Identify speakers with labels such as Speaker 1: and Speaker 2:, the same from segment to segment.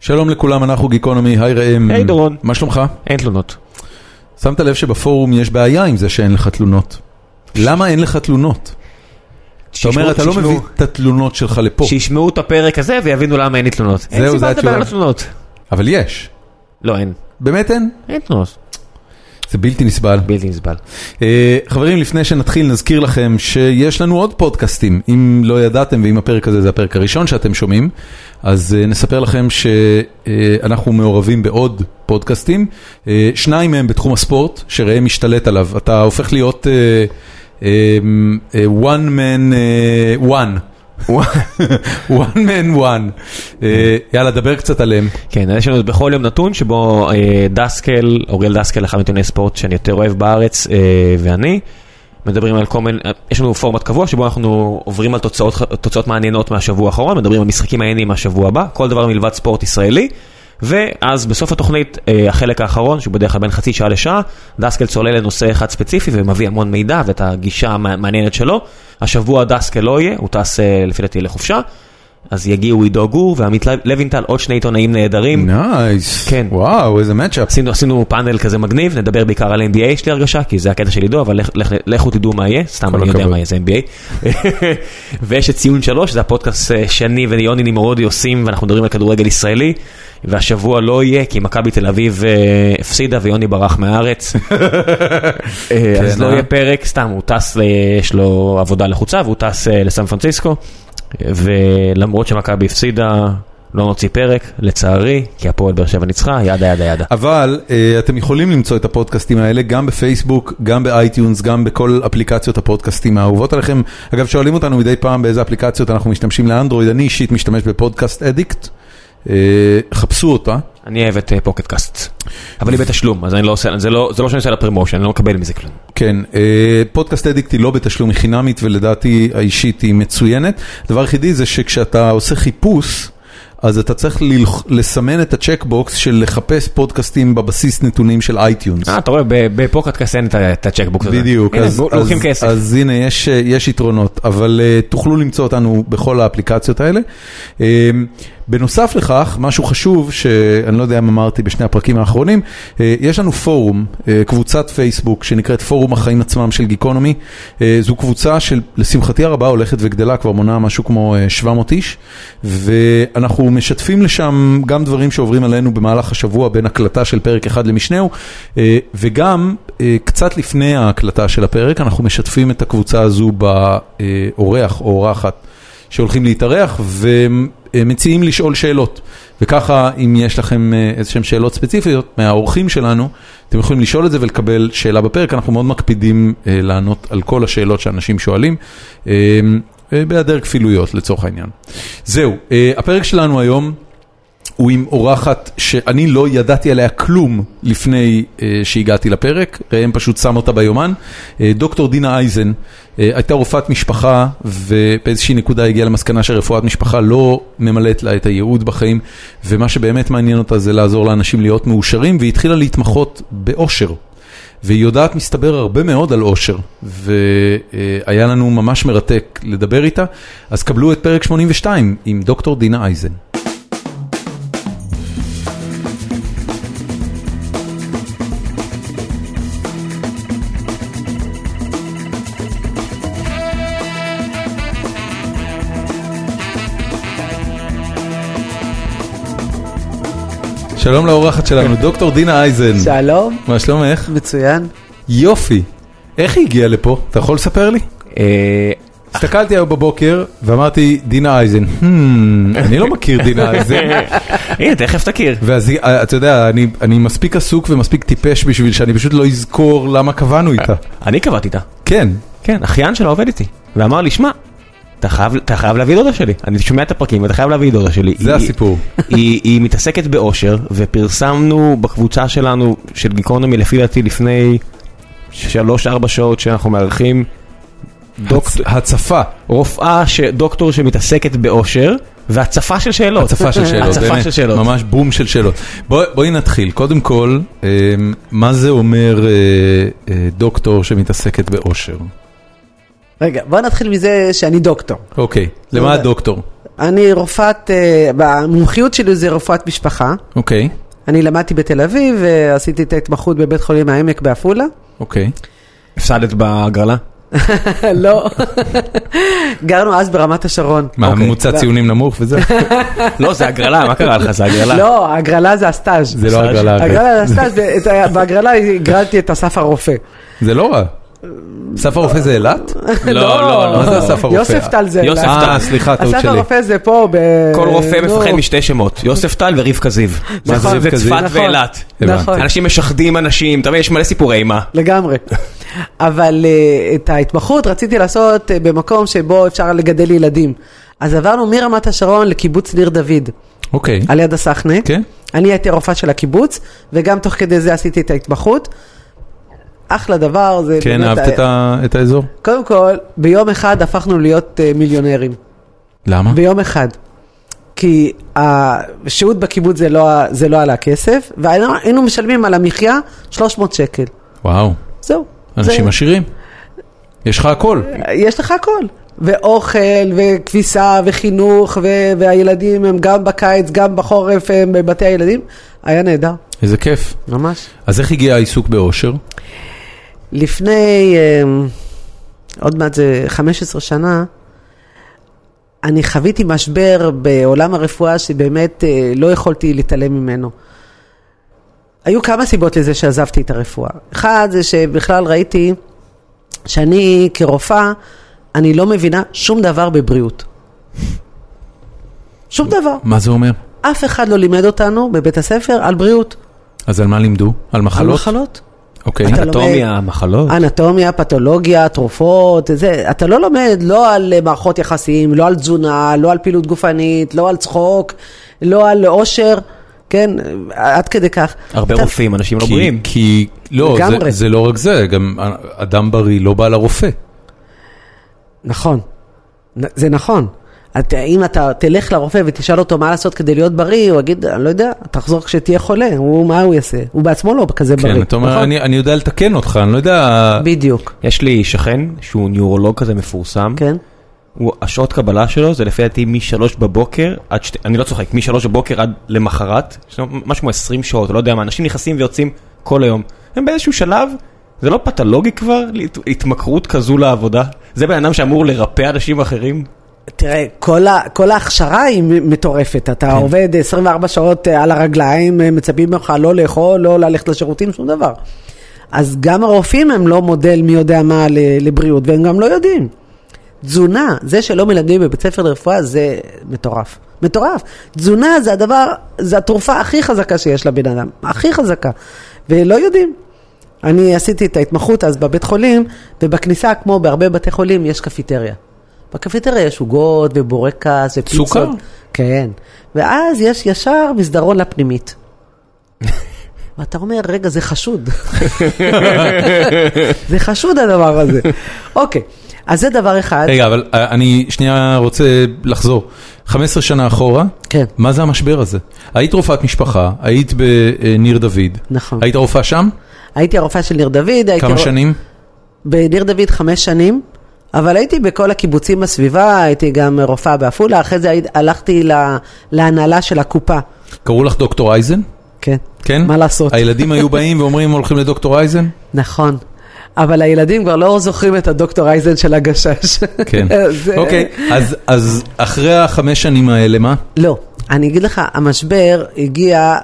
Speaker 1: שלום לכולם, אנחנו גיקונומי, היי ראם.
Speaker 2: היי, דורון.
Speaker 1: מה שלומך?
Speaker 2: אין תלונות.
Speaker 1: שמת לב שבפורום יש בעיה עם זה שאין לך תלונות. למה אין לך תלונות? אתה אומר, אתה לא
Speaker 2: שישמעו-
Speaker 1: מביא את התלונות שלך לפה,
Speaker 2: שישמעו את הפרק הזה ויבינו למה אין לי תלונות. אין
Speaker 1: זהו, זה
Speaker 2: סיבה לדבר
Speaker 1: התשובה.
Speaker 2: על התלונות.
Speaker 1: אבל יש.
Speaker 2: לא, אין.
Speaker 1: באמת אין?
Speaker 2: אין תלונות.
Speaker 1: זה בלתי נסבל.
Speaker 2: בלתי נסבל.
Speaker 1: אה, חברים, לפני שנתחיל, נזכיר לכם שיש לנו עוד פודקאסטים. אם לא ידעתם, ואם הפרק הזה זה הפרק הראשון שאתם שומעים, אז אה, נספר לכם שאנחנו מעורבים בעוד פודקאסטים. אה, שניים מהם בתחום הספורט, שראם משתלט עליו. אתה הופך להיות אה, אה, אה, one man אה, one. one man one. אה, יאללה, דבר קצת עליהם.
Speaker 2: כן, אז יש לנו בכל יום נתון שבו אה, דסקל, אוריאל דסקל, אחד מעיתוני ספורט שאני יותר אוהב בארץ, אה, ואני, מדברים על כל מיני, אה, יש לנו פורמט קבוע שבו אנחנו עוברים על תוצאות, ח- תוצאות מעניינות מהשבוע האחרון, מדברים על משחקים מעניינים מהשבוע הבא, כל דבר מלבד ספורט ישראלי. ואז בסוף התוכנית, אה, החלק האחרון, שהוא בדרך כלל בין חצי שעה לשעה, דסקל צולל לנושא אחד ספציפי ומביא המון מידע ואת הגישה המעניינת שלו. השבוע דסקל לא יהיה, הוא טס אה, לפי דעתי לחופשה. אז יגיעו עידו גור ועמית לב- לוינטל, עוד שני עיתונאים נהדרים.
Speaker 1: נייס.
Speaker 2: כן.
Speaker 1: וואו, איזה מאצ'אפ.
Speaker 2: עשינו, עשינו פאנל כזה מגניב, נדבר בעיקר על NBA יש לי הרגשה, כי זה הקטע של עידו, אבל לכ- לכ- לכו תדעו מה יהיה, סתם
Speaker 1: כל
Speaker 2: אני יודע
Speaker 1: הכבוד.
Speaker 2: מה יהיה, זה NBA. ויש את ציון שלוש, זה הפודקאסט אה, שאני ויוני נמרודי עושים, ואנחנו מדברים על כדורגל ישראלי, והשבוע לא יהיה, כי מכבי תל אביב אה, הפסידה ויוני ברח מהארץ. אה,
Speaker 1: כן,
Speaker 2: אז לא
Speaker 1: אה?
Speaker 2: יהיה פרק, סתם, הוא טס, ל- יש לו עבודה לחוצה, והוא טס אה, לסן פרנסיסקו, אה, ולמרות שמכבי הפסידה... לא נוציא פרק, לצערי, כי הפועל באר שבע ניצחה, ידה ידה ידה.
Speaker 1: אבל אה, אתם יכולים למצוא את הפודקאסטים האלה גם בפייסבוק, גם באייטיונס, גם בכל אפליקציות הפודקאסטים האהובות עליכם. אגב, שואלים אותנו מדי פעם באיזה אפליקציות אנחנו משתמשים לאנדרואיד, אני אישית משתמש בפודקאסט אדיקט, אה, חפשו אותה.
Speaker 2: אני אוהב את פוקט קאסט, אבל היא בתשלום, אז אני לא עושה, זה לא, זה לא שאני עושה לה פרמושן, אני לא מקבל מזה כלום.
Speaker 1: כן, אה, פודקאסט אדיקט היא לא בתשלום, היא חינמית ולדעתי האישית היא מצוינת. הדבר היחידי זה שכשאתה עושה חיפוש, אז אתה צריך ללח- לסמן את הצ'קבוקס של לחפש פודקאסטים בבסיס נתונים של אייטיונס.
Speaker 2: אה, אתה רואה, בפוקט קאסט אין את ה- את הצ'קבוקס הזה.
Speaker 1: בדיוק,
Speaker 2: הנה,
Speaker 1: אז,
Speaker 2: בוא-
Speaker 1: אז,
Speaker 2: לוקחים כסף.
Speaker 1: אז הנה יש, אה, יש יתרונות, אבל uh, תוכלו למצוא אותנו בכל האפליקציות האלה. Um, בנוסף לכך, משהו חשוב, שאני לא יודע אם אמרתי בשני הפרקים האחרונים, uh, יש לנו פורום, uh, קבוצת פייסבוק שנקראת פורום החיים עצמם של גיקונומי. Uh, זו קבוצה שלשמחתי הרבה הולכת וגדלה, כבר מונה משהו כמו אה, 700 איש, ואנחנו משתפים לשם גם דברים שעוברים עלינו במהלך השבוע בין הקלטה של פרק אחד למשנהו, אה, וגם אה, קצת לפני ההקלטה של הפרק אנחנו משתפים את הקבוצה הזו באורח או אורחת שהולכים להתארח ומציעים לשאול שאלות. וככה, אם יש לכם אה, איזשהם שאלות ספציפיות מהאורחים שלנו, אתם יכולים לשאול את זה ולקבל שאלה בפרק. אנחנו מאוד מקפידים אה, לענות על כל השאלות שאנשים שואלים, אה, אה, בהיעדר כפילויות לצורך העניין. זהו, אה, הפרק שלנו היום הוא עם אורחת שאני לא ידעתי עליה כלום לפני אה, שהגעתי לפרק, ראם פשוט שם אותה ביומן. אה, דוקטור דינה אייזן אה, הייתה רופאת משפחה ובאיזושהי נקודה הגיעה למסקנה שרפואת משפחה לא ממלאת לה את הייעוד בחיים, ומה שבאמת מעניין אותה זה לעזור לאנשים להיות מאושרים, והיא התחילה להתמחות באושר. והיא יודעת, מסתבר, הרבה מאוד על אושר, והיה לנו ממש מרתק לדבר איתה, אז קבלו את פרק 82 עם דוקטור דינה אייזן. שלום לאורחת שלנו,
Speaker 2: כן.
Speaker 1: דוקטור דינה אייזן.
Speaker 3: שלום,
Speaker 1: מה שלומך?
Speaker 3: מצוין.
Speaker 1: יופי. איך היא הגיעה לפה? אתה יכול לספר לי?
Speaker 2: אה,
Speaker 1: הסתכלתי היום בבוקר ואמרתי, דינה אייזן. "Hmm, אני לא מכיר דינה אייזן.
Speaker 2: הנה, תכף תכיר.
Speaker 1: ואז היא- אה, אתה יודע, אני- אני מספיק עסוק ומספיק טיפש בשביל שאני פשוט לא אזכור למה קבענו איתה.
Speaker 2: אני קבעתי איתה.
Speaker 1: כן.
Speaker 2: כן, אחיין שלה עובד איתי, ואמר לי, שמע, אתה חייב, אתה חייב להביא דודה שלי. אני שומע את הפרקים ואתה חייב להביא דודה שלי.
Speaker 1: זה
Speaker 2: היא-
Speaker 1: הסיפור.
Speaker 2: היא, היא מתעסקת באושר, ופרסמנו בקבוצה שלנו, של גיקונומי, לפי דעתי, לפני שלוש-ארבע שעות שאנחנו מארחים דוקטור,
Speaker 1: הצ- הצפה.
Speaker 2: רופאה, ש... דוקטור שמתעסקת באושר, והצפה של שאלות.
Speaker 1: הצפה של שאלות,
Speaker 2: לא, הצפה
Speaker 1: באמת.
Speaker 2: של שאלות.
Speaker 1: ממש בום של שאלות. בוא- בואי נתחיל. קודם כל, אה, מה זה אומר אה, אה, דוקטור שמתעסקת באושר?
Speaker 3: רגע, בוא נתחיל מזה שאני דוקטור.
Speaker 1: אוקיי, למה
Speaker 3: לא יודע.
Speaker 1: הדוקטור?
Speaker 3: אני רופאת, אה, המומחיות שלי זה רופאת משפחה.
Speaker 1: אוקיי,
Speaker 3: אני למדתי בתל אביב, ועשיתי את ההתמחות בבית חולים העמק בעפולה.
Speaker 1: אוקיי.
Speaker 2: הפסדת בהגרלה?
Speaker 3: לא, גרנו אז ברמת השרון.
Speaker 1: מה,
Speaker 2: אוקיי.
Speaker 1: ממוצע
Speaker 3: לא.
Speaker 1: ציונים נמוך וזה?
Speaker 2: לא, זה הגרלה, מה קרה לך? זה הגרלה.
Speaker 3: לא, ההגרלה זה הסטאז'.
Speaker 1: זה לא
Speaker 2: בסדר.
Speaker 1: הגרלה. אוקיי.
Speaker 3: הגרלה זה הסטאז', ואת ה- בהגרלה הגרלתי את אסף הרופא.
Speaker 1: זה לא רע. אסף הרופא זה אילת?
Speaker 2: לא, לא,
Speaker 1: מה זה אסף הרופא?
Speaker 3: יוספטל זה...
Speaker 2: יוספטל.
Speaker 3: אילת.
Speaker 1: אה, סליחה, טעות
Speaker 3: אסף
Speaker 1: שלי.
Speaker 3: הרופא זה פה ב...
Speaker 2: כל רופא
Speaker 3: נו.
Speaker 2: מפחד משתי שמות, יוסף טל ורבקה זיו.
Speaker 1: מה זה
Speaker 2: אה, לא. נכון, זה
Speaker 1: רבקה זיו?
Speaker 2: צפת
Speaker 3: נכון,
Speaker 2: ואילת.
Speaker 3: נכון,
Speaker 2: אנשים משחדים אנשים, אתה מבין, יש מלא סיפורי אימה.
Speaker 3: לגמרי. אבל אה, את ההתמחות רציתי לעשות אה, במקום שבו אפשר לגדל ילדים. אז עברנו מרמת השרון לקיבוץ ניר דוד,
Speaker 1: אוקיי.
Speaker 3: על יד הסחנה.
Speaker 1: כן?
Speaker 3: אני הייתי הרופאה של הקיבוץ, וגם תוך כדי זה עשיתי את ההתמחות. אחלה דבר, זה
Speaker 1: כן,
Speaker 3: באמת... אה,
Speaker 1: אהבת את ה- את האזור?
Speaker 3: קודם כל, ביום אחד הפכנו להיות אה, מיליונרים.
Speaker 1: למה?
Speaker 3: ביום אחד. כי השהות בקיבוץ זה לא, ה- זה לא עלה כסף, והיינו היינו משלמים על המחיה 300 שקל.
Speaker 1: וואו,
Speaker 3: זהו.
Speaker 1: אנשים
Speaker 3: זה-
Speaker 1: עשירים. יש לך הכל.
Speaker 3: יש לך הכל. ואוכל, וכביסה, וחינוך, ו- והילדים הם גם בקיץ, גם בחורף, הם בבתי הילדים. היה נהדר,
Speaker 1: איזה כיף.
Speaker 3: ממש.
Speaker 1: אז איך הגיע העיסוק באושר?
Speaker 3: לפני, אמ, עוד מעט זה 15 שנה, אני חוויתי משבר בעולם הרפואה שבאמת אה, לא יכולתי להתעלם ממנו. היו כמה סיבות לזה שעזבתי את הרפואה. אחד זה שבכלל ראיתי שאני כרופאה, אני לא מבינה שום דבר בבריאות. שום דבר.
Speaker 1: מה זה אומר?
Speaker 3: אף אחד לא לימד אותנו בבית הספר על בריאות.
Speaker 1: אז על מה לימדו? על מחלות?
Speaker 3: על מחלות.
Speaker 1: אוקיי.
Speaker 3: אתה
Speaker 2: אנטומיה, מחלות.
Speaker 3: אנטומיה, פתולוגיה, תרופות, זה, אתה לא לומד לא על אה, מערכות יחסים, לא על תזונה, לא על פעילות גופנית, לא על צחוק, לא על אושר, כן, אה, עד כדי כך.
Speaker 2: הרבה
Speaker 3: אתה-
Speaker 2: רופאים, אנשים לא
Speaker 1: כי-
Speaker 2: בריאים.
Speaker 1: כי, לא, זה-
Speaker 3: לגמרי.
Speaker 1: זה לא רק זה, גם אדם בריא לא בא לרופא.
Speaker 3: נכון, נ- זה נכון. אתה, אם אתה תלך לרופא ותשאל אותו מה לעשות כדי להיות בריא, הוא יגיד, אני לא יודע, תחזור כשתהיה חולה, הוא, מה הוא יעשה? הוא בעצמו לא כזה
Speaker 1: כן,
Speaker 3: בריא.
Speaker 1: אתה אומר,
Speaker 3: נכון?
Speaker 1: "אני- אני יודע לתקן אותך, אני לא יודע...
Speaker 3: בדיוק,
Speaker 2: יש לי שכן שהוא ניורולוג כזה מפורסם,
Speaker 3: כן.
Speaker 2: הוא- השעות קבלה שלו זה לפי דעתי מ-3 בבוקר עד שתי, אני לא צוחק, מ-3 בבוקר עד למחרת, יש לו משהו כמו 20 שעות, לא יודע מה, אנשים נכנסים ויוצאים כל היום. הם באיזשהו שלב, זה לא פתולוגי כבר, להת- התמכרות כזו לעבודה? זה בן אדם שאמור לרפא אנשים אחרים?
Speaker 3: תראה, כל, ה, כל ההכשרה היא מטורפת. אתה כן. עובד 24 שעות אה, על הרגליים, אה, מצפים ממך לא לאכול, לא ללכת לשירותים, שום דבר. אז גם הרופאים הם לא מודל מי יודע מה ל- לבריאות, והם גם לא יודעים. תזונה, זה שלא מלמדים בבית ספר לרפואה זה מטורף. מטורף. תזונה זה הדבר, זה התרופה הכי חזקה שיש לבן אדם, הכי חזקה. ולא יודעים. אני עשיתי את ההתמחות אז בבית חולים, ובכניסה, כמו בהרבה בתי חולים, יש קפיטריה. בקפיטריה יש עוגות ובורקס ופיצות.
Speaker 1: סוכר?
Speaker 3: כן. ואז יש ישר מסדרון לפנימית. ואתה אומר, רגע, זה חשוד. זה חשוד הדבר הזה. אוקיי, אז זה דבר אחד.
Speaker 1: רגע, אבל אה, אני שנייה רוצה לחזור. 15 שנה אחורה,
Speaker 3: כן.
Speaker 1: מה זה המשבר הזה? היית רופאת משפחה, היית בניר דוד.
Speaker 3: נכון.
Speaker 1: היית רופאה שם?
Speaker 3: הייתי הרופאה של ניר דוד, הייתי...
Speaker 1: כמה
Speaker 3: הר-
Speaker 1: שנים?
Speaker 3: בניר דוד חמש שנים, אבל הייתי בכל הקיבוצים בסביבה, הייתי גם רופאה בעפולה, אחרי זה הי- הלכתי לה, להנהלה של הקופה.
Speaker 1: קראו לך דוקטור אייזן?
Speaker 3: כן.
Speaker 1: כן?
Speaker 3: מה לעשות?
Speaker 1: הילדים היו באים ואומרים, הולכים לדוקטור אייזן?
Speaker 3: נכון. אבל הילדים כבר לא זוכרים את הדוקטור אייזן של הגשש. אה,
Speaker 1: כן.
Speaker 3: זה-
Speaker 1: אוקיי, אז- אז אחרי החמש שנים האלה, מה?
Speaker 3: לא, אני אגיד לך, המשבר הגיע,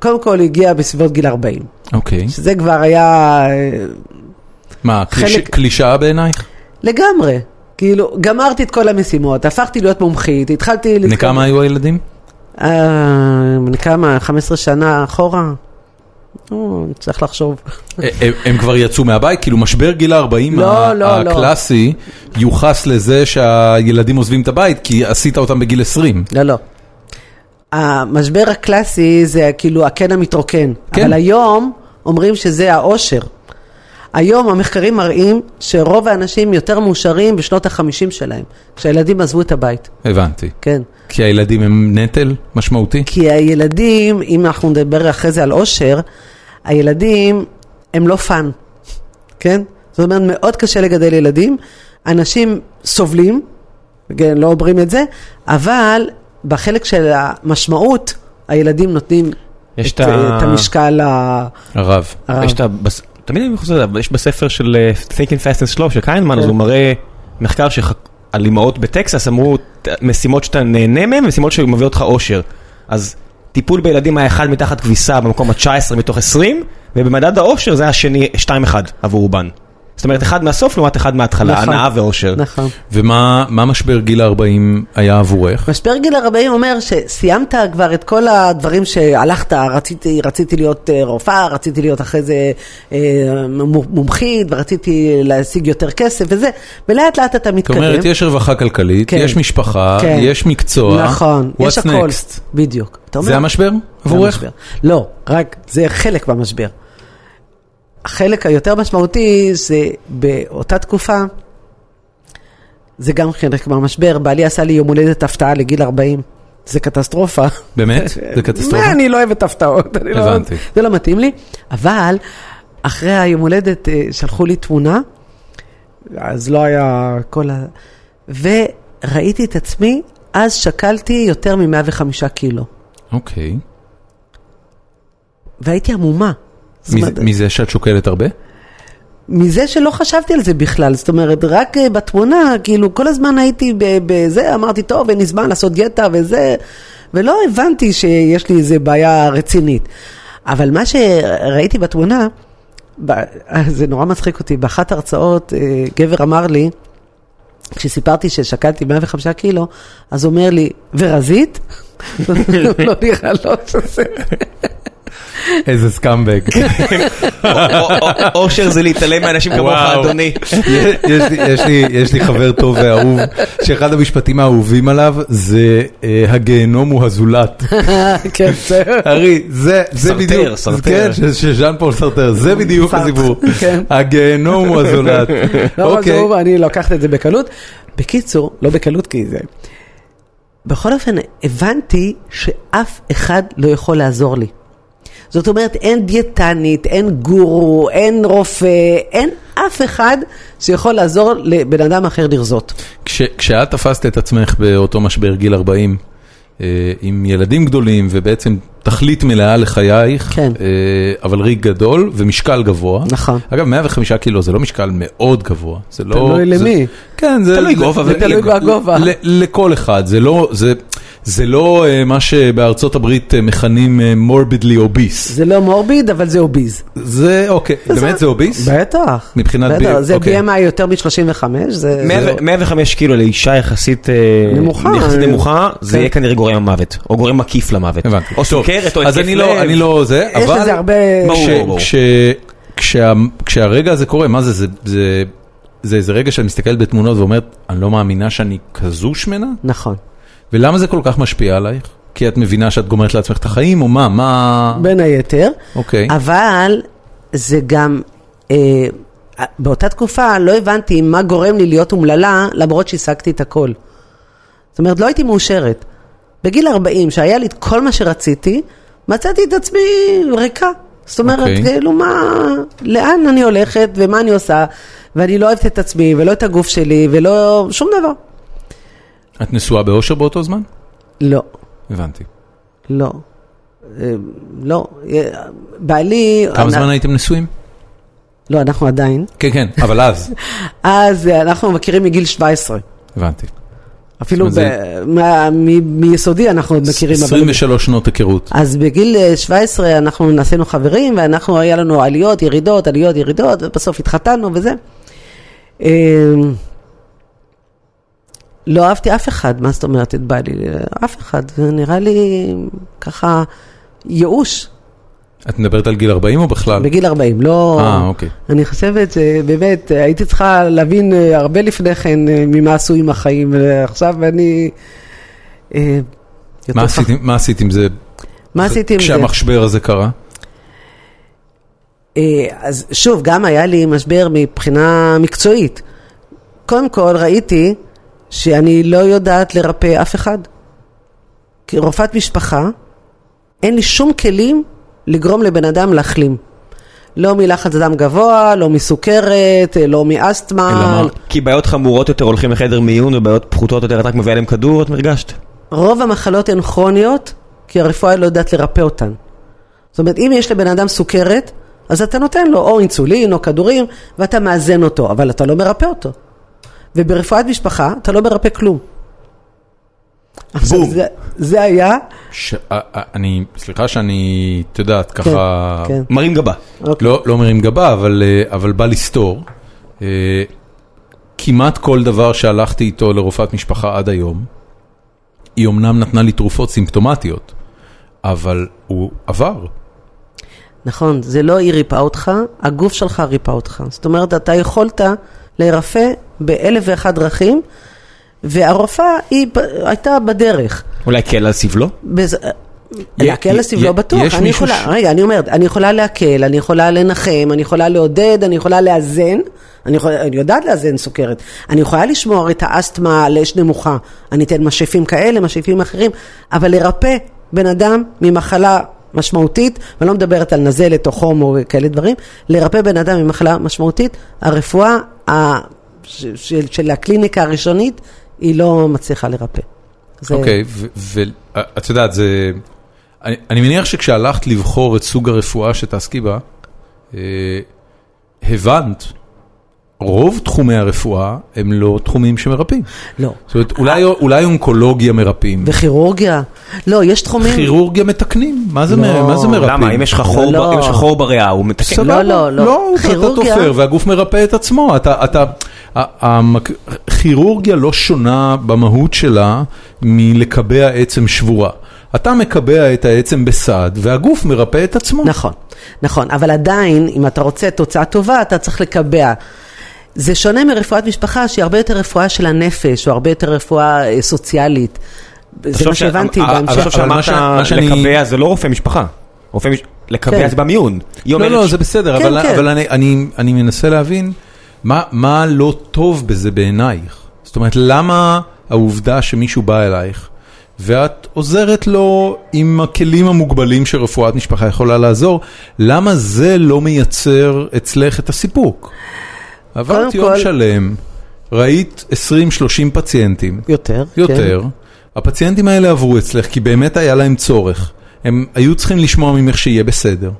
Speaker 3: קודם כל הגיע בסביבות גיל 40,
Speaker 1: אוקיי.
Speaker 3: שזה כבר היה אה,
Speaker 1: מה, קליש-
Speaker 3: חלק-
Speaker 1: קלישאה בעינייך?
Speaker 3: לגמרי. כאילו, גמרתי את כל המשימות, הפכתי להיות מומחית, התחלתי...
Speaker 1: בני
Speaker 3: להתקדם.
Speaker 1: כמה היו הילדים?
Speaker 3: אה, בני כמה? 15 שנה אחורה? או, צריך לחשוב.
Speaker 1: אה, הם, הם כבר יצאו מהבית? כאילו משבר גיל ה-40
Speaker 3: לא,
Speaker 1: ה-
Speaker 3: לא, לא.
Speaker 1: הקלאסי יוחס לזה שהילדים עוזבים את הבית כי עשית אותם בגיל 20.
Speaker 3: לא, לא. המשבר הקלאסי זה כאילו הקן המתרוקן.
Speaker 1: כן.
Speaker 3: כן. אבל היום אומרים שזה העושר. היום המחקרים מראים שרוב האנשים יותר מאושרים בשנות החמישים שלהם, כשהילדים עזבו את הבית,
Speaker 1: הבנתי.
Speaker 3: כן.
Speaker 1: כי הילדים הם נטל משמעותי?
Speaker 3: כי הילדים, אם אנחנו נדבר אחרי זה על עושר, הילדים הם לא פאן, כן? זאת אומרת, מאוד קשה לגדל ילדים, אנשים סובלים, כן, לא אומרים את זה, אבל בחלק של המשמעות, הילדים נותנים
Speaker 2: יש את
Speaker 3: את,
Speaker 2: ה-
Speaker 3: את המשקל ה-
Speaker 1: הרב.
Speaker 3: הרב.
Speaker 2: יש את ה... בס- תמיד אני חוזר, אבל יש בספר של אה, Thinking Fast and Slow של קיינמן, אז
Speaker 3: כן.
Speaker 2: הוא מראה מחקר שח- על אימהות בטקסס, אמרו "ת- משימות שאתה נהנה מהן, משימות שמביאות אותך אושר. אז טיפול בילדים היה אחד מתחת כביסה במקום ה-19 מתוך 20, ובמדד האושר זה השני 2-1 עבור אובן. זאת אומרת, אחד מהסוף לעומת אחד מההתחלה,
Speaker 3: נכון.
Speaker 2: הנאה ואושר.
Speaker 3: נכון.
Speaker 1: ומה מה משבר גיל ה-40 היה עבורך?
Speaker 3: משבר גיל 40 אומר שסיימת כבר את כל הדברים שהלכת, רציתי, רציתי להיות אה, רופאה, רציתי להיות אחרי זה אה, מ- מומחית, ורציתי להשיג יותר כסף וזה, ולאט לאט אתה
Speaker 1: זאת
Speaker 3: מתקדם.
Speaker 1: אומרת, יש רווחה כלכלית,
Speaker 3: כן.
Speaker 1: יש משפחה,
Speaker 3: כן.
Speaker 1: יש מקצוע.
Speaker 3: נכון, יש
Speaker 1: What's
Speaker 3: הכל.
Speaker 1: next?
Speaker 3: בדיוק. אתה
Speaker 1: זה המשבר עבורך?
Speaker 3: המשבר. לא, רק זה חלק מהמשבר. החלק היותר משמעותי זה באותה תקופה, זה גם חלק מהמשבר. בעלי עשה לי יום הולדת הפתעה לגיל 40. זה קטסטרופה.
Speaker 1: באמת? זה קטסטרופה?
Speaker 3: אני לא אוהבת הפתעות, אני לא,
Speaker 1: הבנתי.
Speaker 3: זה לא מתאים לי. אבל אחרי היום הולדת אה, שלחו לי תמונה, אז לא היה כל ה... וראיתי את עצמי, אז שקלתי יותר מ-105 קילו.
Speaker 1: אוקיי.
Speaker 3: והייתי עמומה. זאת
Speaker 1: מזה-
Speaker 3: אומרת,
Speaker 1: מזה שאת שוקלת הרבה?
Speaker 3: מזה שלא חשבתי על זה בכלל, זאת אומרת, רק אה, בתמונה, כאילו, כל הזמן הייתי ב- בזה, אמרתי, טוב, אין לי זמן לעשות דיאטה וזה, ולא הבנתי שיש לי איזה בעיה רצינית. אבל מה שראיתי בתמונה, ב- זה נורא מצחיק אותי, באחת ההרצאות אה, גבר אמר לי, כשסיפרתי ששקלתי 105 קילו, אז הוא אומר לי, ורזית? לא נראה לו שזה...
Speaker 1: איזה סקאמבג.
Speaker 2: אושר זה להתעלם מאנשים כמוך,
Speaker 1: וואו.
Speaker 2: אדוני.
Speaker 1: יש, לי, יש, לי, יש לי חבר טוב ואהוב, שאחד המשפטים האהובים עליו זה אה, הגיהנום הוא הזולת.
Speaker 3: כן, זהו.
Speaker 1: ארי, זה, זה
Speaker 2: סרטר,
Speaker 1: בדיוק, כן,
Speaker 2: סרטר.
Speaker 1: ש- שז'אן פול סרטר, זה בדיוק
Speaker 3: סרט,
Speaker 1: הסיפור.
Speaker 3: כן.
Speaker 1: הגיהנום הוא הזולת.
Speaker 3: לא, אבל זה
Speaker 1: אוקיי.
Speaker 3: הוא, אני לוקחת את זה בקלות. בקיצור, לא בקלות כי זה... בכל אופן, הבנתי שאף אחד לא יכול לעזור לי. זאת אומרת, אין דיאטנית, אין גורו, אין רופא, אין אף אחד שיכול לעזור לבן אדם אחר לרזות.
Speaker 1: כש, כשאת תפסת את עצמך באותו משבר גיל 40, אה, עם ילדים גדולים ובעצם תכלית מלאה לחייך,
Speaker 3: כן.
Speaker 1: אה, אבל ריק גדול ומשקל גבוה.
Speaker 3: נכון.
Speaker 1: אגב, 105 קילו זה לא משקל מאוד גבוה. זה לא...
Speaker 3: תלוי
Speaker 1: זה-
Speaker 3: למי.
Speaker 1: כן, זה...
Speaker 2: תלוי
Speaker 1: זה-
Speaker 2: גובה
Speaker 1: זה-
Speaker 2: ותלוי
Speaker 1: לג-
Speaker 3: בגובה.
Speaker 1: ל- לכל אחד, זה לא... זה... זה לא אה, מה שבארצות הברית אה, מכנים אה, morbidly obese.
Speaker 3: זה לא מורביד, אבל זה אוביז.
Speaker 1: זה, אוקיי, באמת זה obese?
Speaker 3: בטח.
Speaker 1: מבחינת
Speaker 3: בטח,
Speaker 1: בי-
Speaker 3: זה
Speaker 1: אוקיי.
Speaker 3: BMI יותר מ-35, זה...
Speaker 2: מאה ו-
Speaker 1: לא-
Speaker 3: זה-
Speaker 2: 105 קילו לאישה יחסית אה,
Speaker 3: נמוכה.
Speaker 2: יחסית נמוכה,
Speaker 3: כן.
Speaker 2: זה יהיה כנראה גורם המוות, או גורם מקיף למוות.
Speaker 1: הבנתי.
Speaker 2: או
Speaker 1: טוב,
Speaker 2: סוכרת, או התקף לב.
Speaker 1: אז אני לא, אני לא זה,
Speaker 3: יש
Speaker 1: אבל...
Speaker 3: לזה הרבה...
Speaker 2: ברור.
Speaker 1: כש- כש- כשה- כשהרגע הזה קורה, מה זה, זה, זה, זה איזה רגע שאת מסתכלת בתמונות ואומרת, אני לא מאמינה שאני כזו שמנה?
Speaker 3: נכון.
Speaker 1: ולמה זה כל כך משפיע עלייך? כי את מבינה שאת גומרת לעצמך את החיים, או מה? מה...
Speaker 3: בין היתר.
Speaker 1: אוקיי.
Speaker 3: אבל זה גם, אה, באותה תקופה לא הבנתי מה גורם לי להיות אומללה, למרות שהשגתי את הכל. זאת אומרת, לא הייתי מאושרת. בגיל 40, שהיה לי את כל מה שרציתי, מצאתי את עצמי ריקה. זאת אומרת,
Speaker 1: אוקיי.
Speaker 3: okay. כאילו מה, לאן אני הולכת ומה אני עושה, ואני לא אוהבת את עצמי ולא את הגוף שלי ולא שום דבר.
Speaker 1: את נשואה באושר באותו זמן?
Speaker 3: לא.
Speaker 1: הבנתי.
Speaker 3: לא. אה, לא. אה, בעלי...
Speaker 1: כמה
Speaker 3: אנ-
Speaker 1: זמן הייתם נשואים?
Speaker 3: לא, אנחנו עדיין.
Speaker 1: כן, כן, אבל אז.
Speaker 3: אז אה, אנחנו מכירים מגיל 17.
Speaker 1: הבנתי.
Speaker 3: אפילו
Speaker 1: זאת
Speaker 3: ב- מה- מ- מיסודי אנחנו עוד מכירים. אבל-
Speaker 1: 23 שנות היכרות.
Speaker 3: אז בגיל אה, 17 אנחנו נעשינו חברים, ואנחנו, היה לנו עליות, ירידות, עליות, ירידות, ובסוף התחתנו וזה. אה, לא אהבתי אף אחד, מה זאת אומרת את בעלי? אה, אף אחד. זה נראה לי ככה ייאוש
Speaker 1: את מדברת על גיל 40 או בכלל?
Speaker 3: בגיל 40, לא...
Speaker 1: אה, אוקיי.
Speaker 3: אני חושבת שבאמת אה, הייתי צריכה להבין אה, הרבה לפני כן אה, ממה עשו עם החיים, ועכשיו אני... אה, יותר
Speaker 1: מה
Speaker 3: חכ-
Speaker 1: עשית עם- מה עשית עם זה
Speaker 3: מה עשיתי עם זה?
Speaker 1: כשהמחשבר הזה קרה?
Speaker 3: אה, אז שוב, גם היה לי משבר מבחינה מקצועית. קודם כל ראיתי שאני לא יודעת לרפא אף אחד. כרופאת משפחה, אין לי שום כלים לגרום לבן אדם להחלים. לא מלחץ דם גבוה, לא מסוכרת, אה, לא מאסתמה.
Speaker 2: אלא מה? כי בעיות חמורות יותר הולכים לחדר מיון ובעיות פחותות יותר את רק מביאה להם כדור, את מרגשת?
Speaker 3: רוב המחלות הן כרוניות, כי הרפואה לא יודעת לרפא אותן. זאת אומרת, אם יש לבן אדם סוכרת, אז אתה נותן לו או אינסולין או כדורים, ואתה מאזן אותו, אבל אתה לא מרפא אותו. וברפואת משפחה, אתה לא מרפא כלום. עכשיו,
Speaker 1: בום.
Speaker 3: זה, זה היה,
Speaker 1: ש- א- א- אני, סליחה שאני, את יודעת, ככה,
Speaker 3: כן.
Speaker 2: מרים גבה.
Speaker 3: אוקיי.
Speaker 1: לא לא מרים גבה, אבל אה, אבל בא לסתור. אה, כמעט כל דבר שהלכתי איתו לרופאת משפחה עד היום, היא אמנם נתנה לי תרופות סימפטומטיות, אבל הוא עבר.
Speaker 3: נכון, זה לא היא ריפאה אותך, הגוף שלך ריפא אותך. זאת אומרת, אתה יכולת להירפא באלף ואחת דרכים, והרופאה היא ב- הייתה בדרך.
Speaker 2: אולי כן על סבלו?
Speaker 3: בז...
Speaker 1: י-
Speaker 3: להקל על
Speaker 1: י- י-
Speaker 3: סבלו
Speaker 1: יש
Speaker 3: בטוח, אני
Speaker 1: מישהו
Speaker 3: יכולה,
Speaker 1: ש-
Speaker 3: ש... רגע, אני אומרת, אני יכולה להקל, אני יכולה לנחם, אני יכולה לעודד, אני יכולה לאזן, אני, יכול... אני יודעת לאזן סוכרת, אני יכולה לשמור את האסתמה על אש נמוכה, אני אתן משאפים כאלה, משאפים אחרים, אבל לרפא בן אדם ממחלה משמעותית, ואני לא מדברת על נזלת או חום או כאלה דברים, לרפא בן אדם ממחלה משמעותית, הרפואה ה... ש... של... של הקליניקה הראשונית, היא לא מצליחה לרפא. זה-
Speaker 1: אוקיי, ואת יודעת, זה... אני, אני מניח שכשהלכת לבחור את סוג הרפואה שתעסקי בה, אה, הבנת, רוב תחומי הרפואה הם לא תחומים שמרפאים.
Speaker 3: לא.
Speaker 1: זאת אומרת, אולי, אולי אונקולוגיה מרפאים,
Speaker 3: וכירורגיה? לא, יש תחומים...
Speaker 1: כירורגיה מתקנים, מה זה, מ- מה זה מרפאים?
Speaker 2: לא, למה? אם יש לך חור
Speaker 3: לא.
Speaker 2: ב- אם יש לך חור בריאה, הוא מתקן.
Speaker 1: סבבה,
Speaker 3: לא, לא.
Speaker 1: לא אתה
Speaker 3: כירורגיה-
Speaker 1: תופר והגוף מרפא את עצמו. אתה, אתה, ה- המק... כירורגיה לא שונה במהות שלה מלקבע עצם שבורה. אתה מקבע את העצם בסד והגוף מרפא את עצמו.
Speaker 3: נכון, נכון, אבל עדיין, אם אתה רוצה תוצאה טובה, אתה צריך לקבע. זה שונה מרפואת משפחה, שהיא הרבה יותר רפואה של הנפש, או הרבה יותר רפואה אה, סוציאלית. זה מה שהבנתי
Speaker 2: אבל- אבל-
Speaker 3: בהמשך.
Speaker 2: אבל
Speaker 1: אבל מה
Speaker 2: שאמרת
Speaker 1: ש- מה שאני-
Speaker 2: לקבע זה לא רופא משפחה. רופא מש- לקבע
Speaker 3: כן.
Speaker 2: זה במיון. היא
Speaker 1: לא,
Speaker 2: אומרת
Speaker 1: לא,
Speaker 2: ש-
Speaker 1: זה בסדר,
Speaker 3: כן,
Speaker 1: אבל,
Speaker 3: כן.
Speaker 1: אבל אני, אני, אני מנסה להבין מה, מה לא טוב בזה בעינייך. זאת אומרת, למה העובדה שמישהו בא אלייך ואת עוזרת לו עם הכלים המוגבלים שרפואת משפחה יכולה לעזור, למה זה לא מייצר אצלך את הסיפוק? עברת
Speaker 3: קודם
Speaker 1: יום
Speaker 3: כל-
Speaker 1: שלם, ראית 20-30 פציינטים,
Speaker 3: יותר. כן.
Speaker 1: יותר. הפציינטים האלה עברו אצלך כי באמת היה להם צורך. הם היו צריכים לשמוע ממך שיהיה בסדר.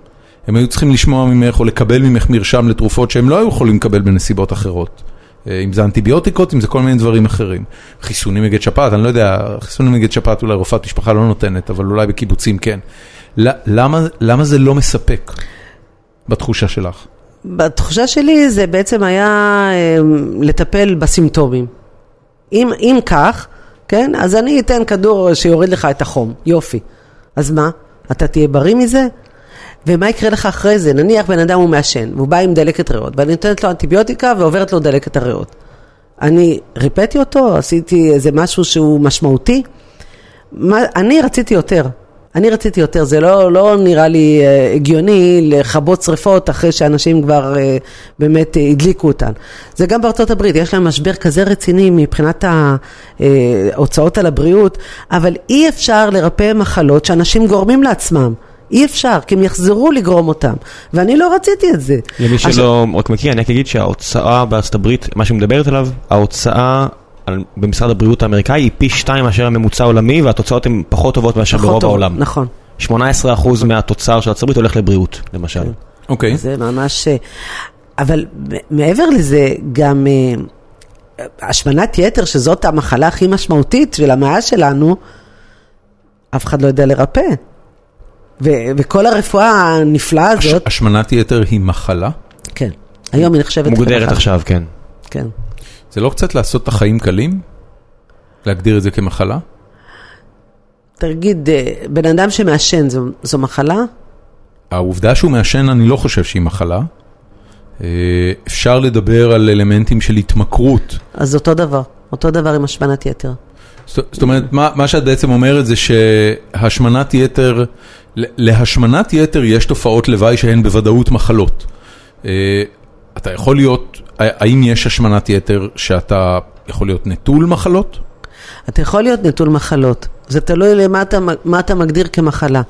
Speaker 1: הם היו צריכים לשמוע ממך או לקבל ממך מרשם לתרופות שהם לא היו יכולים לקבל בנסיבות אחרות. אה, אם זה אנטיביוטיקות, אם זה כל מיני דברים אחרים. חיסונים נגד שפעת, אני לא יודע, חיסונים נגד שפעת אולי רופאת משפחה לא נותנת, אבל אולי בקיבוצים כן. ל- למה, למה זה לא מספק בתחושה שלך?
Speaker 3: כן. בתחושה שלי זה בעצם היה אה, לטפל בסימפטומים. אם, אם כך, כן, אז אני אתן כדור שיוריד לך את החום, יופי. אז מה? אתה תהיה בריא מזה? ומה יקרה לך אחרי זה? נניח בן אדם הוא מעשן, והוא בא עם דלקת ריאות, ואני נותנת לו אנטיביוטיקה ועוברת לו דלקת הריאות. אני ריפאתי אותו? עשיתי איזה משהו שהוא משמעותי? מה, אני רציתי יותר. אני רציתי יותר, זה לא, לא נראה לי אה, הגיוני לכבות שריפות אחרי שאנשים כבר אה, באמת אה, הדליקו אותן. זה גם בארצות הברית, יש להם משבר כזה רציני מבחינת ההוצאות על הבריאות, אבל אי אפשר לרפא מחלות שאנשים גורמים לעצמם. אי אפשר, כי הם יחזרו לגרום אותם. ואני לא רציתי את זה.
Speaker 2: למי
Speaker 3: עכשיו-
Speaker 2: שלא רק מכיר, אני רק אגיד שההוצאה בארצות הברית, מה שהיא מדברת עליו, ההוצאה על- במשרד הבריאות האמריקאי היא פי שתיים מאשר הממוצע העולמי, והתוצאות הן פחות טובות מאשר
Speaker 3: פחות
Speaker 2: ברוב
Speaker 3: טוב,
Speaker 2: העולם.
Speaker 3: נכון.
Speaker 2: 18% מהתוצר של ארצות הברית הולך לבריאות, למשל.
Speaker 3: כן.
Speaker 1: אוקיי.
Speaker 3: זה ממש... אה, אבל מ- מעבר לזה, גם אה, השמנת יתר, שזאת המחלה הכי משמעותית של המאה שלנו, אף אחד לא יודע לרפא. ו- וכל הרפואה הנפלאה
Speaker 1: הש-
Speaker 3: הזאת,
Speaker 1: השמנת יתר היא מחלה?
Speaker 3: כן, היום היא נחשבת...
Speaker 2: מוגדרת
Speaker 3: כמחלה.
Speaker 2: עכשיו, כן.
Speaker 3: כן.
Speaker 1: זה לא קצת לעשות את החיים קלים? להגדיר את זה כמחלה?
Speaker 3: תגיד, אה, בן אדם שמעשן זו, זו מחלה?
Speaker 1: העובדה שהוא מעשן, אני לא חושב שהיא מחלה. אה, אפשר לדבר על אלמנטים של התמכרות.
Speaker 3: אז אותו דבר, אותו דבר עם השמנת יתר.
Speaker 1: זאת זאת אומרת, מה, מה שאת בעצם אומרת זה שהשמנת יתר, ל- להשמנת יתר יש תופעות לוואי שהן בוודאות מחלות. אה, אתה יכול להיות, ה- האם יש השמנת יתר שאתה יכול להיות נטול מחלות?
Speaker 3: אתה יכול להיות נטול מחלות, זה תלוי למה אתה, מה אתה מגדיר כמחלה.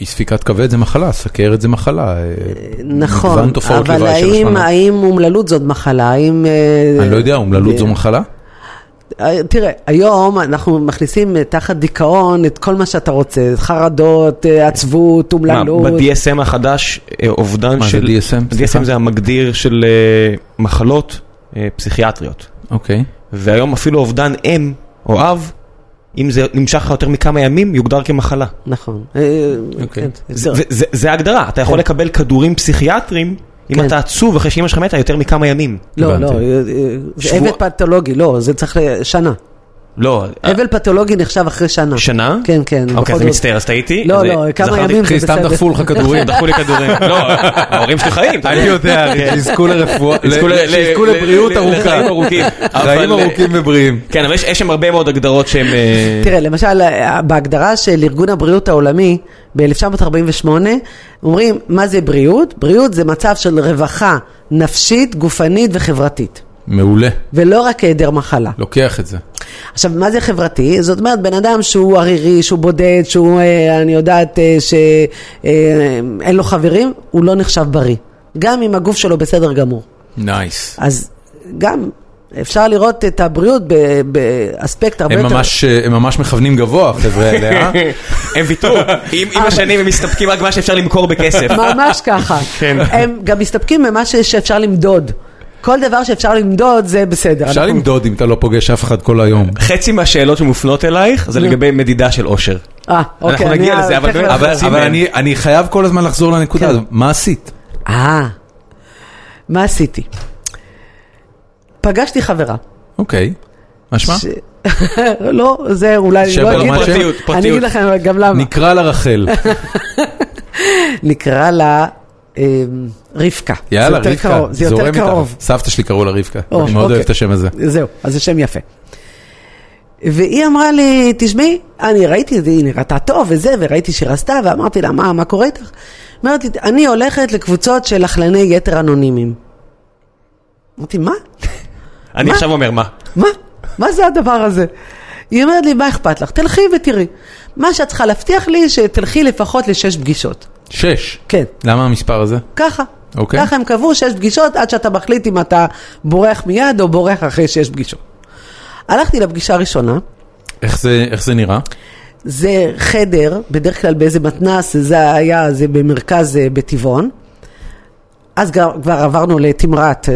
Speaker 1: אי ספיקת כבד זה מחלה, סכרת זה מחלה. אה,
Speaker 3: נכון,
Speaker 1: מגוון תופעות
Speaker 3: אבל
Speaker 1: לוואי של
Speaker 3: האם,
Speaker 1: השמנה.
Speaker 3: האם אומללות זאת מחלה? האם... אה,
Speaker 1: אני לא יודע, אומללות
Speaker 3: אה,
Speaker 1: זו מחלה?
Speaker 3: אה, תראה, היום אנחנו מכניסים אה, תחת דיכאון את כל מה שאתה רוצה, חרדות, אה, עצבות,
Speaker 2: מה,
Speaker 3: אומללות.
Speaker 2: ב-DSM החדש, אה, אובדן
Speaker 1: מה זה
Speaker 2: של...
Speaker 1: DSM? סליחה.
Speaker 2: DSM זה המגדיר של אה, מחלות אה, פסיכיאטריות.
Speaker 1: אוקיי.
Speaker 2: והיום אפילו אובדן אם או אב, אם זה נמשך לך יותר מכמה ימים, יוגדר כמחלה.
Speaker 3: נכון. אה,
Speaker 1: אוקיי.
Speaker 3: כן,
Speaker 2: זה-
Speaker 3: בסדר.
Speaker 2: זה- זה ההגדרה, אתה יכול
Speaker 3: כן.
Speaker 2: לקבל כדורים פסיכיאטרים אם
Speaker 3: כן.
Speaker 2: אתה עצוב אחרי שאמא שלך מתה יותר מכמה ימים.
Speaker 3: לא,
Speaker 1: הבנתי.
Speaker 3: לא, אה, אה, זה
Speaker 2: שבוע-
Speaker 3: אבל פתולוגי, לא, זה צריך ל- שנה.
Speaker 2: לא, אה,
Speaker 3: אבל פתולוגי נחשב אחרי שנה.
Speaker 2: שנה?
Speaker 3: כן, כן. בכל
Speaker 2: אוקיי, אז
Speaker 3: זאת.
Speaker 2: מצטער, אז טעיתי.
Speaker 3: לא,
Speaker 2: אז,
Speaker 3: לא,
Speaker 2: אה,
Speaker 3: כמה
Speaker 2: זכרתי-
Speaker 3: ימים זה
Speaker 1: אחי, סתם
Speaker 3: בסדר.
Speaker 1: דחפו לך כדורים.
Speaker 2: דחו לי כדורים. לא, ההורים שלי חיים. אתה
Speaker 1: אני
Speaker 2: יודע.
Speaker 1: יודע,
Speaker 3: כן.
Speaker 1: אחי, שיזכו לרפואה,
Speaker 2: יזכו ל- ל-
Speaker 1: שיזכו
Speaker 2: ל-
Speaker 1: לבריאות
Speaker 2: ל-
Speaker 1: ארוכה.
Speaker 2: לחיים ארוכים.
Speaker 1: חיים
Speaker 2: אבל, אה,
Speaker 1: ארוכים ובריאים.
Speaker 2: כן, אבל יש- יש שם הרבה מאוד הגדרות שהן... אה,
Speaker 3: תראה, למשל, אה, בהגדרה של ארגון הבריאות העולמי, ב-1948, אומרים, מה זה בריאות? בריאות זה מצב של רווחה נפשית, גופנית וחברתית,
Speaker 1: מעולה,
Speaker 3: ולא רק היעדר מחלה.
Speaker 1: לוקח את זה.
Speaker 3: עכשיו, מה זה חברתי? זאת אומרת, בן אדם שהוא ערירי, שהוא בודד, שהוא, אה, אני יודעת, אה, שאין אה, אין לו חברים, הוא לא נחשב בריא. גם אם הגוף שלו בסדר גמור.
Speaker 1: נייס.
Speaker 3: אז גם אפשר לראות את הבריאות ב- באספקט הרבה
Speaker 1: הם
Speaker 3: יותר...
Speaker 1: ממש, אה, הם ממש מכוונים גבוה, החבר'ה האלה, אה?
Speaker 2: הם ויתרו. עם
Speaker 3: אה,
Speaker 2: עם השנים הם מסתפקים רק במה שאפשר למכור בכסף.
Speaker 3: ממש ככה.
Speaker 2: כן.
Speaker 3: הם גם מסתפקים במה ש- שאפשר למדוד. כל דבר שאפשר למדוד זה בסדר.
Speaker 1: אפשר
Speaker 3: אנחנו-
Speaker 1: למדוד אם אתה לא פוגש אף אחד כל היום.
Speaker 2: חצי מהשאלות שמופנות אלייך זה לגבי מדידה של אושר.
Speaker 3: אה, אוקיי.
Speaker 2: אנחנו
Speaker 3: אני-
Speaker 2: נגיע לזה, אבל
Speaker 3: תכף
Speaker 2: באמת,
Speaker 3: אנחנו-
Speaker 1: אבל
Speaker 2: חצי
Speaker 1: אבל
Speaker 2: מהם.
Speaker 1: אני- אני חייב כל הזמן לחזור לנקודה
Speaker 3: כן.
Speaker 1: הזאת. מה עשית?
Speaker 3: אה, מה עשיתי? פגשתי חברה.
Speaker 1: אוקיי. משמע?
Speaker 3: ש- לא, זה אולי, אני לא
Speaker 1: שברמת
Speaker 3: אגיד לכם,
Speaker 2: פרטיות,
Speaker 3: אני
Speaker 2: פרטיות.
Speaker 3: אגיד לכם גם למה.
Speaker 1: נקרא לה רחל.
Speaker 3: נקרא לה אה, רבקה. זה
Speaker 1: יאללה,
Speaker 3: יותר
Speaker 1: רבקה,
Speaker 3: קרוב, זה
Speaker 1: זורם
Speaker 3: יותר קרוב.
Speaker 1: איתך. סבתא שלי קראו לה רבקה,
Speaker 3: או,
Speaker 1: אני מאוד
Speaker 3: אוקיי.
Speaker 1: אוהב את השם הזה.
Speaker 3: זהו, אז זה שם יפה. והיא אמרה לי, תשמעי, אני ראיתי את זה, היא נראתה טוב וזה, וראיתי שהיא רצתה, ואמרתי לה, מה, מה קורה איתך? אומרת לי, אני הולכת לקבוצות של אכלני יתר אנונימיים. אמרתי, מה?
Speaker 2: אני
Speaker 3: מה?
Speaker 2: עכשיו אומר מה.
Speaker 3: מה? מה זה הדבר הזה? היא אומרת לי, מה אכפת לך? תלכי ותראי. מה שאת צריכה להבטיח לי, שתלכי לפחות לשש פגישות.
Speaker 1: שש.
Speaker 3: כן,
Speaker 1: למה המספר הזה?
Speaker 3: ככה.
Speaker 1: אוקיי.
Speaker 3: ככה הם קבעו שש פגישות עד שאתה מחליט אם אתה בורח מיד או בורח אחרי שש פגישות. הלכתי לפגישה הראשונה,
Speaker 1: איך זה- איך זה נראה?
Speaker 3: זה חדר, בדרך כלל באיזה מתנ"ס, זה היה, זה במרכז אה, בטבעון. אז כבר, כבר עברנו לתמרת, אה,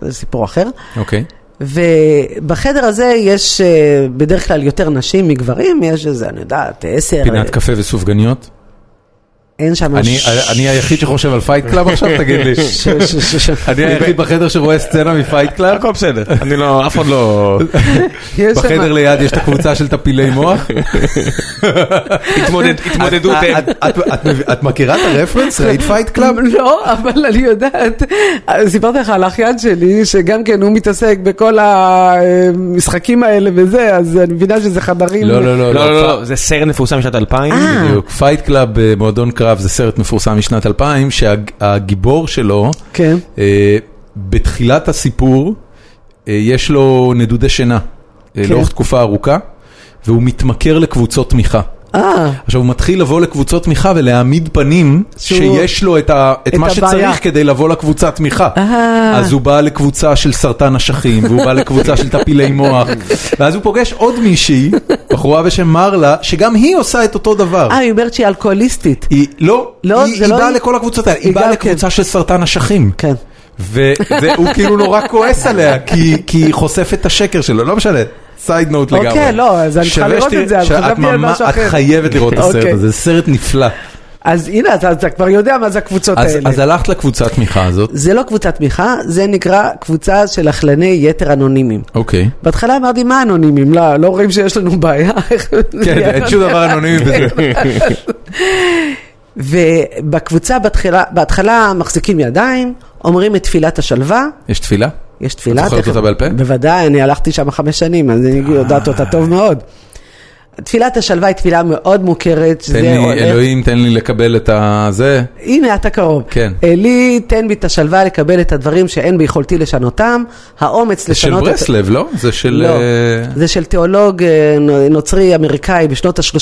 Speaker 3: זה סיפור אחר.
Speaker 1: אוקיי.
Speaker 3: ובחדר הזה יש אה, בדרך כלל יותר נשים מגברים, יש איזה, אני יודעת, עשר,
Speaker 1: פינת
Speaker 3: אה,
Speaker 1: קפה וסופגניות?
Speaker 3: אין שם...
Speaker 1: אני-
Speaker 3: ש-
Speaker 1: אני היחיד שחושב על פייט קלאב עכשיו? תגיד לי.
Speaker 3: ש- ש- ש- ש-
Speaker 1: אני היחיד בחדר שרואה סצנה מפייט קלאב?
Speaker 2: הכל בסדר. אני לא, אף אחד לא...
Speaker 3: יש שם-
Speaker 1: בחדר ליד יש את הקבוצה של טפילי מוח?
Speaker 2: התמודד- התמודדות... אה,
Speaker 1: את- את- את- את מכירה את הרפרנס? ראית פייט קלאב?
Speaker 3: לא, אבל אני יודעת, סיפרתי לך על האחיין שלי, שגם כן הוא מתעסק בכל המשחקים האלה וזה, אז אני מבינה שזה חדרים.
Speaker 1: לא, לא,
Speaker 2: לא,
Speaker 1: לא.
Speaker 2: לא, לא, זה סרן מפורסם משנת 2000.
Speaker 3: אה.
Speaker 1: בדיוק. פייט קלאב, אה, מועדון קרב, זה סרט מפורסם משנת 2000, שהגיבור שלו,
Speaker 3: כן.
Speaker 1: אה, בתחילת הסיפור, אה, יש לו נדודי שינה, אה,
Speaker 3: כן.
Speaker 1: לאורך תקופה ארוכה, והוא מתמכר לקבוצות תמיכה.
Speaker 3: אה,
Speaker 1: עכשיו הוא מתחיל לבוא לקבוצות תמיכה ולהעמיד פנים
Speaker 3: שהוא-
Speaker 1: שיש לו את, ה, את,
Speaker 3: את
Speaker 1: מה
Speaker 3: הבעיה.
Speaker 1: שצריך כדי לבוא לקבוצת תמיכה.
Speaker 3: אה.
Speaker 1: אז הוא בא לקבוצה של סרטן אשכים, והוא בא לקבוצה של טפילי מוח, ואז הוא פוגש עוד מישהי, בחורה בשם מרלה, שגם היא עושה את אותו דבר.
Speaker 3: אה, היא אומרת שהיא אלכוהוליסטית.
Speaker 1: היא לא,
Speaker 3: לא,
Speaker 1: היא,
Speaker 3: זה
Speaker 1: היא
Speaker 3: לא
Speaker 1: באה
Speaker 3: היא.
Speaker 1: לכל הקבוצות האלה, היא
Speaker 3: היא
Speaker 1: באה
Speaker 3: גם
Speaker 1: לקבוצה של סרטן אשכים.
Speaker 3: כן.
Speaker 1: והוא כאילו נורא כועס עליה, כי, כי היא חושפת את השקר שלו, לא משנה, סייד נוט
Speaker 3: אוקיי,
Speaker 1: לגמרי.
Speaker 3: לא, אז אני
Speaker 1: שווה
Speaker 3: צריכה לראות
Speaker 1: שתראה-
Speaker 3: את זה, אז
Speaker 1: שאת
Speaker 3: חשבתי על
Speaker 1: ממש-
Speaker 3: משהו אחר.
Speaker 1: את חייבת לראות את הסרט
Speaker 3: אוקיי.
Speaker 1: הזה, זה סרט נפלא.
Speaker 3: אז הנה, אתה, אתה כבר יודע מה זה הקבוצות
Speaker 1: אז,
Speaker 3: האלה.
Speaker 1: אז הלכת לקבוצת תמיכה הזאת,
Speaker 3: זה לא קבוצת תמיכה, זה נקרא קבוצה של אכלני יתר אנונימיים.
Speaker 1: אוקיי.
Speaker 3: בהתחלה אמרתי, מה אנונימיים? לא, לא רואים שיש לנו בעיה.
Speaker 1: כן, אין שום דבר אנונימי בזה.
Speaker 3: ובקבוצה בהתחלה, בהתחלה מחזיקים ידיים, אומרים את תפילת השלווה,
Speaker 1: יש תפילה?
Speaker 3: יש תפילה.
Speaker 1: זוכרת
Speaker 3: תכף-
Speaker 1: אותה בעל פה?
Speaker 3: בוודאי, אני הלכתי שם חמש שנים, אז אני יודעת אותה טוב מאוד. תפילת השלווה היא תפילה מאוד מוכרת,
Speaker 1: תן
Speaker 3: שזה
Speaker 1: לי,
Speaker 3: הולך-
Speaker 1: אלוהים, תן לי לקבל את הזה.
Speaker 3: הנה אתה קרוב.
Speaker 1: כן.
Speaker 3: אלי, תן בי את השלווה לקבל את הדברים שאין ביכולתי לשנותם, האומץ
Speaker 1: זה של
Speaker 3: לשנות... את-
Speaker 1: ברסלב, לא? זה של...
Speaker 3: לא.
Speaker 1: אה,
Speaker 3: זה של תיאולוג אה, נוצרי אמריקאי בשנות ה-30.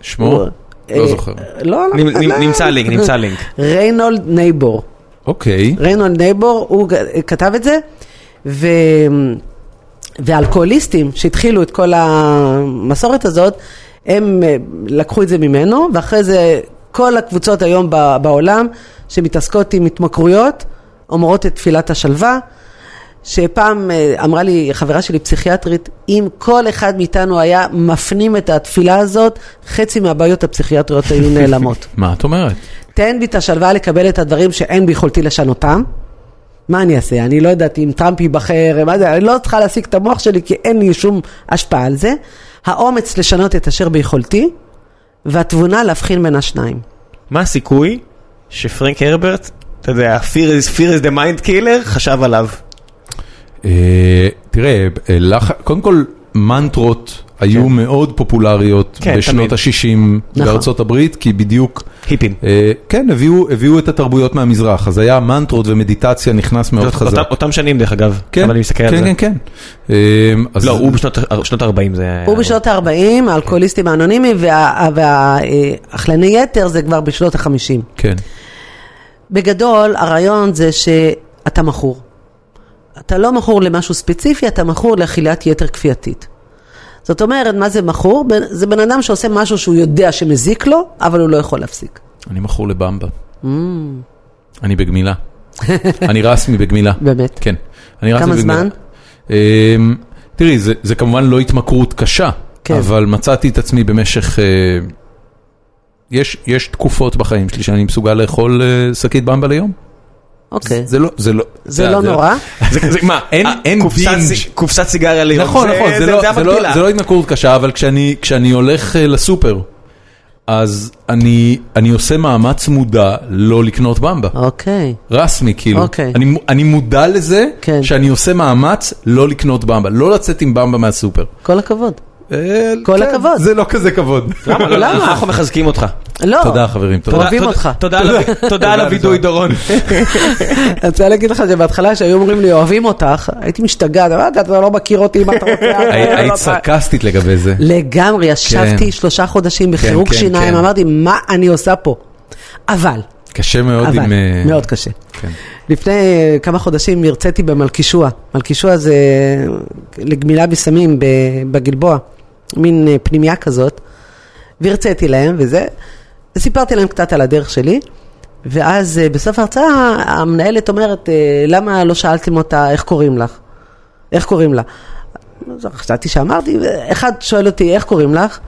Speaker 1: שמו? לא
Speaker 3: אה,
Speaker 1: זוכר.
Speaker 3: לא, לא,
Speaker 2: נ- נ-
Speaker 3: לא.
Speaker 2: נמצא לינק, נמצא לינק.
Speaker 3: ריינולד נייבור.
Speaker 1: אוקיי.
Speaker 3: ריינולד נייבור, הוא ג- כתב את זה, ו... ואלכוהוליסטים שהתחילו את כל המסורת הזאת, הם אה, לקחו את זה ממנו, ואחרי זה כל הקבוצות היום ב- בעולם שמתעסקות עם התמכרויות, אומרות את תפילת השלווה, שפעם אה, אמרה לי חברה שלי פסיכיאטרית, אם כל אחד מאיתנו היה מפנים את התפילה הזאת, חצי מהבעיות הפסיכיאטריות היו נעלמות.
Speaker 1: מה את אומרת?
Speaker 3: תן בי את השלווה לקבל את הדברים שאין ביכולתי לשנותם. מה אני אעשה? אני לא יודעת אם טראמפ ייבחר, מה זה, אני לא צריכה להשיג את המוח שלי כי אין לי שום השפעה על זה. האומץ לשנות את אשר ביכולתי, והתבונה להבחין בין השניים.
Speaker 2: מה הסיכוי שפרנק הרברט, אתה יודע, fear is- fear is the mind killer, חשב עליו?
Speaker 1: אה, תראה, אה, לח... קודם כל, מנטרות היו
Speaker 2: כן.
Speaker 1: מאוד פופולריות
Speaker 2: כן,
Speaker 1: בשנות
Speaker 2: תמיד.
Speaker 1: ה-60
Speaker 3: נכון.
Speaker 1: בארצות הברית, כי בדיוק,
Speaker 2: היפים.
Speaker 1: אה, כן, הביאו, הביאו את התרבויות מהמזרח, אז היה מנטרות ומדיטציה נכנס מאוד
Speaker 2: זאת-
Speaker 1: חזק.
Speaker 2: אותם- אותם שנים דרך אגב,
Speaker 1: כן,
Speaker 2: אבל אני מסתכל על
Speaker 1: כן,
Speaker 2: זה.
Speaker 1: כן, כן. אה, אז-
Speaker 2: לא, הוא בשנות ה-40 זה... היה-
Speaker 3: הוא בשנות ה-40, האלכוהוליסטים האנונימיים, והאכלני יתר זה כבר בשנות ה-50.
Speaker 1: כן.
Speaker 3: בגדול, הרעיון זה שאתה מכור. אתה לא מכור למשהו ספציפי, אתה מכור לאכילת יתר כפייתית. זאת אומרת, מה זה מכור? בן- זה בן אדם שעושה משהו שהוא יודע שמזיק לו, אבל הוא לא יכול להפסיק.
Speaker 1: אני מכור לבמבה.
Speaker 2: Mm.
Speaker 1: אני בגמילה. אני רסמי בגמילה.
Speaker 3: באמת.
Speaker 1: כן. אני רסמי
Speaker 3: כמה
Speaker 1: בגמילה.
Speaker 3: זמן?
Speaker 1: אמ, תראי, זה, זה כמובן לא התמכרות קשה,
Speaker 3: כן.
Speaker 1: אבל מצאתי את עצמי במשך... אה, יש, יש תקופות בחיים שלי שאני מסוגל לאכול אה, שקית במבה ליום.
Speaker 3: אוקיי.
Speaker 1: זה לא, זה לא,
Speaker 3: זה לא נורא.
Speaker 2: זה- זה- מה,
Speaker 1: אין-
Speaker 2: אה,
Speaker 1: אין
Speaker 2: קופסת
Speaker 1: בינג'.
Speaker 2: סיג- קופסת סיגריה ליום.
Speaker 1: נכון, נכון, זה, לא, זה,
Speaker 2: המקבילה.
Speaker 1: לא, זה לא התמכרות קשה, אבל כשאני, כשאני הולך אה, לסופר, אז אני, אני עושה מאמץ מודע לא לקנות במבה.
Speaker 3: אוקיי.
Speaker 1: רסמי, כאילו.
Speaker 3: אוקיי.
Speaker 1: אני, אני מודע לזה
Speaker 3: כן.
Speaker 1: שאני עושה מאמץ לא לקנות במבה, לא לצאת עם במבה מהסופר.
Speaker 3: כל הכבוד.
Speaker 1: אה,
Speaker 3: כל הכבוד.
Speaker 1: זה לא כזה כבוד.
Speaker 2: למה? לא,
Speaker 3: למה?
Speaker 2: אנחנו מחזקים אותך.
Speaker 3: לא.
Speaker 1: תודה חברים, תודה.
Speaker 3: אוהבים
Speaker 2: תודה-
Speaker 3: אותך.
Speaker 2: תודה על הווי- תודה על הווידוי, דורון.
Speaker 3: אני רוצה להגיד לך שבהתחלה כשהיו אומרים לי אוהבים אותך, הייתי משתגעת, אמרתי, אתה לא מכיר אותי, מה אתה רוצה?
Speaker 1: הי-
Speaker 3: לא,
Speaker 1: היית
Speaker 3: לא,
Speaker 1: סרקסטית לגבי זה.
Speaker 3: לגמרי, ישבתי
Speaker 1: כן.
Speaker 3: שלושה חודשים בחירוק
Speaker 1: כן,
Speaker 3: שיניים,
Speaker 1: כן.
Speaker 3: אמרתי, מה אני עושה פה? אבל,
Speaker 1: קשה מאוד
Speaker 3: אבל,
Speaker 1: עם... אה,
Speaker 3: מאוד קשה.
Speaker 1: כן.
Speaker 3: לפני אה, כמה חודשים הרציתי במלכישוע. מלכישוע זה אה, לגמילה בסמים ב- בגלבוע, מין אה, פנימייה כזאת. והרציתי להם וזה, וסיפרתי להם קצת על הדרך שלי. ואז אה, בסוף ההרצאה המנהלת אומרת, אה, למה לא שאלתם אותה איך קוראים לך? איך קוראים לה? אז חשבתי שאמרתי, אחד שואל אותי, איך קוראים לך?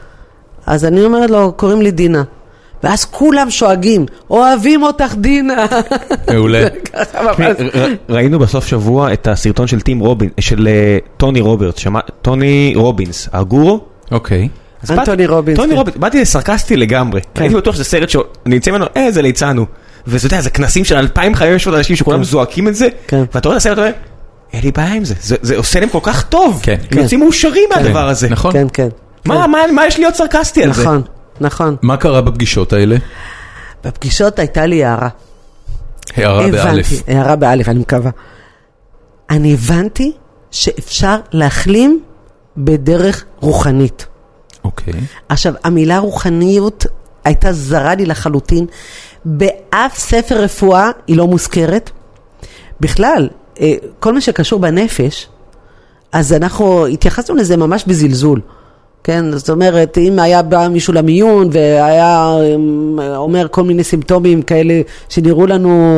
Speaker 3: אז אני אומרת לו, קוראים לי דינה. ואז כולם שואגים, אוהבים אותך דינה.
Speaker 1: מעולה.
Speaker 3: ככה ממש.
Speaker 2: ראינו בסוף שבוע את הסרטון של טים רובינס, של אה, טוני רוברטס, שמע- טוני רובינס, הגורו.
Speaker 1: אוקיי.
Speaker 2: אז באתי-
Speaker 3: אנטוני רובינס,
Speaker 2: טוני
Speaker 3: כן.
Speaker 2: רובינס, באתי סרקסטי לגמרי. הייתי בטוח שזה סרט שאני יוצא ממנו, אה, זה ליצן הוא. ואתה יודע, זה כנסים של 2,500 אנשים שכולם זועקים את זה,
Speaker 3: כן.
Speaker 2: ואתה רואה את הסרט ואתה אומר, אין לי בעיה עם זה, זה- זה עושה להם כל כך טוב.
Speaker 1: כן.
Speaker 2: הם יוצאים מאושרים מהדבר הזה.
Speaker 1: נכון.
Speaker 3: כן, כן.
Speaker 2: מה, מה- מה יש להיות סרקסטי על זה?
Speaker 3: נכון, נכון.
Speaker 1: מה קרה בפגישות האלה?
Speaker 3: בפגישות הייתה לי הערה.
Speaker 1: הערה באלף.
Speaker 3: הבנתי, הערה באלף, אני מקווה. אני הבנתי שאפשר להחלים בדרך רוחנית.
Speaker 1: אוקיי.
Speaker 3: עכשיו, המילה רוחניות הייתה זרה לי לחלוטין. באף ספר רפואה היא לא מוזכרת. בכלל, אה, כל מה שקשור בנפש, אז אנחנו התייחסנו לזה ממש בזלזול. כן, זאת אומרת, אם היה בא מישהו למיון והיה אמ, אומר כל מיני סימפטומים כאלה שנראו לנו,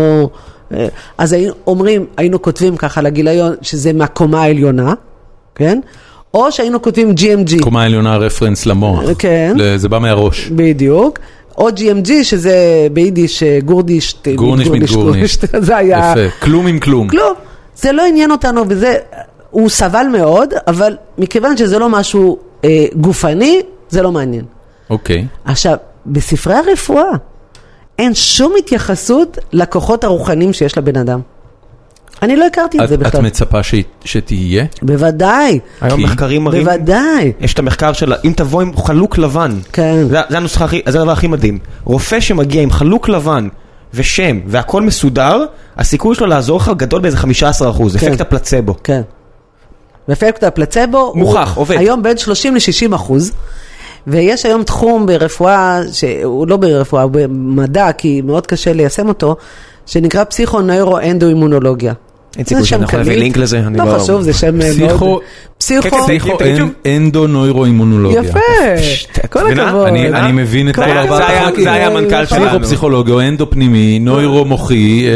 Speaker 3: אה, אז היינו אומרים, היינו כותבים ככה לגיליון שזה מהקומה העליונה, כן? או שהיינו כותבים GMG.
Speaker 1: קומה עליונה רפרנס למוח.
Speaker 3: כן.
Speaker 1: ל- זה בא מהראש.
Speaker 3: בדיוק. או GMG, שזה ביידיש אה, גורדישט, אה,
Speaker 1: גורנישט מיט
Speaker 3: גורנישט,
Speaker 1: גורנישט.
Speaker 3: גורנישט, זה היה...
Speaker 1: יפה. כלום עם כלום.
Speaker 3: כלום. זה לא עניין אותנו, וזה... הוא סבל מאוד, אבל מכיוון שזה לא משהו אה, גופני, זה לא מעניין.
Speaker 1: אוקיי.
Speaker 3: עכשיו, בספרי הרפואה אין שום התייחסות לכוחות הרוחניים שיש לבן אדם. אני לא הכרתי את,
Speaker 1: את
Speaker 3: זה
Speaker 1: את
Speaker 3: בכלל.
Speaker 1: מצפה שהיא- שתהיה?
Speaker 3: בוודאי,
Speaker 2: היום
Speaker 1: כי-
Speaker 2: מחקרים מראים,
Speaker 3: בוודאי.
Speaker 2: יש את המחקר של אם תבוא עם חלוק לבן,
Speaker 3: כן.
Speaker 2: זה, זה הנוסחה הכי, זה הדבר הכי מדהים, רופא שמגיע עם חלוק לבן ושם והכל מסודר, הסיכוי שלו לעזור לך גדול באיזה 15%,
Speaker 3: כן.
Speaker 2: אפקט הפלצבו.
Speaker 3: כן. ואפקט הפלצבו,
Speaker 2: מוכח,
Speaker 3: הוא
Speaker 2: עובד.
Speaker 3: היום בין 30 ל-60 אחוז, ויש היום תחום ברפואה, שהוא לא ברפואה, הוא במדע, כי מאוד קשה ליישם אותו, שנקרא פסיכו-נוירו-אנדו-אימונולוגיה.
Speaker 2: אין סיכוי
Speaker 3: זה שם
Speaker 2: שאנחנו נביא
Speaker 3: קליט.
Speaker 2: לינק לזה, אני
Speaker 3: לא
Speaker 2: לא-
Speaker 3: חשוב, זה שם אה,
Speaker 1: פסיכו-
Speaker 3: מאוד... פסיכו...
Speaker 2: פסיכו-
Speaker 1: אנדו-נוירו-אימונולוגיה.
Speaker 3: יפה, כל
Speaker 2: מבינה?
Speaker 3: הכבוד.
Speaker 1: אני,
Speaker 2: אה?
Speaker 1: אני מבין את
Speaker 2: זה
Speaker 1: כל
Speaker 2: היה-
Speaker 1: ארבעת
Speaker 2: זה היה-
Speaker 1: החלקים.
Speaker 2: זה היה המנכ"ל שלנו.
Speaker 1: פסיכו-פסיכולוגיה, אנדו-פנימי, נוירו-מוחי, אה,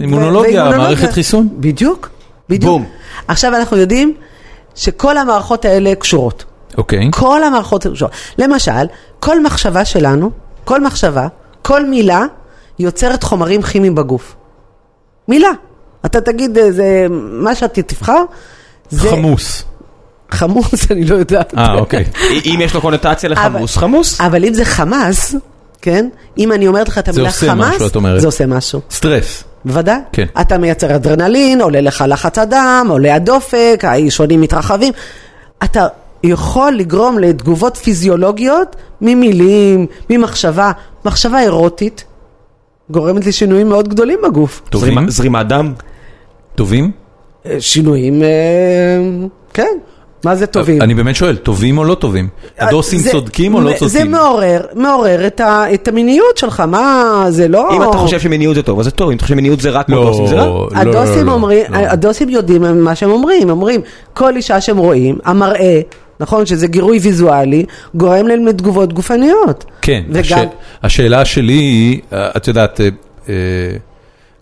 Speaker 1: אימונולוגיה,
Speaker 3: ואימונולוגיה.
Speaker 1: מערכת חיסון.
Speaker 3: בדיוק, בדיוק.
Speaker 1: בום.
Speaker 3: עכשיו אנחנו יודעים שכל המערכות האלה קשורות.
Speaker 1: אוקיי.
Speaker 3: כל המערכות קשורות. למשל, כל מחשבה שלנו, כל מחשבה, כל מילה, יוצרת חומרים כימיים בגוף. מילה. אתה תגיד, אה, זה מה שאתה תבחר, זה...
Speaker 1: חמוס.
Speaker 3: חמוס, אני לא יודעת.
Speaker 1: אה, אוקיי.
Speaker 2: אם יש לו קונוטציה לחמוס, חמוס.
Speaker 3: אבל אם זה חמאס, כן? אם אני אומרת לך את המילה
Speaker 1: עושה
Speaker 3: חמאס,
Speaker 1: משהו, את אומרת.
Speaker 3: זה עושה משהו.
Speaker 1: סטרס.
Speaker 3: בוודאי.
Speaker 1: כן.
Speaker 3: אתה מייצר אדרנלין, עולה לך לחץ הדם, עולה הדופק, הישונים מתרחבים. אתה יכול לגרום לתגובות פיזיולוגיות ממילים, ממחשבה. מחשבה אירוטית גורמת לשינויים מאוד גדולים בגוף.
Speaker 1: טובים?
Speaker 2: זרימה- זרימת דם.
Speaker 1: טובים?
Speaker 3: אה, שינויים, אה, כן. מה זה טובים? אה,
Speaker 1: אני באמת שואל, טובים או לא טובים? הדוסים
Speaker 3: זה-
Speaker 1: צודקים או לא
Speaker 3: זה- זה
Speaker 1: צודקים?
Speaker 3: מעורר, מעורר את, ה, את המיניות שלך, מה, זה לא...
Speaker 2: אם אתה חושב שמיניות זה טוב, אז זה טוב, אם אתה חושב שמיניות זה רק
Speaker 1: לא,
Speaker 2: מוטוסים, זה רע.
Speaker 1: לא, לא,
Speaker 3: הדוסים
Speaker 1: לא,
Speaker 3: אומרים,
Speaker 1: לא.
Speaker 3: הדוסים יודעים מה שהם אומרים, אומרים, כל אישה שהם רואים, המראה, נכון, שזה גירוי ויזואלי, גורם להם לתגובות גופניות.
Speaker 1: כן,
Speaker 3: וגם,
Speaker 1: הש- השאלה שלי היא, אה, את יודעת, אה, אה,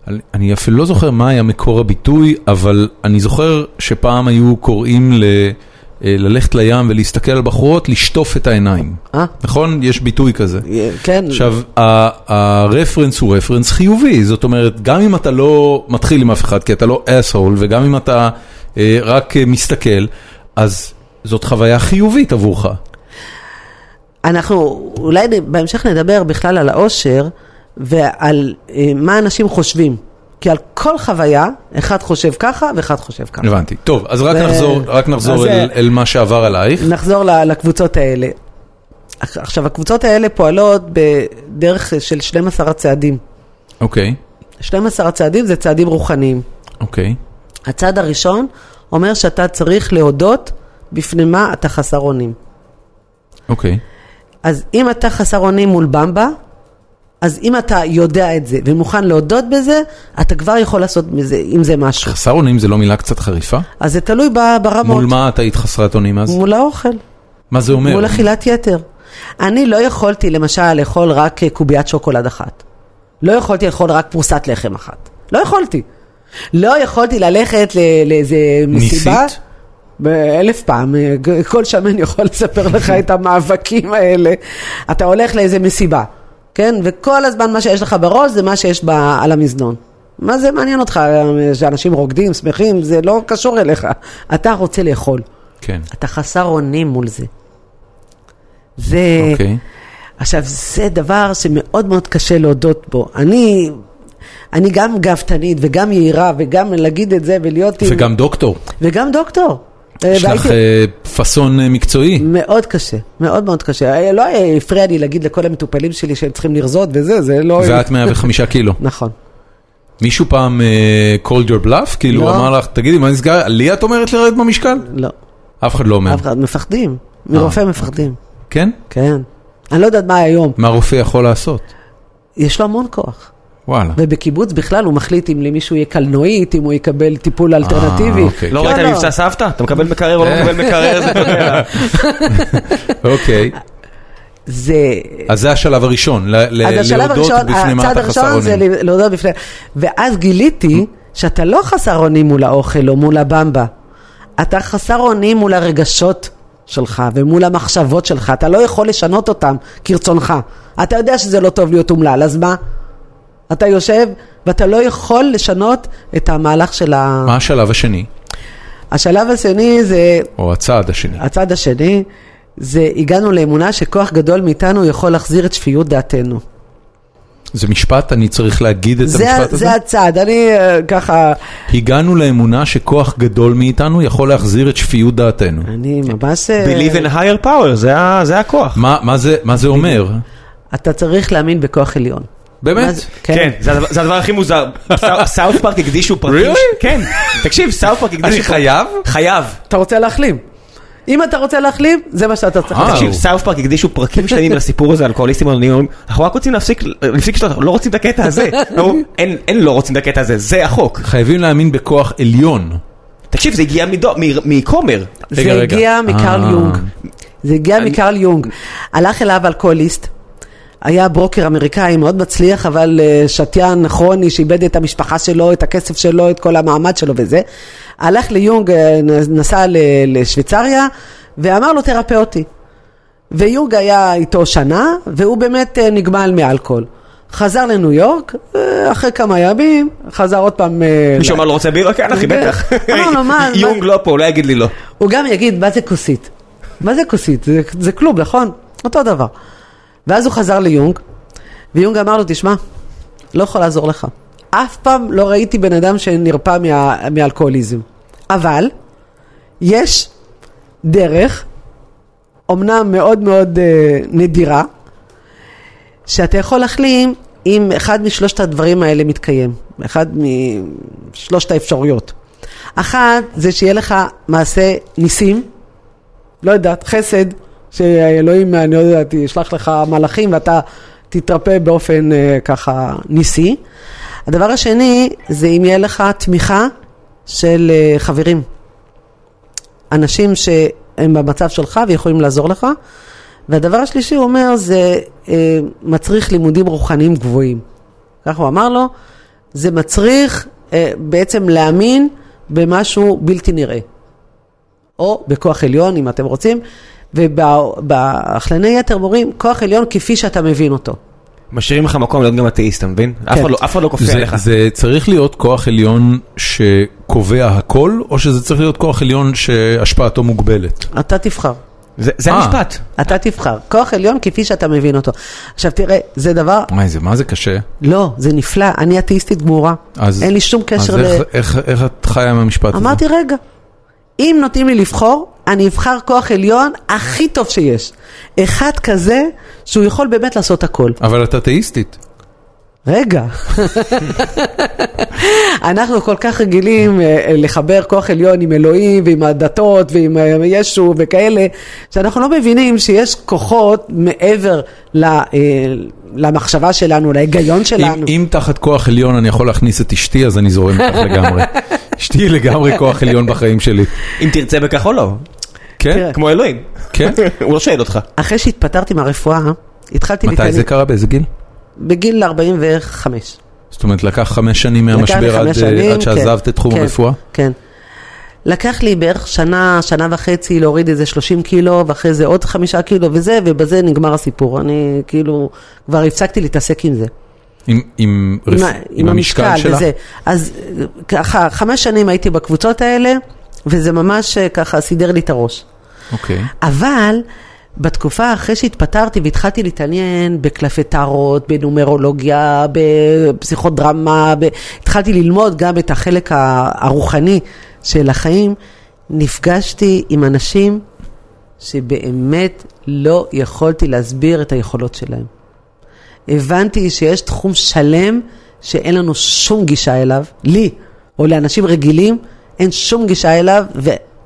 Speaker 1: אני- אני אפילו לא זוכר מה היה מקור הביטוי, אבל אני זוכר שפעם היו קוראים ל... אה, ללכת לים ולהסתכל על בחורות, לשטוף את העיניים.
Speaker 3: אה.
Speaker 1: נכון? יש ביטוי כזה.
Speaker 3: אה, כן,
Speaker 1: עכשיו, ה- הרפרנס הוא רפרנס חיובי, זאת אומרת, גם אם אתה לא מתחיל עם אף אחד, כי אתה לא אסהול, וגם אם אתה אה, רק אה, מסתכל, אז זאת חוויה חיובית עבורך.
Speaker 3: אנחנו אולי נ- בהמשך נדבר בכלל על האושר ועל אה, מה אנשים חושבים. כי על כל חוויה, אחד חושב ככה ואחד חושב ככה.
Speaker 1: הבנתי. טוב, אז רק
Speaker 3: זה-
Speaker 1: נחזור, רק
Speaker 3: אז
Speaker 1: נחזור
Speaker 3: זה-
Speaker 1: אל, אל מה שעבר עלייך.
Speaker 3: נחזור ל- לקבוצות האלה. עכ- עכשיו, הקבוצות האלה פועלות בדרך של 12 הצעדים.
Speaker 1: אוקיי,
Speaker 3: 12 הצעדים זה צעדים רוחניים.
Speaker 1: אוקיי.
Speaker 3: הצעד הראשון אומר שאתה צריך להודות בפני מה אתה חסר אונים.
Speaker 1: אוקיי.
Speaker 3: אז אם אתה חסר אונים מול במבה, אז אם אתה יודע את זה ומוכן להודות בזה, אתה כבר יכול לעשות מזה, עם זה משהו.
Speaker 1: חסר אונים זה לא מילה קצת חריפה?
Speaker 3: אז זה תלוי ב- ברמות.
Speaker 1: מול מה את היית חסרת אונים אז?
Speaker 3: מול האוכל.
Speaker 1: מה זה אומר?
Speaker 3: מול אכילת יתר. אני לא יכולתי למשל לאכול רק אה, קוביית שוקולד אחת. לא יכולתי לאכול רק פרוסת לחם אחת. לא יכולתי. לא יכולתי ללכת ל- לאיזה מסיבה.
Speaker 1: ניסית?
Speaker 3: ב- אלף פעם, אה, ג- כל שמן יכול לספר לך את המאבקים האלה. אתה הולך לאיזה מסיבה, כן? וכל הזמן מה שיש לך בראש זה מה שיש ב- על המזנון. מה זה מעניין אותך אה, שאנשים רוקדים, שמחים, זה לא קשור אליך. אתה רוצה לאכול.
Speaker 1: כן,
Speaker 3: אתה חסר אונים מול זה. זה...
Speaker 1: אוקיי.
Speaker 3: עכשיו, זה דבר שמאוד מאוד קשה להודות בו. אני... אני גם גאוותנית וגם יהירה וגם להגיד את זה ולהיות עם...
Speaker 1: וגם דוקטור,
Speaker 3: וגם דוקטור.
Speaker 1: יש
Speaker 3: אה,
Speaker 1: לך
Speaker 3: והייתי-
Speaker 1: אה, פאסון אה, מקצועי.
Speaker 3: מאוד קשה, מאוד מאוד קשה. אה, לא אה, הפריע לי להגיד לכל המטופלים שלי שהם צריכים לרזות וזה, זה לא...
Speaker 1: ואת 105 קילו.
Speaker 3: נכון.
Speaker 1: מישהו פעם אה, called your bluff? כאילו,
Speaker 3: לא.
Speaker 1: הוא אמר לך, תגידי, מה נסגר? לי את אומרת לרדת במשקל?
Speaker 3: לא.
Speaker 1: אף אחד לא אומר.
Speaker 3: אף אחד, מפחדים. מרופא מפחדים.
Speaker 1: כן?
Speaker 3: כן. אני לא יודעת מה היום.
Speaker 1: מה רופא יכול לעשות?
Speaker 3: יש לו המון כוח.
Speaker 1: וואלה.
Speaker 3: ובקיבוץ בכלל הוא מחליט אם למישהו יהיה קלנועית, אם הוא יקבל טיפול אלטרנטיבי.
Speaker 1: אוקיי.
Speaker 2: לא
Speaker 1: כן,
Speaker 2: ראית
Speaker 3: לא.
Speaker 2: מבצע סבתא? אתה מקבל מקרר או לא מקבל מקרר? זה קובע.
Speaker 1: אוקיי.
Speaker 3: זה...
Speaker 1: אז זה השלב הראשון, ל- ל-
Speaker 3: אז השלב
Speaker 1: להודות
Speaker 3: הראשון,
Speaker 1: בפני מה
Speaker 3: הצעד
Speaker 1: אתה חסר
Speaker 3: הראשון זה
Speaker 1: אונים.
Speaker 3: להודות בפני... ואז גיליתי שאתה לא חסר אונים מול האוכל או מול הבמבה. אתה חסר אונים מול הרגשות שלך ומול המחשבות שלך. אתה לא יכול לשנות אותם כרצונך. אתה יודע שזה לא טוב להיות אומלל, אז מה? אתה יושב ואתה לא יכול לשנות את המהלך של ה...
Speaker 1: מה השלב השני,
Speaker 3: השלב השני זה
Speaker 1: או הצעד השני?
Speaker 3: הצד השני, זה הגענו לאמונה שכוח גדול מאיתנו יכול להחזיר את שפיות דעתנו.
Speaker 1: זה משפט, אני צריך להגיד את
Speaker 3: זה,
Speaker 1: המשפט הזה?
Speaker 3: זה הצד, אני אה, ככה,
Speaker 1: הגענו לאמונה שכוח גדול מאיתנו יכול להחזיר את שפיות דעתנו.
Speaker 3: אני ממש... אה,
Speaker 2: Believe in higher power, זה ה- זה הכוח.
Speaker 1: מה, מה, זה, מה זה אומר?
Speaker 3: אתה צריך להאמין בכוח עליון.
Speaker 1: באמת?
Speaker 3: מה זה-
Speaker 2: כן, זה הדבר- זה הדבר הכי מוזר. סא- סאוף פארק הקדישו פרקים.
Speaker 1: Really?
Speaker 2: כן. תקשיב, סאוף פארק הקדישו...
Speaker 1: אני חייב?
Speaker 2: חייב.
Speaker 3: אתה רוצה להחלים. אם אתה רוצה להחלים, זה מה שאתה צריך
Speaker 1: אה,
Speaker 3: לעשות.
Speaker 2: תקשיב, סאוף פארק הקדישו פרקים שלמים לסיפור הזה, אלכוהוליסטים עוננים, אומרים, אנחנו רק רוצים להפסיק, להפסיק לשתות, אנחנו לא רוצים את הקטע הזה. אמרו, אין, אין לא רוצים את הקטע הזה, זה החוק.
Speaker 1: חייבים להאמין בכוח עליון.
Speaker 2: תקשיב, זה הגיע מדו, מ- מכומר.
Speaker 1: רגע,
Speaker 3: זה
Speaker 1: רגע.
Speaker 3: הגיע מקרל
Speaker 1: אה.
Speaker 3: יונג. זה הגיע
Speaker 2: אני-
Speaker 3: מקרל יונג. הלך אליו אלכוהוליסט, היה ברוקר אמריקאי מאוד מצליח, אבל אה, שתיין כרוני שאיבד את המשפחה שלו, את הכסף שלו, את כל המעמד שלו וזה. הלך ליונג, אה, נ- נסע ל- לשוויצריה, ואמר לו תרפא אותי. ויונג היה איתו שנה, והוא באמת אה, נגמל מאלכוהול. חזר לניו יורק, אה, אחרי כמה ימים, חזר עוד פעם... אה, ל-
Speaker 2: מישהו אמר לא רוצה בירה? כן, אחי, בטח.
Speaker 3: אמר לו, מה-
Speaker 2: יונג
Speaker 3: מה-
Speaker 2: לא פה, אולי יגיד לי לא.
Speaker 3: הוא גם יגיד, מה זה כוסית? מה זה כוסית? זה, זה כלום, נכון? אותו דבר. ואז הוא חזר ליונג, ויונג אמר לו, תשמע, לא יכול לעזור לך. אף פעם לא ראיתי בן אדם שנרפא מה, מאלכוהוליזם. אבל, יש דרך, אומנם מאוד מאוד אה, נדירה, שאתה יכול להחלים אם אחד משלושת הדברים האלה מתקיים, אחד משלושת האפשרויות. אחת, זה שיהיה לך מעשה ניסים, לא יודעת, חסד, שאלוהים, אני לא יודעת, ישלח לך מלאכים ואתה תתרפא באופן אה, ככה ניסי. הדבר השני, זה אם יהיה לך תמיכה של אה, חברים, אנשים שהם במצב שלך ויכולים לעזור לך. והדבר השלישי, הוא אומר, זה אה, מצריך לימודים רוחניים גבוהים. כך הוא אמר לו, זה מצריך אה, בעצם להאמין במשהו בלתי נראה. או בכוח עליון, אם אתם רוצים, ובאכלני יתר אומרים, כוח עליון כפי שאתה מבין אותו.
Speaker 2: משאירים לך מקום להיות גם אתאיסט, אתה מבין? אף
Speaker 3: כן.
Speaker 2: אחד לא- אף אחד לא כופה
Speaker 1: זה,
Speaker 2: עליך.
Speaker 1: זה צריך להיות כוח עליון שקובע הכל, או שזה צריך להיות כוח עליון שהשפעתו מוגבלת?
Speaker 3: אתה תבחר.
Speaker 2: זה זה
Speaker 1: אה.
Speaker 2: המשפט.
Speaker 3: אתה תבחר. כוח עליון כפי שאתה מבין אותו. עכשיו תראה, זה דבר,
Speaker 1: וואי, זה מה זה קשה.
Speaker 3: לא, זה נפלא, אני אתאיסטית גמורה.
Speaker 1: אז,
Speaker 3: אין לי שום קשר
Speaker 1: אז
Speaker 3: ל...
Speaker 1: אז איך, איך, איך את חיה עם המשפט הזה?
Speaker 3: אמרתי, רגע, אם נותנים לי לבחור, אני אבחר כוח עליון הכי טוב שיש. אחד כזה שהוא יכול באמת לעשות הכל.
Speaker 1: אבל את אתאיסטית.
Speaker 3: רגע. אנחנו כל כך רגילים אה, אה, לחבר כוח עליון עם אלוהים ועם הדתות ועם אה, ישו וכאלה, שאנחנו לא מבינים שיש כוחות מעבר ל- אה, למחשבה שלנו, להיגיון
Speaker 1: אם,
Speaker 3: שלנו.
Speaker 1: אם תחת כוח עליון אני יכול להכניס את אשתי, אז אני זורם איתך לגמרי. אשתי היא לגמרי כוח עליון בחיים שלי.
Speaker 2: אם תרצה בכך או לא.
Speaker 1: כן?
Speaker 3: תראה,
Speaker 2: כמו אלוהים.
Speaker 1: כן?
Speaker 2: הוא לא שואל אותך.
Speaker 3: אחרי שהתפטרתי מהרפואה, התחלתי
Speaker 1: מתי זה
Speaker 3: להתעניין
Speaker 1: קרה? באיזה גיל?
Speaker 3: בגיל 45.
Speaker 1: זאת אומרת, לקח חמש שנים
Speaker 3: לקח לי
Speaker 1: מהמשבר עד,
Speaker 3: חמש
Speaker 1: שנים,
Speaker 3: שנים,
Speaker 1: עד שעזבת
Speaker 3: כן,
Speaker 1: את תחום
Speaker 3: כן,
Speaker 1: הרפואה?
Speaker 3: כן. לקח לי בערך שנה, שנה וחצי להוריד איזה 30 קילו, ואחרי זה עוד חמישה קילו וזה, ובזה נגמר הסיפור. אני כאילו, כבר הפסקתי להתעסק עם זה.
Speaker 1: עם, עם, רפ...
Speaker 3: ה- עם המשקל
Speaker 1: שלה?
Speaker 3: וזה. אז אה, ככה, חמש שנים הייתי בקבוצות האלה, וזה ממש אה, ככה סידר לי את הראש.
Speaker 1: אוקיי.
Speaker 3: אבל בתקופה אחרי שהתפטרתי והתחלתי להתעניין בקלפי טארות, בנומרולוגיה, בפסיכודרמה, ב... התחלתי ללמוד גם את החלק ה- הרוחני של החיים, נפגשתי עם אנשים שבאמת לא יכולתי להסביר את היכולות שלהם. הבנתי שיש תחום שלם שאין לנו שום גישה אליו, לי, או לאנשים רגילים, אין שום גישה אליו,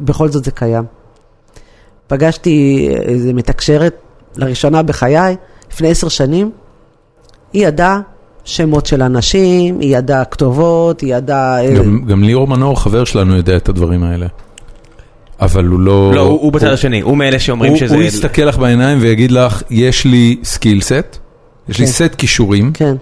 Speaker 3: ובכל זאת זה קיים. פגשתי איזה מתקשרת, לראשונה בחיי, לפני עשר שנים. היא ידעה שמות של אנשים, היא ידעה כתובות, היא ידעה... אה,
Speaker 1: גם, גם ליאור מנור, חבר שלנו, יודע את הדברים האלה. אבל הוא לא...
Speaker 2: לא, הוא הוא בצד השני, הוא מאלה שאומרים
Speaker 1: הוא,
Speaker 2: שזה...
Speaker 1: הוא יסתכל לך בעיניים ויגיד לך, יש לי סקיל סט, יש לי
Speaker 3: כן.
Speaker 1: סט כישורים,
Speaker 3: כן,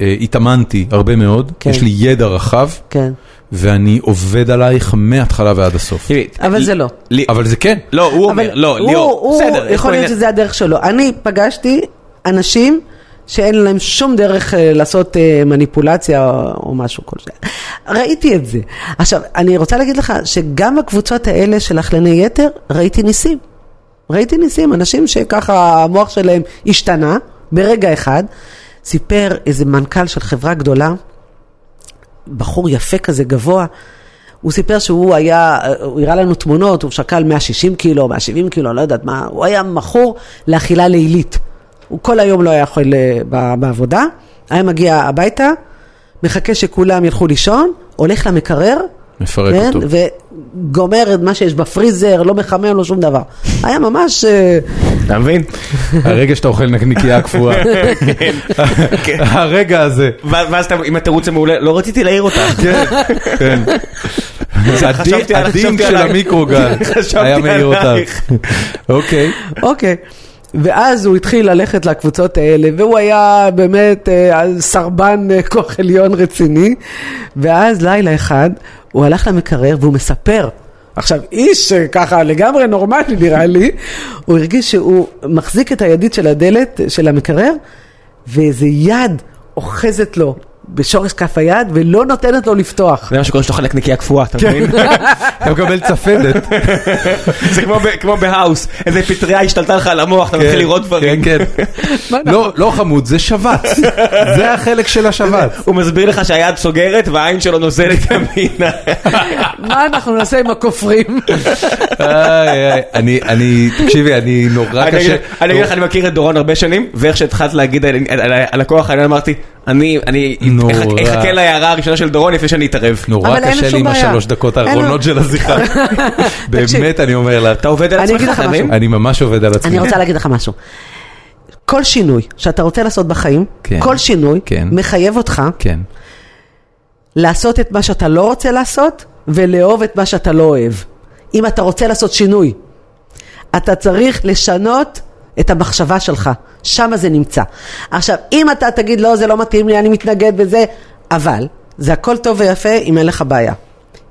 Speaker 1: אה, התאמנתי הרבה מאוד,
Speaker 3: כן.
Speaker 1: יש לי ידע רחב,
Speaker 3: כן.
Speaker 1: ואני עובד עלייך מההתחלה ועד הסוף.
Speaker 2: תראי,
Speaker 3: אבל
Speaker 2: ל-
Speaker 3: זה לא.
Speaker 2: ל-
Speaker 1: אבל זה כן.
Speaker 2: לא, הוא
Speaker 3: אבל
Speaker 2: אומר, לא,
Speaker 3: הוא-
Speaker 2: ליאור,
Speaker 3: הוא-
Speaker 2: בסדר, יש פה
Speaker 3: יכול להיות
Speaker 2: עניין-
Speaker 3: שזה הדרך שלו. אני פגשתי אנשים שאין להם שום דרך אה, לעשות אה, מניפולציה או, או משהו כלשהו. ראיתי את זה. עכשיו, אני רוצה להגיד לך שגם בקבוצות האלה של אכלני יתר, ראיתי ניסים. ראיתי ניסים, אנשים שככה המוח שלהם השתנה ברגע אחד. סיפר איזה מנכ"ל של חברה גדולה, בחור יפה כזה, גבוה, הוא סיפר שהוא היה, הוא הראה לנו תמונות, הוא שקל 160 קילו, 170 קילו, לא יודעת מה, הוא היה מכור לאכילה לילית. הוא כל היום לא היה אוכל אה, ב- בעבודה, היה מגיע הביתה, מחכה שכולם ילכו לישון, הולך למקרר,
Speaker 1: מפרק
Speaker 3: כן?
Speaker 1: אותו.
Speaker 3: וגומר את מה שיש בפריזר, לא מחמם, לא שום דבר. היה ממש... אה,
Speaker 2: אתה מבין?
Speaker 1: הרגע שאתה אוכל נקניקייה קפואה. כן. הרגע הזה.
Speaker 2: ואז ואז אתה עם התירוץ המעולה, לא רציתי להעיר אותך.
Speaker 1: כן, כן.
Speaker 2: חשבתי
Speaker 1: הדי-
Speaker 2: על-
Speaker 1: הדין
Speaker 2: חשבתי
Speaker 1: של
Speaker 2: עלייך.
Speaker 1: המיקרוגל
Speaker 2: חשבתי
Speaker 1: היה מאיר
Speaker 2: עלייך.
Speaker 1: אותך. אוקיי.
Speaker 3: אוקיי. ואז הוא התחיל ללכת לקבוצות האלה, והוא היה באמת אה, סרבן אה, כוח עליון רציני. ואז לילה אחד, הוא הלך למקרר והוא מספר. עכשיו, איש אה, ככה לגמרי נורמלי נראה לי, הוא הרגיש שהוא מחזיק את הידית של הדלת אה, של המקרר, ואיזה יד אוחזת לו בשורש כף היד ולא נותנת לו לפתוח.
Speaker 2: זה מה שקורה שאתה אוכל נקניקייה קפואה, אתה מבין?
Speaker 1: אתה מקבל צפדת.
Speaker 2: זה כמו ב- כמו בהאוס, איזה פטריה השתלטה לך על המוח, אתה מתחיל לראות דברים.
Speaker 1: כן, כן. לא, לא חמוד, זה שבץ. זה החלק של השבץ.
Speaker 2: הוא מסביר לך שהיד סוגרת והעין שלו נוזלת ימינה.
Speaker 3: מה אנחנו נעשה עם הכופרים?
Speaker 1: איי, איי, אני, אני, תקשיבי, אני נורא
Speaker 2: אני
Speaker 1: קשה.
Speaker 2: אגיד- אני אגיד לך, אני מכיר את דורון הרבה שנים, ואיך שהתחלת להגיד על- על- על- על הכוח העליון אמרתי, אני אני
Speaker 1: נורא.
Speaker 2: אחכה- אחכה להערה הראשונה של דורון לפני שאני אתערב.
Speaker 1: נורא
Speaker 3: אבל אין
Speaker 1: קשה לי
Speaker 3: שום
Speaker 1: עם
Speaker 3: בעיה.
Speaker 1: השלוש דקות
Speaker 3: אין
Speaker 1: האחרונות
Speaker 3: לו-
Speaker 1: של הזיחה. באמת, אני אומר לך.
Speaker 2: אתה עובד על
Speaker 3: אני אגיד
Speaker 2: עצמך,
Speaker 3: לך
Speaker 2: אתה מבין?
Speaker 3: משהו.
Speaker 1: אני ממש עובד על עצמי.
Speaker 3: אני רוצה להגיד לך משהו. כל שינוי שאתה רוצה לעשות בחיים,
Speaker 1: כן.
Speaker 3: כל שינוי
Speaker 1: כן.
Speaker 3: מחייב אותך
Speaker 1: כן.
Speaker 3: לעשות את מה שאתה לא רוצה לעשות ולאהוב את מה שאתה לא אוהב. אם אתה רוצה לעשות שינוי, אתה צריך לשנות את המחשבה שלך, שם זה נמצא. עכשיו, אם אתה תגיד לא, זה לא מתאים לי, אני מתנגד וזה, אבל זה הכל טוב ויפה אם אין לך בעיה.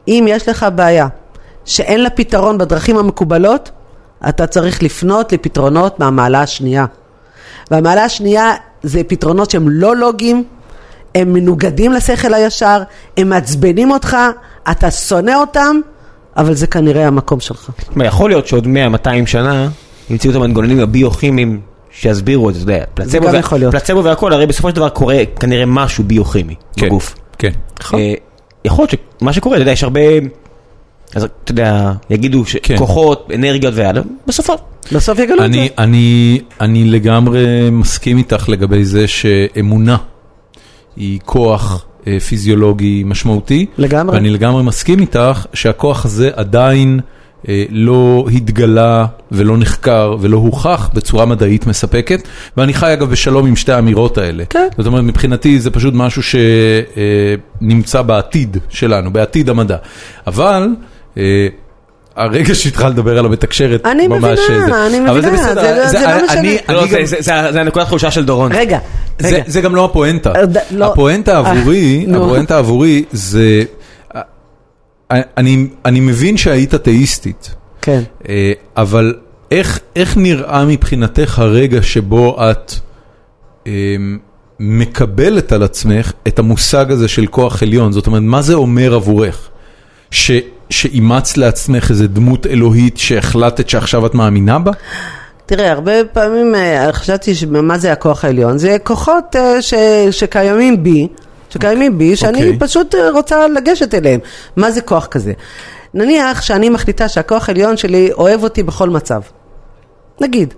Speaker 3: אם יש לך בעיה שאין לה פתרון בדרכים המקובלות, אתה צריך לפנות לפתרונות מהמעלה השנייה. והמעלה השנייה זה פתרונות שהם לא לוגיים, הם מנוגדים לשכל הישר, הם מעצבנים אותך, אתה שונא אותם, אבל זה כנראה המקום שלך.
Speaker 2: מה, יכול להיות שעוד 100-200 שנה ימצאו את המנגנונים הביוכימיים שיסבירו את זה, אתה יודע, פלצבו,
Speaker 3: גם
Speaker 2: וה-
Speaker 3: יכול להיות.
Speaker 2: פלצבו והכל, הרי בסופו של דבר קורה כנראה משהו ביוכימי
Speaker 1: כן.
Speaker 2: בגוף.
Speaker 1: כן.
Speaker 2: אה, יכול להיות שמה שקורה, אתה יודע, יש הרבה, אז אתה יודע, יגידו ש-
Speaker 1: כן.
Speaker 2: כוחות, אנרגיות והלאה, בסופו.
Speaker 3: בסוף יגלו את זה.
Speaker 1: אני, אני, אני לגמרי מסכים איתך לגבי זה שאמונה היא כוח אה, פיזיולוגי משמעותי.
Speaker 3: לגמרי.
Speaker 1: ואני לגמרי מסכים איתך שהכוח הזה עדיין אה, לא התגלה ולא נחקר ולא הוכח בצורה מדעית מספקת. ואני חי אגב בשלום עם שתי האמירות האלה.
Speaker 3: כן.
Speaker 1: זאת אומרת, מבחינתי זה פשוט משהו שנמצא בעתיד שלנו, בעתיד המדע. אבל... אה, הרגע שהתחלת לדבר על המתקשרת,
Speaker 3: אני
Speaker 1: ממש
Speaker 3: מבינה,
Speaker 1: לא זה.
Speaker 3: אני
Speaker 1: אבל זה
Speaker 3: מבינה,
Speaker 1: בסדר,
Speaker 3: זה לא- זה לא
Speaker 1: אני-
Speaker 3: משנה.
Speaker 1: אני-
Speaker 2: לא,
Speaker 1: אני
Speaker 2: זה-
Speaker 1: גם-
Speaker 2: זה- זה זה הנקודת חולשה של דורון.
Speaker 3: רגע,
Speaker 1: זה-
Speaker 3: רגע.
Speaker 1: זה גם לא הפואנטה.
Speaker 3: אה, ד- לא.
Speaker 1: הפואנטה עבורי,
Speaker 3: נו.
Speaker 1: הפואנטה עבורי זה... אה, אני- אני מבין שהיית אתאיסטית,
Speaker 3: כן.
Speaker 1: אה, אבל איך, איך נראה מבחינתך הרגע שבו את אה, מקבלת על עצמך את המושג הזה של כוח עליון? זאת אומרת, מה זה אומר עבורך? ש, שאימצת לעצמך איזה דמות אלוהית שהחלטת שעכשיו את מאמינה בה?
Speaker 3: תראה, הרבה פעמים אה, חשבתי שמה זה הכוח העליון. זה כוחות אה, ש, שקיימים בי, שקיימים בי, שאני
Speaker 1: אוקיי.
Speaker 3: okay. פשוט אה, רוצה לגשת אליהם. מה זה כוח כזה? נניח שאני מחליטה שהכוח העליון שלי אוהב אותי בכל מצב. נגיד.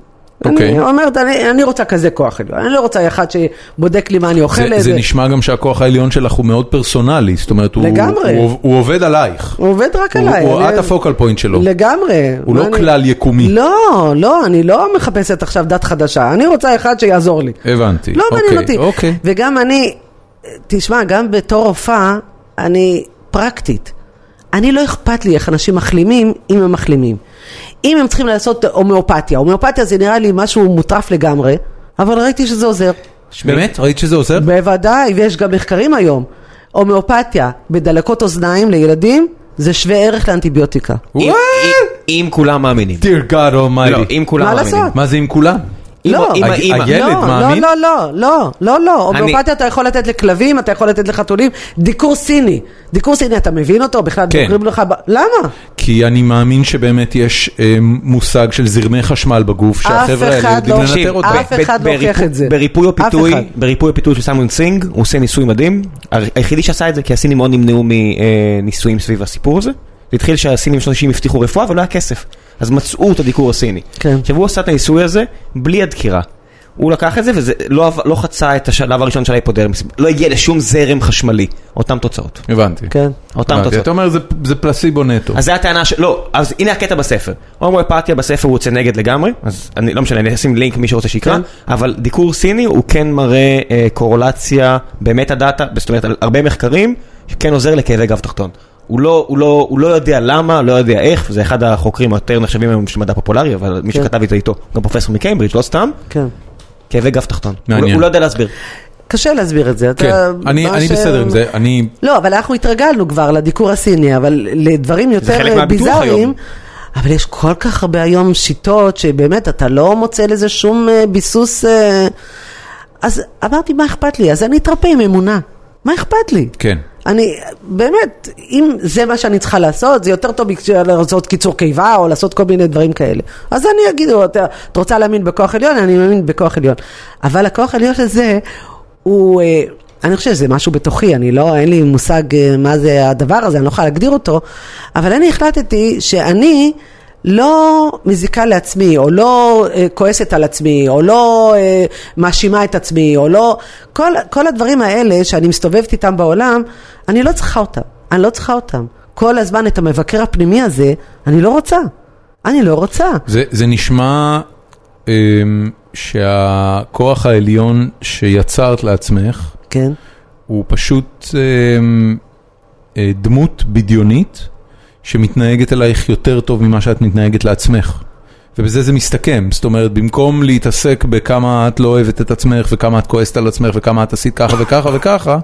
Speaker 1: אוקיי.
Speaker 3: אני אומרת, אני, אני רוצה כזה כוח עליון, אני לא רוצה אחד שבודק לי מה אני אוכל.
Speaker 1: זה, זה
Speaker 3: איזה-
Speaker 1: נשמע גם שהכוח העליון שלך הוא מאוד פרסונלי, זאת אומרת, הוא,
Speaker 3: לגמרי.
Speaker 1: הוא, הוא עובד עלייך.
Speaker 3: הוא עובד רק
Speaker 1: הוא,
Speaker 3: עליי.
Speaker 1: הוא,
Speaker 3: אני-
Speaker 1: את הפוקל פוינט שלו.
Speaker 3: לגמרי.
Speaker 1: הוא
Speaker 3: מה
Speaker 1: לא כלל יקומי.
Speaker 3: לא, לא, אני לא מחפשת עכשיו דת חדשה, אני רוצה אחד שיעזור לי.
Speaker 1: הבנתי.
Speaker 3: לא מעניין
Speaker 1: אוקיי,
Speaker 3: אותי.
Speaker 1: אוקיי.
Speaker 3: וגם אני, תשמע, גם בתור רופאה, אני פרקטית. אני לא אכפת לי איך אנשים מחלימים, אם הם מחלימים. אם הם צריכים לעשות הומאופתיה, הומאופתיה זה נראה לי משהו מוטרף לגמרי, אבל ראיתי שזה עוזר.
Speaker 1: באמת? ראית שזה עוזר?
Speaker 3: בוודאי, ויש גם מחקרים היום. הומאופתיה בדלקות אוזניים לילדים, זה שווה ערך לאנטיביוטיקה.
Speaker 2: אם-
Speaker 1: וואט?
Speaker 2: אם אם כולם מאמינים.
Speaker 1: Dear God
Speaker 2: אה! לא,
Speaker 1: Almighty.
Speaker 2: אם כולם
Speaker 3: מה
Speaker 2: מאמינים.
Speaker 3: לעשות?
Speaker 1: מה זה עם כולם?
Speaker 3: לא,
Speaker 2: אמא,
Speaker 1: הג-
Speaker 2: אמא.
Speaker 1: הילד
Speaker 3: לא,
Speaker 1: מאמין?
Speaker 3: לא, לא, לא, לא, לא,
Speaker 2: אני-
Speaker 3: הומאופתיה אתה יכול לתת לכלבים, אתה יכול לתת לחתולים, דיקור סיני, דיקור סיני אתה מבין אותו? בכלל
Speaker 1: כן.
Speaker 3: דוקרים לך, ב... למה?
Speaker 1: כי אני מאמין שבאמת יש אה, מושג של זרמי חשמל בגוף, שהחבר'ה האלה
Speaker 3: אחד
Speaker 1: יודעים
Speaker 3: לא-
Speaker 1: לנטר
Speaker 2: תקשיב,
Speaker 1: אותם.
Speaker 3: אף אחד לא הוכיח
Speaker 2: בריפו-
Speaker 3: את זה.
Speaker 2: בריפוי או
Speaker 3: אף
Speaker 2: פיתוי,
Speaker 3: אחד.
Speaker 2: בריפוי או פיתוי של סיימון סינג, הוא עושה ניסוי מדהים. הר- היחידי שעשה את זה, כי הסינים מאוד נמנעו מניסויים סביב הסיפור הזה. זה התחיל שהסינים בשנות ה-90 הבטיחו לא רפואה ולא היה כסף. אז מצאו את הדיקור הסיני.
Speaker 3: כן.
Speaker 2: עכשיו הוא עשה את הניסוי הזה בלי הדקירה. הוא לקח את זה וזה לא, עב- לא חצה את השלב הראשון של ההיפודרמיס, לא הגיע לשום זרם חשמלי, אותם תוצאות.
Speaker 1: הבנתי.
Speaker 3: כן.
Speaker 2: אותם
Speaker 1: הבנתי.
Speaker 2: תוצאות.
Speaker 1: אתה אומר זה- זה פלסיבו נטו.
Speaker 2: אז זו הטענה של... לא, אז הנה הקטע בספר. הומואפתיה בספר הוא יוצא נגד לגמרי, אז אני לא משנה, אני אשים לינק מי שרוצה שיקרא, אבל דיקור סיני הוא כן מראה אה, קורולציה באמת הדאטה, זאת אומרת, על הרבה מחקרים, שכן עוזר לכאבי גב תחתון. הוא לא, הוא, לא, הוא לא יודע למה, לא יודע איך, זה אחד החוקרים היותר נחשבים היום של מדע פופולרי, אבל מי
Speaker 3: כן.
Speaker 2: שכתב את זה איתו, גם פרופסור מקיימברידג', לא סתם,
Speaker 3: כן.
Speaker 2: כאבי גב תחתון. הוא, לא-
Speaker 1: מעניין.
Speaker 2: הוא לא יודע להסביר.
Speaker 3: קשה להסביר את זה. אתה-
Speaker 1: כן, אני
Speaker 3: אה, מה
Speaker 1: אני
Speaker 3: ש-
Speaker 1: בסדר עם זה, אני...
Speaker 3: לא, אבל אנחנו התרגלנו כבר לדיקור הסיני, אבל לדברים
Speaker 2: חלק
Speaker 3: יותר אה,
Speaker 2: מהביטוח היום.
Speaker 3: ביזאריים. אבל יש כל כך הרבה היום שיטות שבאמת אתה לא מוצא לזה שום אה, ביסוס. אה, אז אמרתי, מה אכפת לי? אז אני אתרפא עם אמונה. מה אכפת לי?
Speaker 1: כן.
Speaker 3: אני, באמת, אם זה מה שאני צריכה לעשות, זה יותר טוב מכש- לעשות קיצור קיבה או לעשות כל מיני דברים כאלה. אז אני אגיד, "או, אתה- את רוצה להאמין בכוח עליון? אני מאמין בכוח עליון. אבל הכוח העליון הזה, הוא, אה, אני חושבת שזה משהו בתוכי, אני לא, אין לי מושג אה, מה זה הדבר הזה, אני לא יכולה להגדיר אותו, אבל אני החלטתי שאני... לא מזיקה לעצמי, או לא אה, כועסת על עצמי, או לא אה, מאשימה את עצמי, או לא... כל, כל הדברים האלה שאני מסתובבת איתם בעולם, אני לא צריכה אותם. אני לא צריכה אותם. כל הזמן את המבקר הפנימי הזה, אני לא רוצה. אני לא רוצה.
Speaker 1: זה, זה נשמע אמ, שהכוח העליון שיצרת לעצמך
Speaker 3: כן,
Speaker 1: הוא פשוט אמ, אה, דמות בדיונית שמתנהגת אלייך יותר טוב ממה שאת מתנהגת לעצמך. ובזה זה מסתכם, זאת אומרת, במקום להתעסק בכמה את לא אוהבת את עצמך וכמה את כועסת על עצמך וכמה את עשית ככה וככה וככה,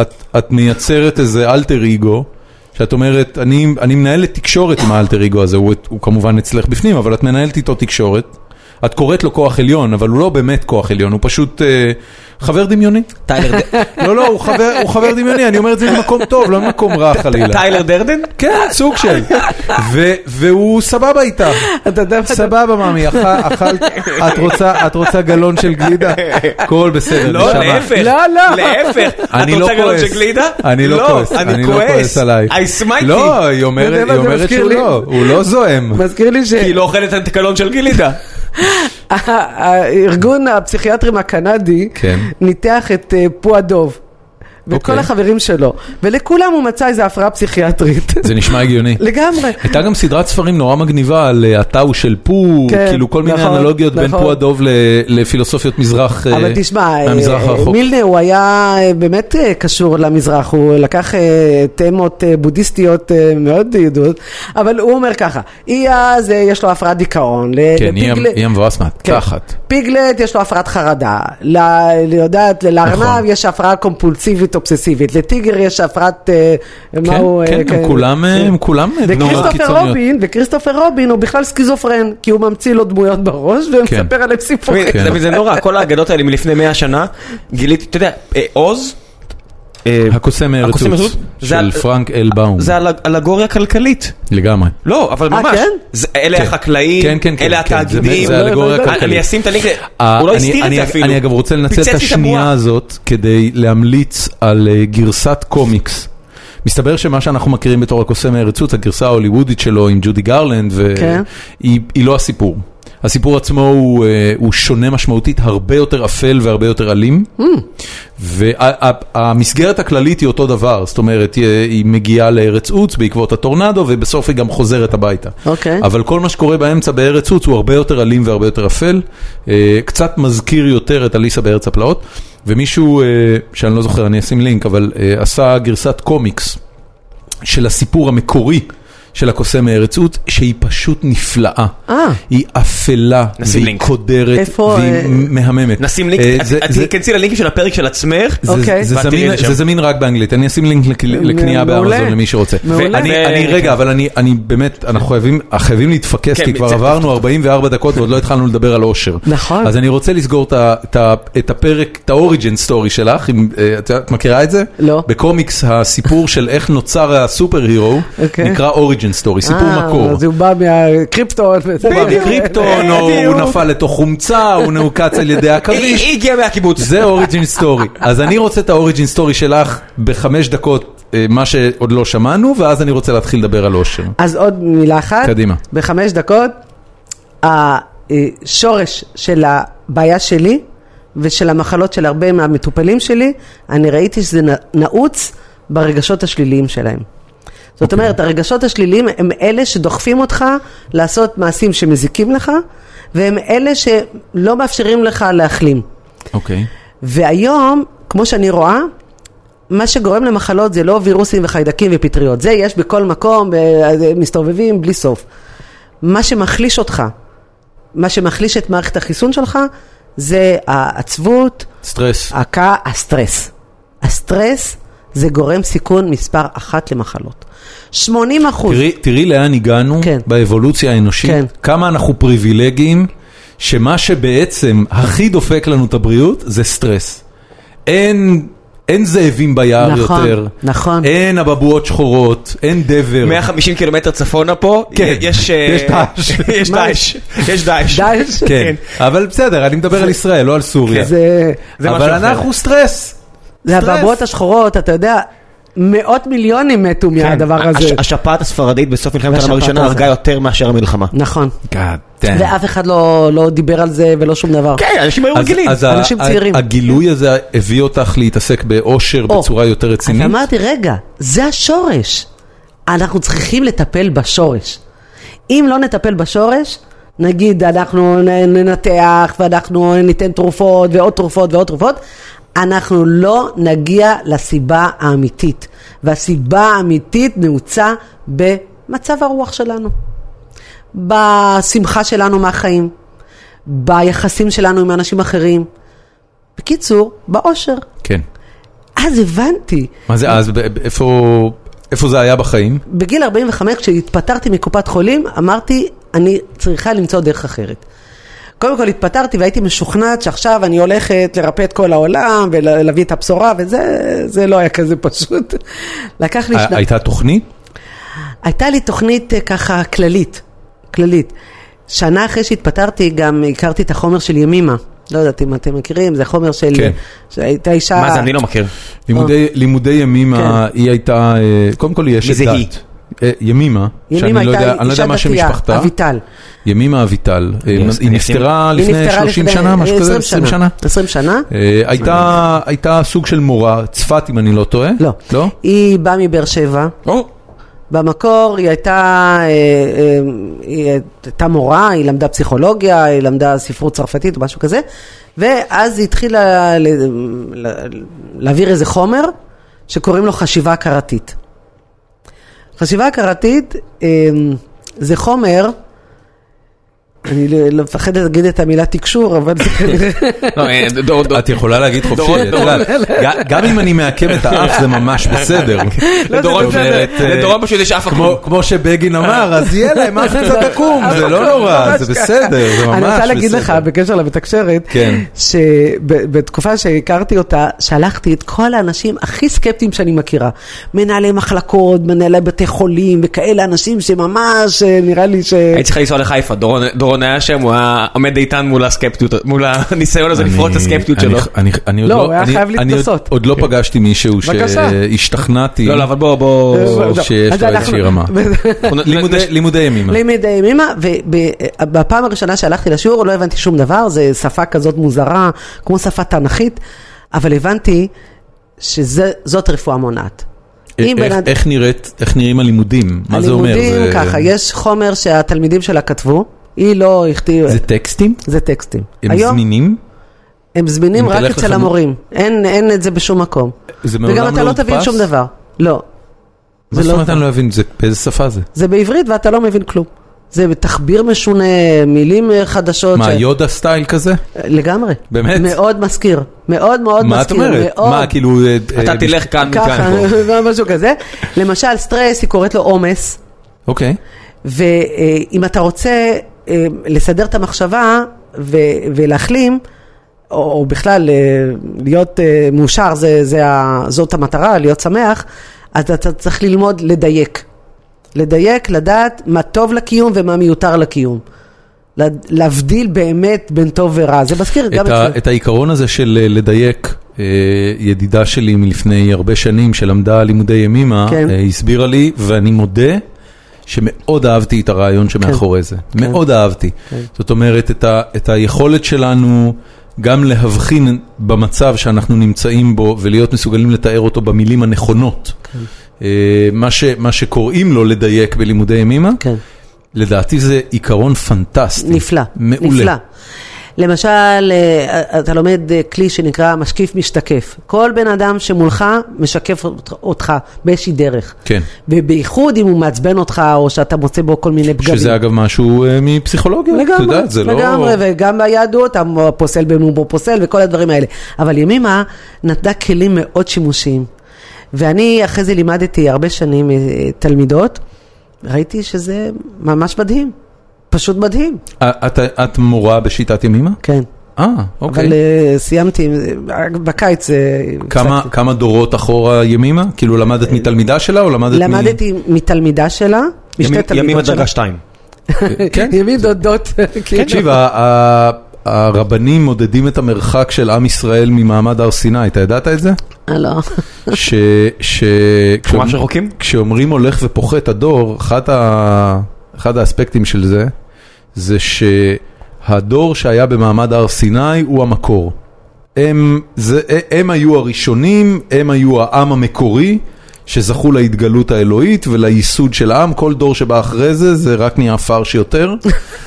Speaker 1: את, את מייצרת איזה אלטר אגו, שאת אומרת, אני, אני מנהלת תקשורת עם האלטר אגו הזה, הוא, הוא כמובן אצלך בפנים, אבל את מנהלת איתו תקשורת, את קוראת לו כוח עליון, אבל הוא לא באמת כוח עליון, הוא פשוט אה, חבר דמיוני.
Speaker 2: טיילר, ד-
Speaker 1: לא, לא, הוא חבר, הוא חבר דמיוני, אני אומר את זה ממקום טוב, לא ממקום רע חלילה.
Speaker 2: טיילר דרדן?
Speaker 1: כן, סוג של. ו- והוא סבבה איתך.
Speaker 3: אתה יודע מה-
Speaker 1: סבבה, מאמי, אכ- אכלת, את רוצה- את רוצה גלון של גלידה? הכל בסדר,
Speaker 2: לא,
Speaker 1: כן, נשמה.
Speaker 2: להפך.
Speaker 3: לא, לא.
Speaker 2: להפך.
Speaker 1: אני
Speaker 2: את
Speaker 1: לא
Speaker 2: רוצה גלון
Speaker 1: כועס.
Speaker 2: של גלידה?
Speaker 1: אני לא כועס, אני לא כועס עלייך.
Speaker 2: I smite
Speaker 1: לא,
Speaker 2: you.
Speaker 1: היא
Speaker 3: אתה יודע
Speaker 1: אומרת
Speaker 3: מה
Speaker 1: היא
Speaker 3: זה
Speaker 1: אומרת
Speaker 3: מזכיר
Speaker 1: שהוא
Speaker 3: לי?
Speaker 1: לא, הוא לא זועם.
Speaker 3: מזכיר לי
Speaker 2: כי היא לא אוכלת את הקלון של גלידה.
Speaker 3: שהארגון הפסיכיאטרים הקנדי
Speaker 1: כן.
Speaker 3: ניתח את אה, פועדוב ואת
Speaker 1: אוקיי.
Speaker 3: כל החברים שלו, ולכולם הוא מצא איזו הפרעה פסיכיאטרית.
Speaker 1: זה נשמע הגיוני.
Speaker 3: לגמרי.
Speaker 1: הייתה גם סדרת ספרים נורא מגניבה על אה, הטאו של פו,
Speaker 3: כן,
Speaker 1: כאילו כל מיני
Speaker 3: נכון,
Speaker 1: אנלוגיות בין
Speaker 3: נכון.
Speaker 1: פו הדוב ל- לפילוסופיות מזרח, אה,
Speaker 3: אבל תשמע, אה,
Speaker 1: מהמזרח
Speaker 3: אה,
Speaker 1: הרחוק.
Speaker 3: מילנה הוא היה אה, באמת אה, קשור למזרח, הוא לקח אה, תמות אה, בודהיסטיות אה, מאוד ידועות, אבל הוא אומר ככה, איה זה יש לו הפרעת דיכאון, ל-
Speaker 1: כן, היא
Speaker 3: לפיגל-
Speaker 1: היא המבואס
Speaker 3: אה, כן.
Speaker 1: מהתחת.
Speaker 3: פיגלט יש לו הפרעת חרדה, ל- ליודעת, לארנב
Speaker 1: נכון.
Speaker 3: יש הפרעה קומפולסיבית אובססיבית, לטיגר יש הפרעת, אה, מה
Speaker 1: כן,
Speaker 3: הוא, אה,
Speaker 1: כן, הם כולם, אה, הם כולם אה, דמויות
Speaker 3: וכריסטופר
Speaker 1: קיצוניות.
Speaker 3: רובין, וכריסטופר רובין הוא בכלל סכיזופרן, כי הוא ממציא לו דמויות בראש
Speaker 1: כן.
Speaker 3: ומספר עליהם סיפורים.
Speaker 1: כן.
Speaker 2: תמיד זה נורא, כל האגדות האלה מלפני 100 שנה, גיליתי, אתה יודע, אה, עוז, אה,
Speaker 1: הקוסם
Speaker 2: הקוסם
Speaker 1: מארצות
Speaker 2: מארצות? זה
Speaker 1: של
Speaker 2: על-
Speaker 1: פרנק אל באום,
Speaker 2: זה על- על אלגוריה כלכלית.
Speaker 1: לגמרי.
Speaker 2: לא, אבל
Speaker 3: אה,
Speaker 2: ממש.
Speaker 3: כן?
Speaker 2: זה- אלה
Speaker 1: כן.
Speaker 2: החקלאים,
Speaker 1: כן, כן, כן,
Speaker 2: אלה
Speaker 1: כן, זה-
Speaker 2: התאגידים.
Speaker 1: זה אלגוריה
Speaker 2: אני-
Speaker 1: כלכלית.
Speaker 2: אני אשים את הלינק,
Speaker 1: אה,
Speaker 2: הוא לא
Speaker 1: אני-
Speaker 2: הסתיר את
Speaker 1: אני-
Speaker 2: זה אפילו.
Speaker 1: אני אגב רוצה לנצל
Speaker 2: פיצץ
Speaker 1: את
Speaker 2: לי המוח.
Speaker 1: השנייה הזאת כדי להמליץ על אה, גרסת קומיקס. מסתבר שמה שאנחנו מכירים בתור הקוסם הארצות, הגרסה ההוליוודית שלו עם ג'ודי גרלנד,
Speaker 3: כן.
Speaker 1: והיא היא לא הסיפור. הסיפור עצמו הוא, אה, הוא שונה משמעותית, הרבה יותר אפל והרבה יותר אלים. והמסגרת הכללית היא אותו דבר, זאת אומרת, היא- היא מגיעה לארץ עוץ בעקבות הטורנדו, ובסוף היא גם חוזרת הביתה.
Speaker 3: אוקיי.
Speaker 1: אבל כל מה שקורה באמצע בארץ עוץ הוא הרבה יותר אלים והרבה יותר אפל. אה, קצת מזכיר יותר את אליסה בארץ הפלאות. ומישהו, אה, שאני לא זוכר, אני אשים לינק, אבל אה, עשה גרסת קומיקס של הסיפור המקורי של הקוסם מארץ עוץ, שהיא פשוט נפלאה.
Speaker 3: אה.
Speaker 1: היא אפלה,
Speaker 2: נשים
Speaker 1: והיא
Speaker 2: לינק.
Speaker 1: קודרת,
Speaker 3: איפה,
Speaker 1: והיא
Speaker 3: אה,
Speaker 1: מהממת.
Speaker 2: נשים לינק,
Speaker 1: אה,
Speaker 2: את-
Speaker 1: זה-
Speaker 2: את
Speaker 1: זה-
Speaker 2: תיכנסי ללינקים של הפרק של עצמך.
Speaker 1: זה-
Speaker 3: אוקיי.
Speaker 1: זה
Speaker 2: ואת תראי
Speaker 1: זמין-
Speaker 2: את זה
Speaker 1: זה
Speaker 2: שם.
Speaker 1: זמין רק באנגלית, אני אשים לינק לק- לקנייה
Speaker 3: מעולה.
Speaker 1: באמזון למי שרוצה.
Speaker 3: מעולה.
Speaker 1: אני, אני רגע, אבל אני, אני באמת, אנחנו חייבים, חייבים להתפקס,
Speaker 2: כן,
Speaker 1: כי כבר
Speaker 2: זה-
Speaker 1: עברנו 44 דקות ועוד לא התחלנו לדבר על אושר.
Speaker 3: נכון.
Speaker 1: אז אני רוצה לסגור את, ה- את, ה- את הפרק, את האוריג'ן סטורי שלך, אם, אה, את יודעת, את מכירה את זה?
Speaker 3: לא.
Speaker 1: בקומיקס הסיפור של איך נוצר הסופר הירו,
Speaker 3: אוקיי.
Speaker 1: נקרא אוריג'ן סטורי, סיפור
Speaker 3: אה,
Speaker 1: מקור.
Speaker 3: אז הוא בא מהקריפטון. וזה-
Speaker 1: הוא בא מקריפטון, או הוא נפל לתוך חומצה, הוא נעוקץ על ידי
Speaker 2: היא
Speaker 1: עכביש.
Speaker 2: היא הגיעה מהקיבוץ.
Speaker 1: זה אוריג'ין סטורי. אז אני רוצה את האוריג'ין סטורי שלך בחמש דקות, אה, מה שעוד לא שמענו, ואז אני רוצה להתחיל לדבר על אושר.
Speaker 3: אז עוד מילה אחת.
Speaker 1: קדימה.
Speaker 3: בחמש דקות, השורש של אה, הבעיה שלי ושל המחלות של הרבה מהמטופלים שלי, אני ראיתי שזה נ- נעוץ ברגשות השליליים שלהם.
Speaker 1: אוקיי.
Speaker 3: זאת אומרת, הרגשות השליליים הם אלה שדוחפים אותך לעשות מעשים שמזיקים לך, והם אלה שלא מאפשרים לך להחלים.
Speaker 4: אוקיי.
Speaker 3: והיום, כמו שאני רואה, מה שגורם למחלות זה לא וירוסים וחיידקים ופטריות, זה יש בכל מקום, אה, מסתובבים בלי סוף. מה שמחליש אותך, מה שמחליש את מערכת החיסון שלך, זה העצבות,
Speaker 4: סטרס.
Speaker 3: הכע... הסטרס. הסטרס זה גורם סיכון מספר אחת למחלות. 80 אחוז.
Speaker 1: תראי, תראי לאן הגענו
Speaker 3: כן.
Speaker 1: באבולוציה האנושית,
Speaker 3: כן.
Speaker 1: כמה אנחנו פריבילגיים, שמה שבעצם הכי דופק לנו את הבריאות זה סטרס. אין, אין זאבים ביער
Speaker 3: נכון,
Speaker 1: יותר,
Speaker 3: נכון.
Speaker 1: אין אבבואות שחורות, אין דבר.
Speaker 2: 150 קילומטר צפונה פה,
Speaker 1: כן.
Speaker 2: יש אה,
Speaker 1: יש דאעש.
Speaker 2: יש
Speaker 3: מה?
Speaker 2: דאעש, יש דאעש.
Speaker 3: דאעש.
Speaker 1: כן, אבל בסדר, אני מדבר על ישראל, לא על סוריה.
Speaker 3: זה...
Speaker 2: זה
Speaker 1: אבל
Speaker 2: משהו אחר.
Speaker 1: אנחנו סטרס.
Speaker 3: זה
Speaker 1: סטרס.
Speaker 3: הבעבועות השחורות, אתה יודע, מאות מיליונים מתו
Speaker 2: כן.
Speaker 3: מהדבר הזה.
Speaker 4: הש- השפעת הספרדית בסוף מלחמת
Speaker 3: והשפעת
Speaker 4: העולם הראשונה
Speaker 3: הזאת.
Speaker 4: הרגה יותר מאשר המלחמה.
Speaker 3: נכון.
Speaker 1: God damn.
Speaker 3: ואף אחד לא, לא דיבר על זה ולא שום דבר.
Speaker 2: כן, אנשים היו
Speaker 1: אז-
Speaker 2: רגילים.
Speaker 1: אז
Speaker 3: אנשים
Speaker 1: ה- ה-
Speaker 3: צעירים.
Speaker 1: הגילוי הזה הביא אותך להתעסק באושר
Speaker 3: או,
Speaker 1: בצורה יותר
Speaker 3: אז
Speaker 1: רצינית?
Speaker 3: אמרתי, רגע, זה השורש. אנחנו צריכים לטפל בשורש. אם לא נטפל בשורש, נגיד אנחנו נ- ננתח ואנחנו ניתן תרופות ועוד תרופות ועוד תרופות, אנחנו לא נגיע לסיבה האמיתית. והסיבה האמיתית נעוצה במצב הרוח שלנו, בשמחה שלנו מהחיים, ביחסים שלנו עם אנשים אחרים. בקיצור, באושר.
Speaker 1: כן.
Speaker 3: אז הבנתי.
Speaker 1: מה זה אז? ב- ב- איפה איפה זה היה בחיים?
Speaker 3: בגיל 45, כשהתפטרתי מקופת חולים, אמרתי, אני צריכה למצוא דרך אחרת. קודם כל התפטרתי והייתי משוכנעת שעכשיו אני הולכת לרפא את כל העולם ולהביא את הבשורה וזה זה לא היה כזה פשוט. לקח לי
Speaker 1: ה-
Speaker 3: שנה.
Speaker 1: הייתה תוכנית?
Speaker 3: הייתה לי תוכנית אה, ככה כללית, כללית. שנה אחרי שהתפטרתי גם הכרתי את החומר של ימימה. לא יודעת אם אתם מכירים, זה חומר של...
Speaker 1: כן.
Speaker 3: שהייתה אישה...
Speaker 2: מה זה, אני לא מכיר.
Speaker 1: לימודי, לימודי ימימה,
Speaker 3: כן.
Speaker 1: היא הייתה, אה, קודם כל היא אשת דת.
Speaker 2: זה היא?
Speaker 1: אה, ימימה, שאני
Speaker 3: ימימה
Speaker 1: לא יודע,
Speaker 3: הייתה
Speaker 1: אני לא
Speaker 3: אישה
Speaker 1: יודע מה
Speaker 3: דתייה,
Speaker 1: שמשפחתה.
Speaker 3: אביטל.
Speaker 1: ימימה אביטל. אה,
Speaker 2: אני
Speaker 1: היא
Speaker 2: אשים-
Speaker 1: נפטרה
Speaker 3: היא
Speaker 1: לפני
Speaker 3: נפטרה
Speaker 1: 30
Speaker 3: לפני-
Speaker 1: שנה, משהו כזה,
Speaker 3: 20
Speaker 1: 20 שנה.
Speaker 3: 20 שנה.
Speaker 1: אה, הייתה- הייתה סוג של מורה, צפת אם אני לא טועה.
Speaker 3: לא.
Speaker 1: לא?
Speaker 3: היא באה מבאר שבע.
Speaker 1: או,
Speaker 3: במקור היא הייתה, אה, אה, היא הייתה מורה, היא למדה פסיכולוגיה, היא למדה ספרות צרפתית או משהו כזה, ואז היא התחילה ל- ל- להעביר איזה חומר שקוראים לו חשיבה הכרתית. חשיבה הכרתית אה, זה חומר, אני לא- לא מפחדת להגיד את המילה תקשור, אבל זה כנראה...
Speaker 2: לא, אה, דור- דור-
Speaker 1: את יכולה להגיד חופשי,
Speaker 2: דורון,
Speaker 1: את יודעת. ג- גם אם אני מעקם את האף זה ממש בסדר.
Speaker 3: לא,
Speaker 2: לדורון-
Speaker 1: זאת לא, אומרת, אה,
Speaker 2: לדורון פשוט יש אף אחד.
Speaker 1: כמו- כמו שבגין אמר, אז יהיה להם אף קצת עקום, זה לא נורא, זה בסדר, זה ממש בסדר.
Speaker 3: אני רוצה להגיד לך, בקשר למתקשרת,
Speaker 1: כן.
Speaker 3: שבתקופה שהכרתי אותה, שלחתי את כל האנשים הכי סקפטיים שאני מכירה. מנהלי מחלקות, מנהלי בתי חולים, וכאלה אנשים שממש אה, נראה לי ש...
Speaker 2: הייתי צריכה לנסוע לחיפה, דורון- דורון היה שם, הוא היה עומד איתן מול הסקפטיות, מול הניסיון הזה לפרוץ את הסקפטיות שלו.
Speaker 3: לא, הוא היה חייב להתנסות.
Speaker 1: עוד לא פגשתי מישהו
Speaker 3: בבקשה.
Speaker 1: שהשתכנעתי,
Speaker 2: לא, לא, אבל בוא, בוא...
Speaker 1: או
Speaker 3: לא.
Speaker 1: שיש
Speaker 3: אז
Speaker 1: לו
Speaker 3: אנחנו-
Speaker 1: איזושהי רמה.
Speaker 2: אנחנו נ-
Speaker 1: לימודי-
Speaker 2: נש-
Speaker 1: לימודי ימימה.
Speaker 3: לימדי מימה, ובפעם הראשונה שהלכתי לשיעור לא הבנתי שום דבר, זו שפה כזאת מוזרה, כמו שפה תנכית, אבל הבנתי שזאת רפואה מונעת.
Speaker 1: א-
Speaker 3: אם בן
Speaker 1: אה, איך-
Speaker 3: אד-
Speaker 1: איך נראית- איך נראים הלימודים? מה זה אומר?
Speaker 3: הלימודים
Speaker 1: זה-
Speaker 3: ככה, יש חומר שהתלמידים שלה כתבו, היא לא הכתיבה,
Speaker 1: זה טקסטים?
Speaker 3: זה טקסטים.
Speaker 1: הם
Speaker 3: היום
Speaker 1: זמינים?
Speaker 3: הם זמינים
Speaker 1: אם
Speaker 3: רק
Speaker 1: תלך
Speaker 3: אצל
Speaker 1: לחנות-
Speaker 3: המורים, אין אין את זה בשום מקום.
Speaker 1: זה מעולם
Speaker 3: וגם אתה
Speaker 1: לא
Speaker 3: לא תבין
Speaker 1: הודפס?
Speaker 3: שום דבר. לא.
Speaker 1: מה
Speaker 3: זה
Speaker 1: זאת
Speaker 3: לא-
Speaker 1: אומרת אני לא אבין? זה- באיזה שפה זה?
Speaker 3: זה בעברית ואתה לא מבין כלום. זה תחביר משונה, מילים אה, חדשות.
Speaker 1: מה,
Speaker 3: ש-
Speaker 1: יודה סטייל כזה?
Speaker 3: לגמרי.
Speaker 1: באמת?
Speaker 3: מאוד מזכיר. מאוד מאוד
Speaker 1: מה את
Speaker 3: מזכיר.
Speaker 1: אומרת?
Speaker 3: מאוד.
Speaker 1: מה, כאילו... אה,
Speaker 2: אתה
Speaker 1: אה,
Speaker 2: תלך כאן
Speaker 3: ככה, אה,
Speaker 2: מכאן.
Speaker 3: משהו כזה. למשל, סטרס, היא קוראת לו עומס.
Speaker 1: אוקיי.
Speaker 3: ואם אתה רוצה אה, לסדר את המחשבה ו- ולהחלים, או, או בכלל אה, להיות אה, מאושר, זה, זה ה- זאת המטרה, להיות שמח, אז אתה צריך ללמוד לדייק. לדייק, לדעת מה טוב לקיום ומה מיותר לקיום. לה- להבדיל באמת בין טוב ורע, זה מזכיר גם
Speaker 1: את,
Speaker 3: את
Speaker 1: ה,
Speaker 3: זה.
Speaker 1: את העיקרון הזה של אה, לדייק, אה, ידידה שלי מלפני הרבה שנים שלמדה לימודי ימימה,
Speaker 3: כן.
Speaker 1: אה, הסבירה לי, ואני מודה שמאוד אהבתי את
Speaker 3: כן.
Speaker 1: הרעיון שמאחורי זה. מאוד אהבתי. זאת אומרת, את, ה, את היכולת שלנו גם להבחין במצב שאנחנו נמצאים בו ולהיות מסוגלים לתאר אותו במילים הנכונות.
Speaker 3: כן.
Speaker 1: אה, מה, ש, מה שקוראים לו לדייק בלימודי ימימה,
Speaker 3: כן.
Speaker 1: לדעתי זה עיקרון פנטסטי.
Speaker 3: נפלא.
Speaker 1: מעולה.
Speaker 3: נפלא. למשל, אה, אתה לומד אה, כלי שנקרא משקיף משתקף. כל בן אדם שמולך משקף אות- אותך באיזושהי דרך.
Speaker 1: כן.
Speaker 3: ובייחוד אם הוא מעצבן אותך, או שאתה מוצא בו כל מיני פגמים.
Speaker 1: שזה אגב משהו אה, מפסיכולוגיה,
Speaker 3: לגמרי,
Speaker 1: את יודעת, זה
Speaker 3: לגמרי,
Speaker 1: לא...
Speaker 3: וגם ביהדות, הפוסל במומו פוסל וכל הדברים האלה. אבל ימימה נתנה כלים מאוד שימושיים. ואני אחרי זה לימדתי הרבה שנים אה, תלמידות, ראיתי שזה ממש מדהים, פשוט מדהים.
Speaker 1: אה, את, את מורה בשיטת ימימה?
Speaker 3: כן.
Speaker 1: אה,
Speaker 3: אבל
Speaker 1: אוקיי.
Speaker 3: אה, סיימתי, עם זה, רק בקיץ אה,
Speaker 1: כמה,
Speaker 3: הפסקתי.
Speaker 1: כמה דורות אחורה ימימה? כאילו למדת מתלמידה שלה או למדת מ...
Speaker 3: למדתי מתלמידה שלה, משתי
Speaker 2: ימים- ימים
Speaker 3: תלמידות שלה.
Speaker 2: הדרגה 2.
Speaker 1: כן.
Speaker 3: ימים דודות, כאילו.
Speaker 1: תקשיב, ה- ה- הרבנים מודדים את המרחק של עם ישראל ממעמד הר סיני, אתה ידעת את זה?
Speaker 3: אה, לא.
Speaker 1: ש... ש...
Speaker 2: ממש רחוקים?
Speaker 1: כשאומרים הולך ופוחת הדור, אחת ה... אחד האספקטים של זה, זה שהדור שהיה במעמד הר סיני הוא המקור. הם, זה, הם היו הראשונים, הם היו העם המקורי, שזכו להתגלות האלוהית ולייסוד של העם. כל דור שבא אחרי זה, זה רק נהיה פרש יותר.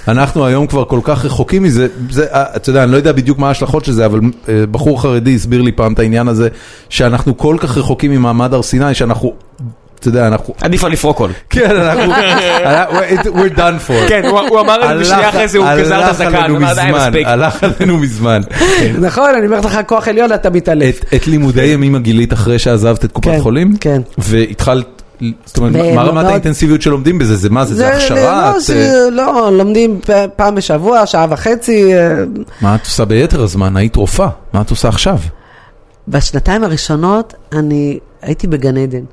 Speaker 1: אנחנו היום כבר כל כך רחוקים מזה, זה, אה, אתה יודע, אני לא יודע בדיוק מה ההשלכות של זה, אבל אה, בחור חרדי הסביר לי פעם את העניין הזה, שאנחנו כל כך רחוקים ממעמד הר סיני, שאנחנו, אתה יודע, אנחנו...
Speaker 2: עדיף על לפרוק כל.
Speaker 1: כן, אנחנו... we're done for.
Speaker 2: כן, הוא- הוא אמר את זה בשנייה
Speaker 1: הלך
Speaker 2: אחרי זה, הוא גזר את
Speaker 1: הלך
Speaker 2: הזקן,
Speaker 1: עלינו
Speaker 2: הוא אמר די
Speaker 1: מזמן,
Speaker 2: מספיק.
Speaker 1: הלך עלינו מזמן. כן.
Speaker 3: נכון, אני אומרת לך, כוח עליון, אתה מתעלף.
Speaker 1: את, את לימודי ימים הגילית אחרי שעזבת את קופת
Speaker 3: כן,
Speaker 1: חולים?
Speaker 3: כן.
Speaker 1: והתחלת, זאת אומרת,
Speaker 3: ו-
Speaker 1: מה רמת
Speaker 3: מאוד-
Speaker 1: האינטנסיביות שלומדים בזה? זה מה זה? זה הכשרה?
Speaker 3: לא,
Speaker 1: את, אה-
Speaker 3: זה, לא, לומדים פ- פעם בשבוע, שעה וחצי. אה,
Speaker 1: אה, מה את עושה ביתר הזמן? היית רופאה, מה את עושה עכשיו?
Speaker 3: בשנתיים הראשונות אני הייתי בגן עדן.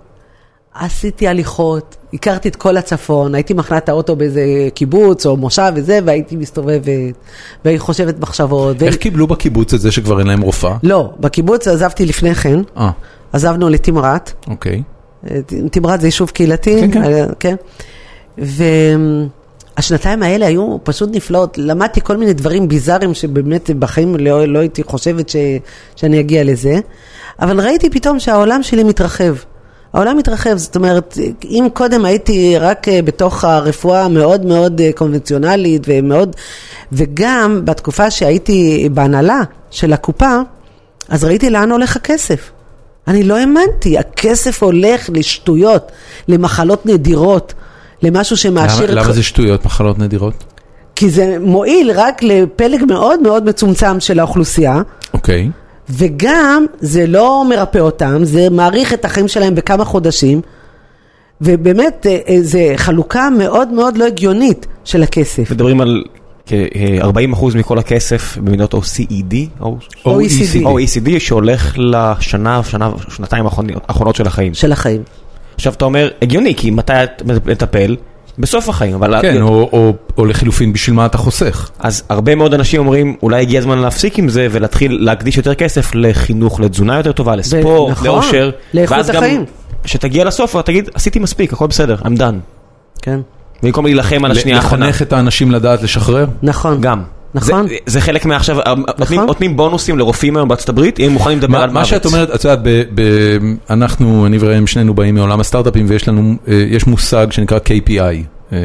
Speaker 3: עשיתי הליכות, הכרתי את כל הצפון, הייתי מכנה את האוטו באיזה קיבוץ או מושב וזה, והייתי מסתובבת, והיא חושבת מחשבות. ו...
Speaker 1: איך קיבלו בקיבוץ את זה שכבר אין להם רופאה?
Speaker 3: לא, בקיבוץ עזבתי לפני כן,
Speaker 1: אה,
Speaker 3: עזבנו לתמרת.
Speaker 1: אוקיי.
Speaker 3: אה, ת- תמרת זה יישוב קהילתי,
Speaker 1: כן, כן.
Speaker 3: אה, כן. והשנתיים האלה היו פשוט נפלאות, למדתי כל מיני דברים ביזאריים שבאמת בחיים לא, לא הייתי חושבת ש, שאני אגיע לזה, אבל ראיתי פתאום שהעולם שלי מתרחב. העולם מתרחב, זאת אומרת, אם קודם הייתי רק אה, בתוך הרפואה המאוד מאוד אה, קונבנציונלית ומאוד, וגם בתקופה שהייתי בהנהלה של הקופה, אז ראיתי לאן הולך הכסף. אני לא האמנתי, הכסף הולך לשטויות, למחלות נדירות, למשהו
Speaker 1: למה
Speaker 3: שמעשיר... את
Speaker 1: למה
Speaker 3: ח-
Speaker 1: זה שטויות, מחלות נדירות?
Speaker 3: כי זה מועיל רק לפלג מאוד מאוד מצומצם של האוכלוסייה,
Speaker 1: אוקיי.
Speaker 3: וגם זה לא מרפא אותם, זה מאריך את החיים שלהם בכמה חודשים, ובאמת אה, אה, זה חלוקה מאוד מאוד לא הגיונית של הכסף.
Speaker 2: מדברים על כ-40% מכל הכסף במדינות OECD, או-
Speaker 3: E
Speaker 1: E
Speaker 3: OECD.
Speaker 2: או OECD, שהולך לשנה, שנה, שנתיים האחרונות האחרונות של החיים.
Speaker 3: של החיים.
Speaker 2: עכשיו אתה אומר, הגיוני, כי מתי את מטפל? בסוף החיים, אבל...
Speaker 1: כן, או- או- או לחילופין, בשביל מה אתה חוסך?
Speaker 2: אז הרבה מאוד אנשים אומרים, אולי הגיע הזמן להפסיק עם זה ולהתחיל להקדיש יותר כסף לחינוך, לתזונה יותר טובה, לספורט,
Speaker 3: נכון,
Speaker 2: לאושר.
Speaker 3: לאיכות
Speaker 2: ואז גם
Speaker 3: החיים.
Speaker 2: כשתגיע לסוף, אתה תגיד, עשיתי מספיק, הכל בסדר, I'm done.
Speaker 3: כן.
Speaker 2: במקום להילחם על השנייה האחרונה.
Speaker 1: לחנך את האנשים לדעת לשחרר?
Speaker 3: נכון.
Speaker 2: גם.
Speaker 3: נכון.
Speaker 2: זה, זה חלק מעכשיו, אה, נותנים, נותנים בונוסים לרופאים היום בארצות הברית, אם הם מוכנים לדבר
Speaker 1: מה,
Speaker 2: על מוות.
Speaker 1: מה שאת אומרת, את יודעת, ב, ב, אנחנו, אני וראם, שנינו באים מעולם הסטארט-אפים, ויש לנו, אה, יש מושג שנקרא KPI, אה,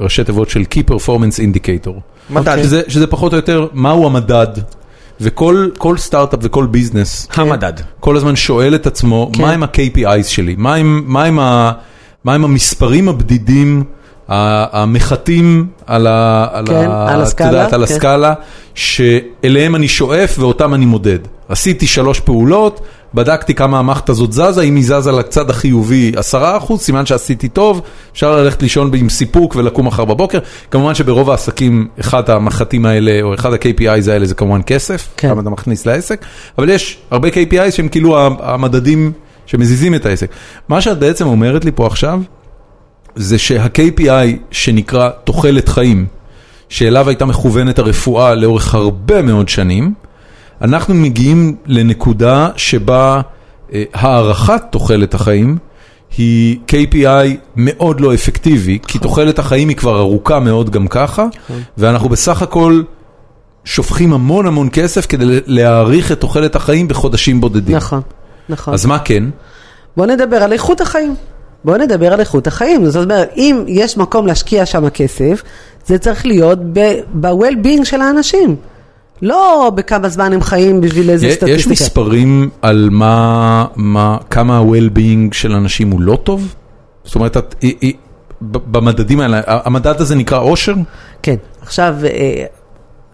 Speaker 1: ראשי תיבות של Key Performance Indicator.
Speaker 2: מדד.
Speaker 1: שזה, שזה פחות או יותר, מהו המדד, וכל כל סטארט-אפ וכל ביזנס,
Speaker 2: המדד.
Speaker 1: כל הזמן שואל את עצמו,
Speaker 3: כן.
Speaker 1: מה הם ה-KPIs שלי? מה הם, מה הם, ה, מה הם המספרים הבדידים, ה- המחטים על, ה, על,
Speaker 3: כן,
Speaker 1: ה,
Speaker 3: על
Speaker 1: את
Speaker 3: הסקאלה,
Speaker 1: יודעת, על
Speaker 3: כן.
Speaker 1: הסקאלה, שאליהם אני שואף ואותם אני מודד. עשיתי שלוש פעולות, בדקתי כמה המחט הזאת זזה, אם היא זזה לצד החיובי 10%, סימן שעשיתי טוב, אפשר ללכת לישון עם סיפוק ולקום מחר בבוקר. כמובן שברוב העסקים, אחד המחטים האלה, או אחד ה-KPIs האלה זה כמובן כסף,
Speaker 3: כן.
Speaker 1: כמה אתה מכניס לעסק, אבל יש הרבה KPIs שהם כאילו ה- המדדים שמזיזים את העסק. מה שאת בעצם אומרת לי פה עכשיו, זה שה-KPI שנקרא תוחלת חיים, שאליו הייתה מכוונת הרפואה לאורך הרבה מאוד שנים, אנחנו מגיעים לנקודה שבה אה, הערכת תוחלת החיים היא KPI מאוד לא אפקטיבי, כי תוחלת החיים היא כבר ארוכה מאוד גם ככה, ואנחנו בסך הכל שופכים המון המון כסף כדי להאריך את תוחלת החיים בחודשים בודדים.
Speaker 3: נכון, נכון.
Speaker 1: אז מה כן?
Speaker 3: בואו נדבר על איכות החיים. בואו נדבר על איכות החיים. זאת אומרת, אם יש מקום להשקיע שם כסף, זה צריך להיות ב- ב-well-being של האנשים. לא בכמה זמן הם חיים בשביל איזה
Speaker 1: יה-
Speaker 3: סטטיסטיקה.
Speaker 1: יש מספרים על מה, מה, כמה ה-well-being של אנשים הוא לא טוב? זאת אומרת, את, היא, היא, ב- במדדים האלה, ה- המדד הזה נקרא עושר?
Speaker 3: כן, עכשיו אה,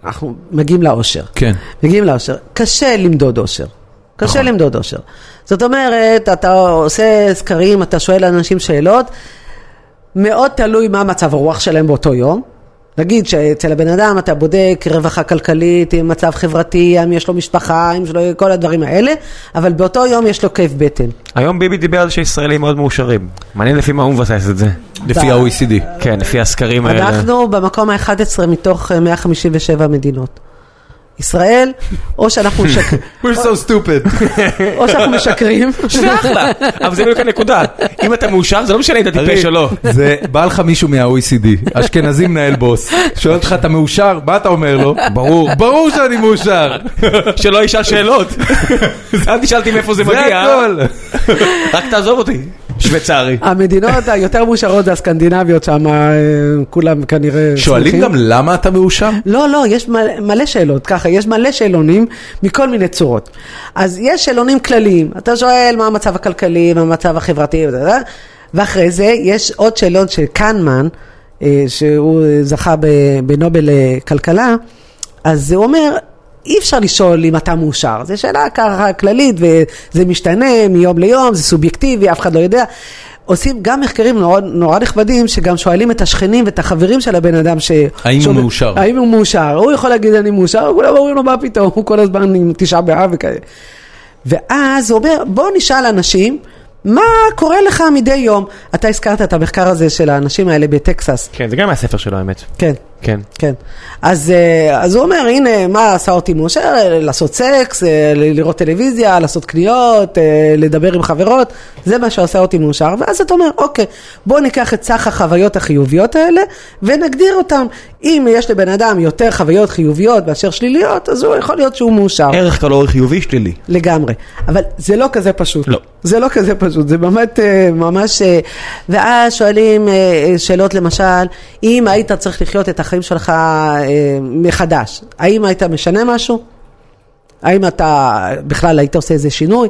Speaker 3: אנחנו מגיעים לאושר.
Speaker 1: כן.
Speaker 3: מגיעים לאושר. קשה למדוד אושר. קשה נכון. למדוד אושר. זאת אומרת, אתה עושה סקרים, אתה שואל אנשים שאלות, מאוד תלוי מה מצב הרוח שלהם באותו יום. נגיד שאצל הבן אדם אתה בודק רווחה כלכלית, עם מצב חברתי, אם יש לו משפחה, אם יש לו כל הדברים האלה, אבל באותו יום יש לו כאב בטן.
Speaker 2: היום ביבי דיבר על שישראלים מאוד מאושרים. מעניין לפי מה הוא מבסס את זה.
Speaker 1: לפי ה-OECD.
Speaker 2: כן, לפי הסקרים האלה.
Speaker 3: אנחנו במקום ה-11 מתוך אה, 157 מדינות. ישראל, או שאנחנו משקרים,
Speaker 1: We're so stupid.
Speaker 3: או שאנחנו משקרים.
Speaker 2: שזה אחלה, אבל זה בדיוק הנקודה. אם אתה מאושר, זה לא משנה אם אתה טיפש או לא.
Speaker 1: זה, בא לך מישהו מה-OECD, אשכנזי מנהל בוס, שואל אותך, אתה מאושר? מה אתה אומר לו? ברור. ברור שאני מאושר.
Speaker 2: לא. שלא ישאל שאלות. אל תשאלתי מאיפה זה
Speaker 1: זה
Speaker 2: מגיע.
Speaker 1: הכל.
Speaker 2: רק תעזוב אותי. שוויצרי.
Speaker 3: המדינות היותר מאושרות זה הסקנדינביות שם, אה, כולם כנראה...
Speaker 1: שואלים
Speaker 3: שמחים.
Speaker 1: גם למה אתה מאושר?
Speaker 3: לא, לא, יש מלא, מלא שאלות, ככה, יש מלא שאלונים מכל מיני צורות. אז יש שאלונים כלליים, אתה שואל מה המצב הכלכלי, מה המצב החברתי, וזה, וזה, ואחרי זה יש עוד שאלון של קנמן, אה, שהוא אה, זכה ב- בנובל אה, כלכלה, אז הוא אומר, אי אפשר לשאול אם אתה מאושר, זו שאלה ככה כללית, וזה משתנה מיום ליום, זה סובייקטיבי, אף אחד לא יודע. עושים גם מחקרים נורא, נורא נכבדים, שגם שואלים את השכנים ואת החברים של הבן אדם ש...
Speaker 1: האם הוא
Speaker 3: שהוא-
Speaker 1: מאושר?
Speaker 3: האם הוא מאושר? הוא יכול להגיד אני מאושר, כולם אומרים לו מה פתאום, הוא כל הזמן עם תשעה באב וכאלה. ואז הוא אומר, בוא נשאל אנשים, מה קורה לך מדי יום? אתה הזכרת את המחקר הזה של האנשים האלה בטקסס.
Speaker 2: כן, זה גם מהספר שלו האמת.
Speaker 3: כן,
Speaker 2: כן.
Speaker 3: כן. אז, אה, אז הוא אומר, הנה, מה עשה אותי מאושר? אה, לעשות סקס, אה, ל- לראות טלוויזיה, לעשות קניות, אה, לדבר עם חברות, זה מה שעשה אותי מאושר. ואז אתה אומר, אוקיי, בוא ניקח את סך החוויות החיוביות האלה ונגדיר אותן. אם יש לבן אדם יותר חוויות חיוביות מאשר שליליות, אז הוא יכול להיות שהוא מאושר.
Speaker 4: ערך קלורי חיובי שלילי.
Speaker 3: לגמרי. אבל זה לא כזה פשוט.
Speaker 4: לא.
Speaker 3: זה לא כזה פשוט, זה באמת אה, ממש... אה, ואז שואלים אה, אה, שאלות למשל, אם היית צריך לחיות את החיים שלך אה, מחדש, האם היית משנה משהו? האם אתה בכלל היית עושה איזה שינוי?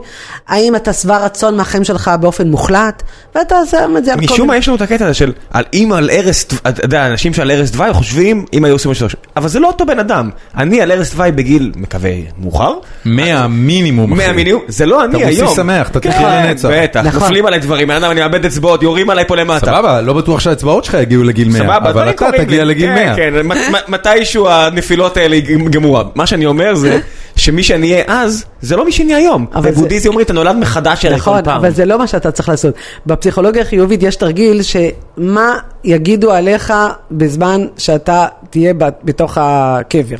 Speaker 3: האם אתה שבע רצון מהחיים שלך באופן מוחלט? ואתה שם את זה על כל
Speaker 2: משום מה יש לנו את הקטע הזה של על אם על ערש, אתה יודע, אנשים שעל ערש דווי חושבים אם היו עושים משהו, אבל זה לא אותו בן אדם. אני על ערש דווי בגיל, מקווה, מאוחר,
Speaker 1: מהמינימום. אחי.
Speaker 2: מהמינימום, זה לא אני
Speaker 1: אתה
Speaker 2: היום.
Speaker 1: מוסיף שמח, אתה
Speaker 2: כן,
Speaker 1: תחיה לנצח.
Speaker 2: בטח,
Speaker 3: נכון.
Speaker 2: נופלים עליי דברים, בן אדם אני מאבד אצבעות, יורים עליי פה למטה.
Speaker 1: סבבה, לא בטוח שהאצבעות שלך יגיעו לגיל 100,
Speaker 2: סבבה,
Speaker 1: אבל
Speaker 2: דברים
Speaker 1: אתה
Speaker 2: קורים
Speaker 1: תגיע
Speaker 2: לי.
Speaker 1: לגיל 100.
Speaker 2: כן, כן, מת- מת- מתישהו הנפילות האלה יגמרו. מה שאני אומר זה, שמי שאני אהיה אז, זה לא מי שאני היום.
Speaker 3: אבל זה-
Speaker 2: ובודהיזם אומרים, אתה נולד מחדש הרי כל
Speaker 3: נכון,
Speaker 2: פעם.
Speaker 3: אבל זה לא מה שאתה צריך לעשות. בפסיכולוגיה החיובית יש תרגיל שמה יגידו עליך בזמן שאתה תהיה ב- בתוך הקבר.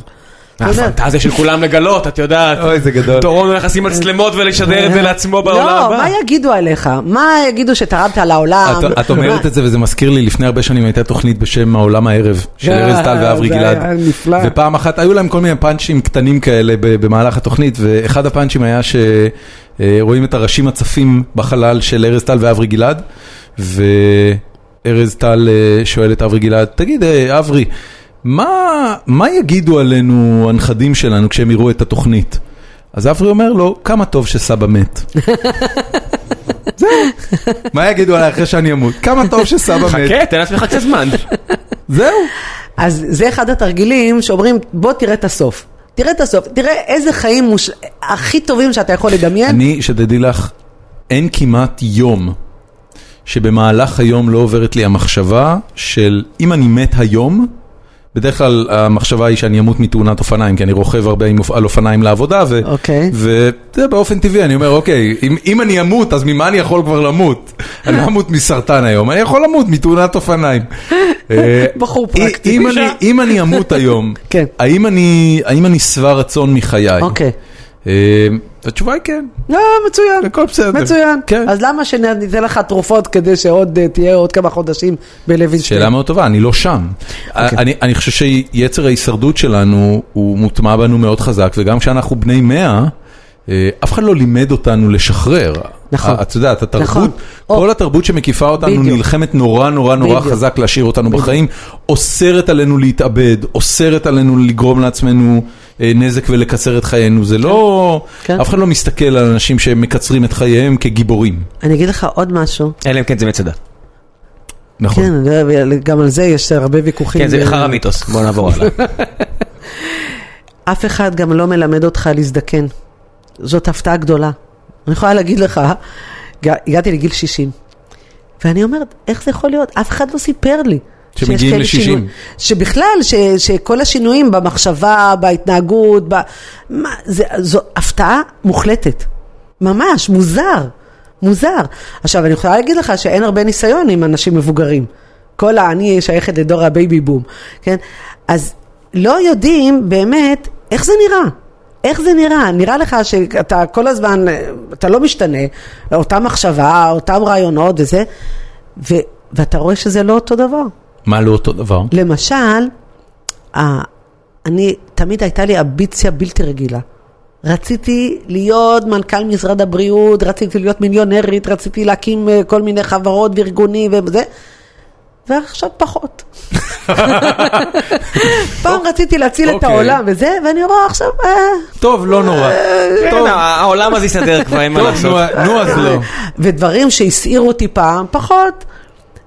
Speaker 1: אה,
Speaker 3: זאת אומרת,
Speaker 2: הפנטזיה של כולם לגלות, את יודעת.
Speaker 1: אוי, זה גדול. אה.
Speaker 2: דורון הולך לשים מצלמות ולשדר את זה לעצמו בעולם
Speaker 3: לא,
Speaker 2: הבא.
Speaker 3: מה יגידו עליך? מה יגידו שתרמת לעולם?
Speaker 1: את- את אומרת את זה וזה מזכיר לי, לפני הרבה שנים הייתה תוכנית בשם העולם הערב, של
Speaker 3: אה,
Speaker 1: ארז טל ואברי
Speaker 3: זה
Speaker 1: גלעד.
Speaker 3: היה נפלא.
Speaker 1: ופעם אחת, היו להם כל מיני פאנצ'ים קטנים כאלה ב- במהלך התוכנית, ואחד הפאנצ'ים היה שרואים את הראשים הצפים בחלל של ארז טל ואברי גלעד, וארז טל אה, שואל את אברי גלעד, תגיד, אה, אברי, מה, מה יגידו עלינו הנכדים שלנו כשהם יראו את התוכנית? אז אברי אומר לו, כמה טוב שסבא מת. מה יגידו עליי אחרי שאני אמות? כמה טוב שסבא מת.
Speaker 2: חכה, תן לעצמך קצת זמן.
Speaker 1: זהו.
Speaker 3: אז זה אחד התרגילים שאומרים, בוא תראה את הסוף. תראה את הסוף, תראה איזה חיים מוש... הכי טובים שאתה יכול לדמיין.
Speaker 1: אני, שתדעי לך, אין כמעט יום שבמהלך היום לא עוברת לי המחשבה של אם אני מת היום, בדרך כלל המחשבה היא שאני אמות מתאונת אופניים, כי אני רוכב הרבה עם, אופ- על אופניים לעבודה, ו...
Speaker 3: אוקיי.
Speaker 1: וזה באופן טבעי, אני אומר, אוקיי, אם, אם אני אמות, אז ממה אני יכול כבר למות? אני לא אמות מסרטן היום, אני יכול למות מתאונת אופניים. אה,
Speaker 3: בחור
Speaker 1: אם-
Speaker 3: פרקטי.
Speaker 1: אם אני- אם אני אמות היום,
Speaker 3: כן.
Speaker 1: האם אני האם אני שבע רצון מחיי?
Speaker 3: אוקיי.
Speaker 1: Uh, אה, התשובה היא כן,
Speaker 3: לא, מצוין.
Speaker 1: הכל בסדר.
Speaker 3: מצוין.
Speaker 1: כן.
Speaker 3: אז למה שניתן לך תרופות כדי שעוד אה, תהיה עוד כמה חודשים בלוינשטיין?
Speaker 1: שאלה מאוד טובה, אני לא שם.
Speaker 3: אה,
Speaker 1: אני,
Speaker 3: כן.
Speaker 1: אני חושב שיצר ההישרדות שלנו הוא מוטמע בנו מאוד חזק, וגם כשאנחנו בני 100, אה, אף אחד לא לימד אותנו לשחרר.
Speaker 3: נכון.
Speaker 1: אה, את יודעת, התרבות,
Speaker 3: נכון.
Speaker 1: כל התרבות שמקיפה אותנו
Speaker 3: בדיוק.
Speaker 1: נלחמת נורא נורא נורא
Speaker 3: בדיוק.
Speaker 1: חזק להשאיר אותנו בחיים, אוסרת עלינו להתאבד, אוסרת עלינו לגרום לעצמנו אה, נזק ולקצר את חיינו. זה לא,
Speaker 3: כן.
Speaker 1: אף אחד לא מסתכל על אנשים שמקצרים את חייהם כגיבורים.
Speaker 3: אני אגיד לך עוד משהו.
Speaker 2: אלא אם כן זה מצדה.
Speaker 1: נכון.
Speaker 3: כן, אני יודע, גם על זה יש הרבה ויכוחים.
Speaker 2: כן, זה
Speaker 3: אה,
Speaker 2: חרא מיתוס, בוא נעבור הלאה.
Speaker 3: אף אחד גם לא מלמד אותך להזדקן. זאת הפתעה גדולה. אני יכולה להגיד לך, ג- הגעתי לגיל 60, ואני אומרת, איך זה יכול להיות? אף אחד לא סיפר לי. שיש
Speaker 1: שמגיעים
Speaker 3: כאלה
Speaker 1: ל-60.
Speaker 3: שינוי- שבכלל, ש, שכל השינויים במחשבה, בהתנהגות, ב... מה, זה, זו הפתעה מוחלטת. ממש, מוזר. מוזר. עכשיו, אני יכולה להגיד לך שאין הרבה ניסיון עם אנשים מבוגרים. כל ה... אני שייכת לדור הבייבי בום, כן? אז לא יודעים באמת איך זה נראה. איך זה נראה? נראה לך שאתה כל הזמן, אה, אתה לא משתנה, אותה מחשבה, אותם רעיונות וזה, ו, ואתה רואה שזה לא אותו דבר.
Speaker 1: מה לא אותו דבר?
Speaker 3: למשל, ה- אני, תמיד הייתה לי אמביציה בלתי רגילה. רציתי להיות מנכ"ל משרד הבריאות, רציתי להיות מיליונרית, רציתי להקים אה, כל מיני חברות וארגונים וזה, ועכשיו פחות. פעם רציתי להציל את
Speaker 1: אוקיי.
Speaker 3: העולם וזה, ואני רואה עכשיו, אה,
Speaker 1: טוב, לא נורא.
Speaker 2: כן,
Speaker 1: טוב.
Speaker 2: העולם הזה יסתדר כבר, אין מה
Speaker 1: טוב,
Speaker 2: לעשות.
Speaker 1: נו, נו אז לא.
Speaker 3: ודברים שהסעירו אותי פעם, פחות.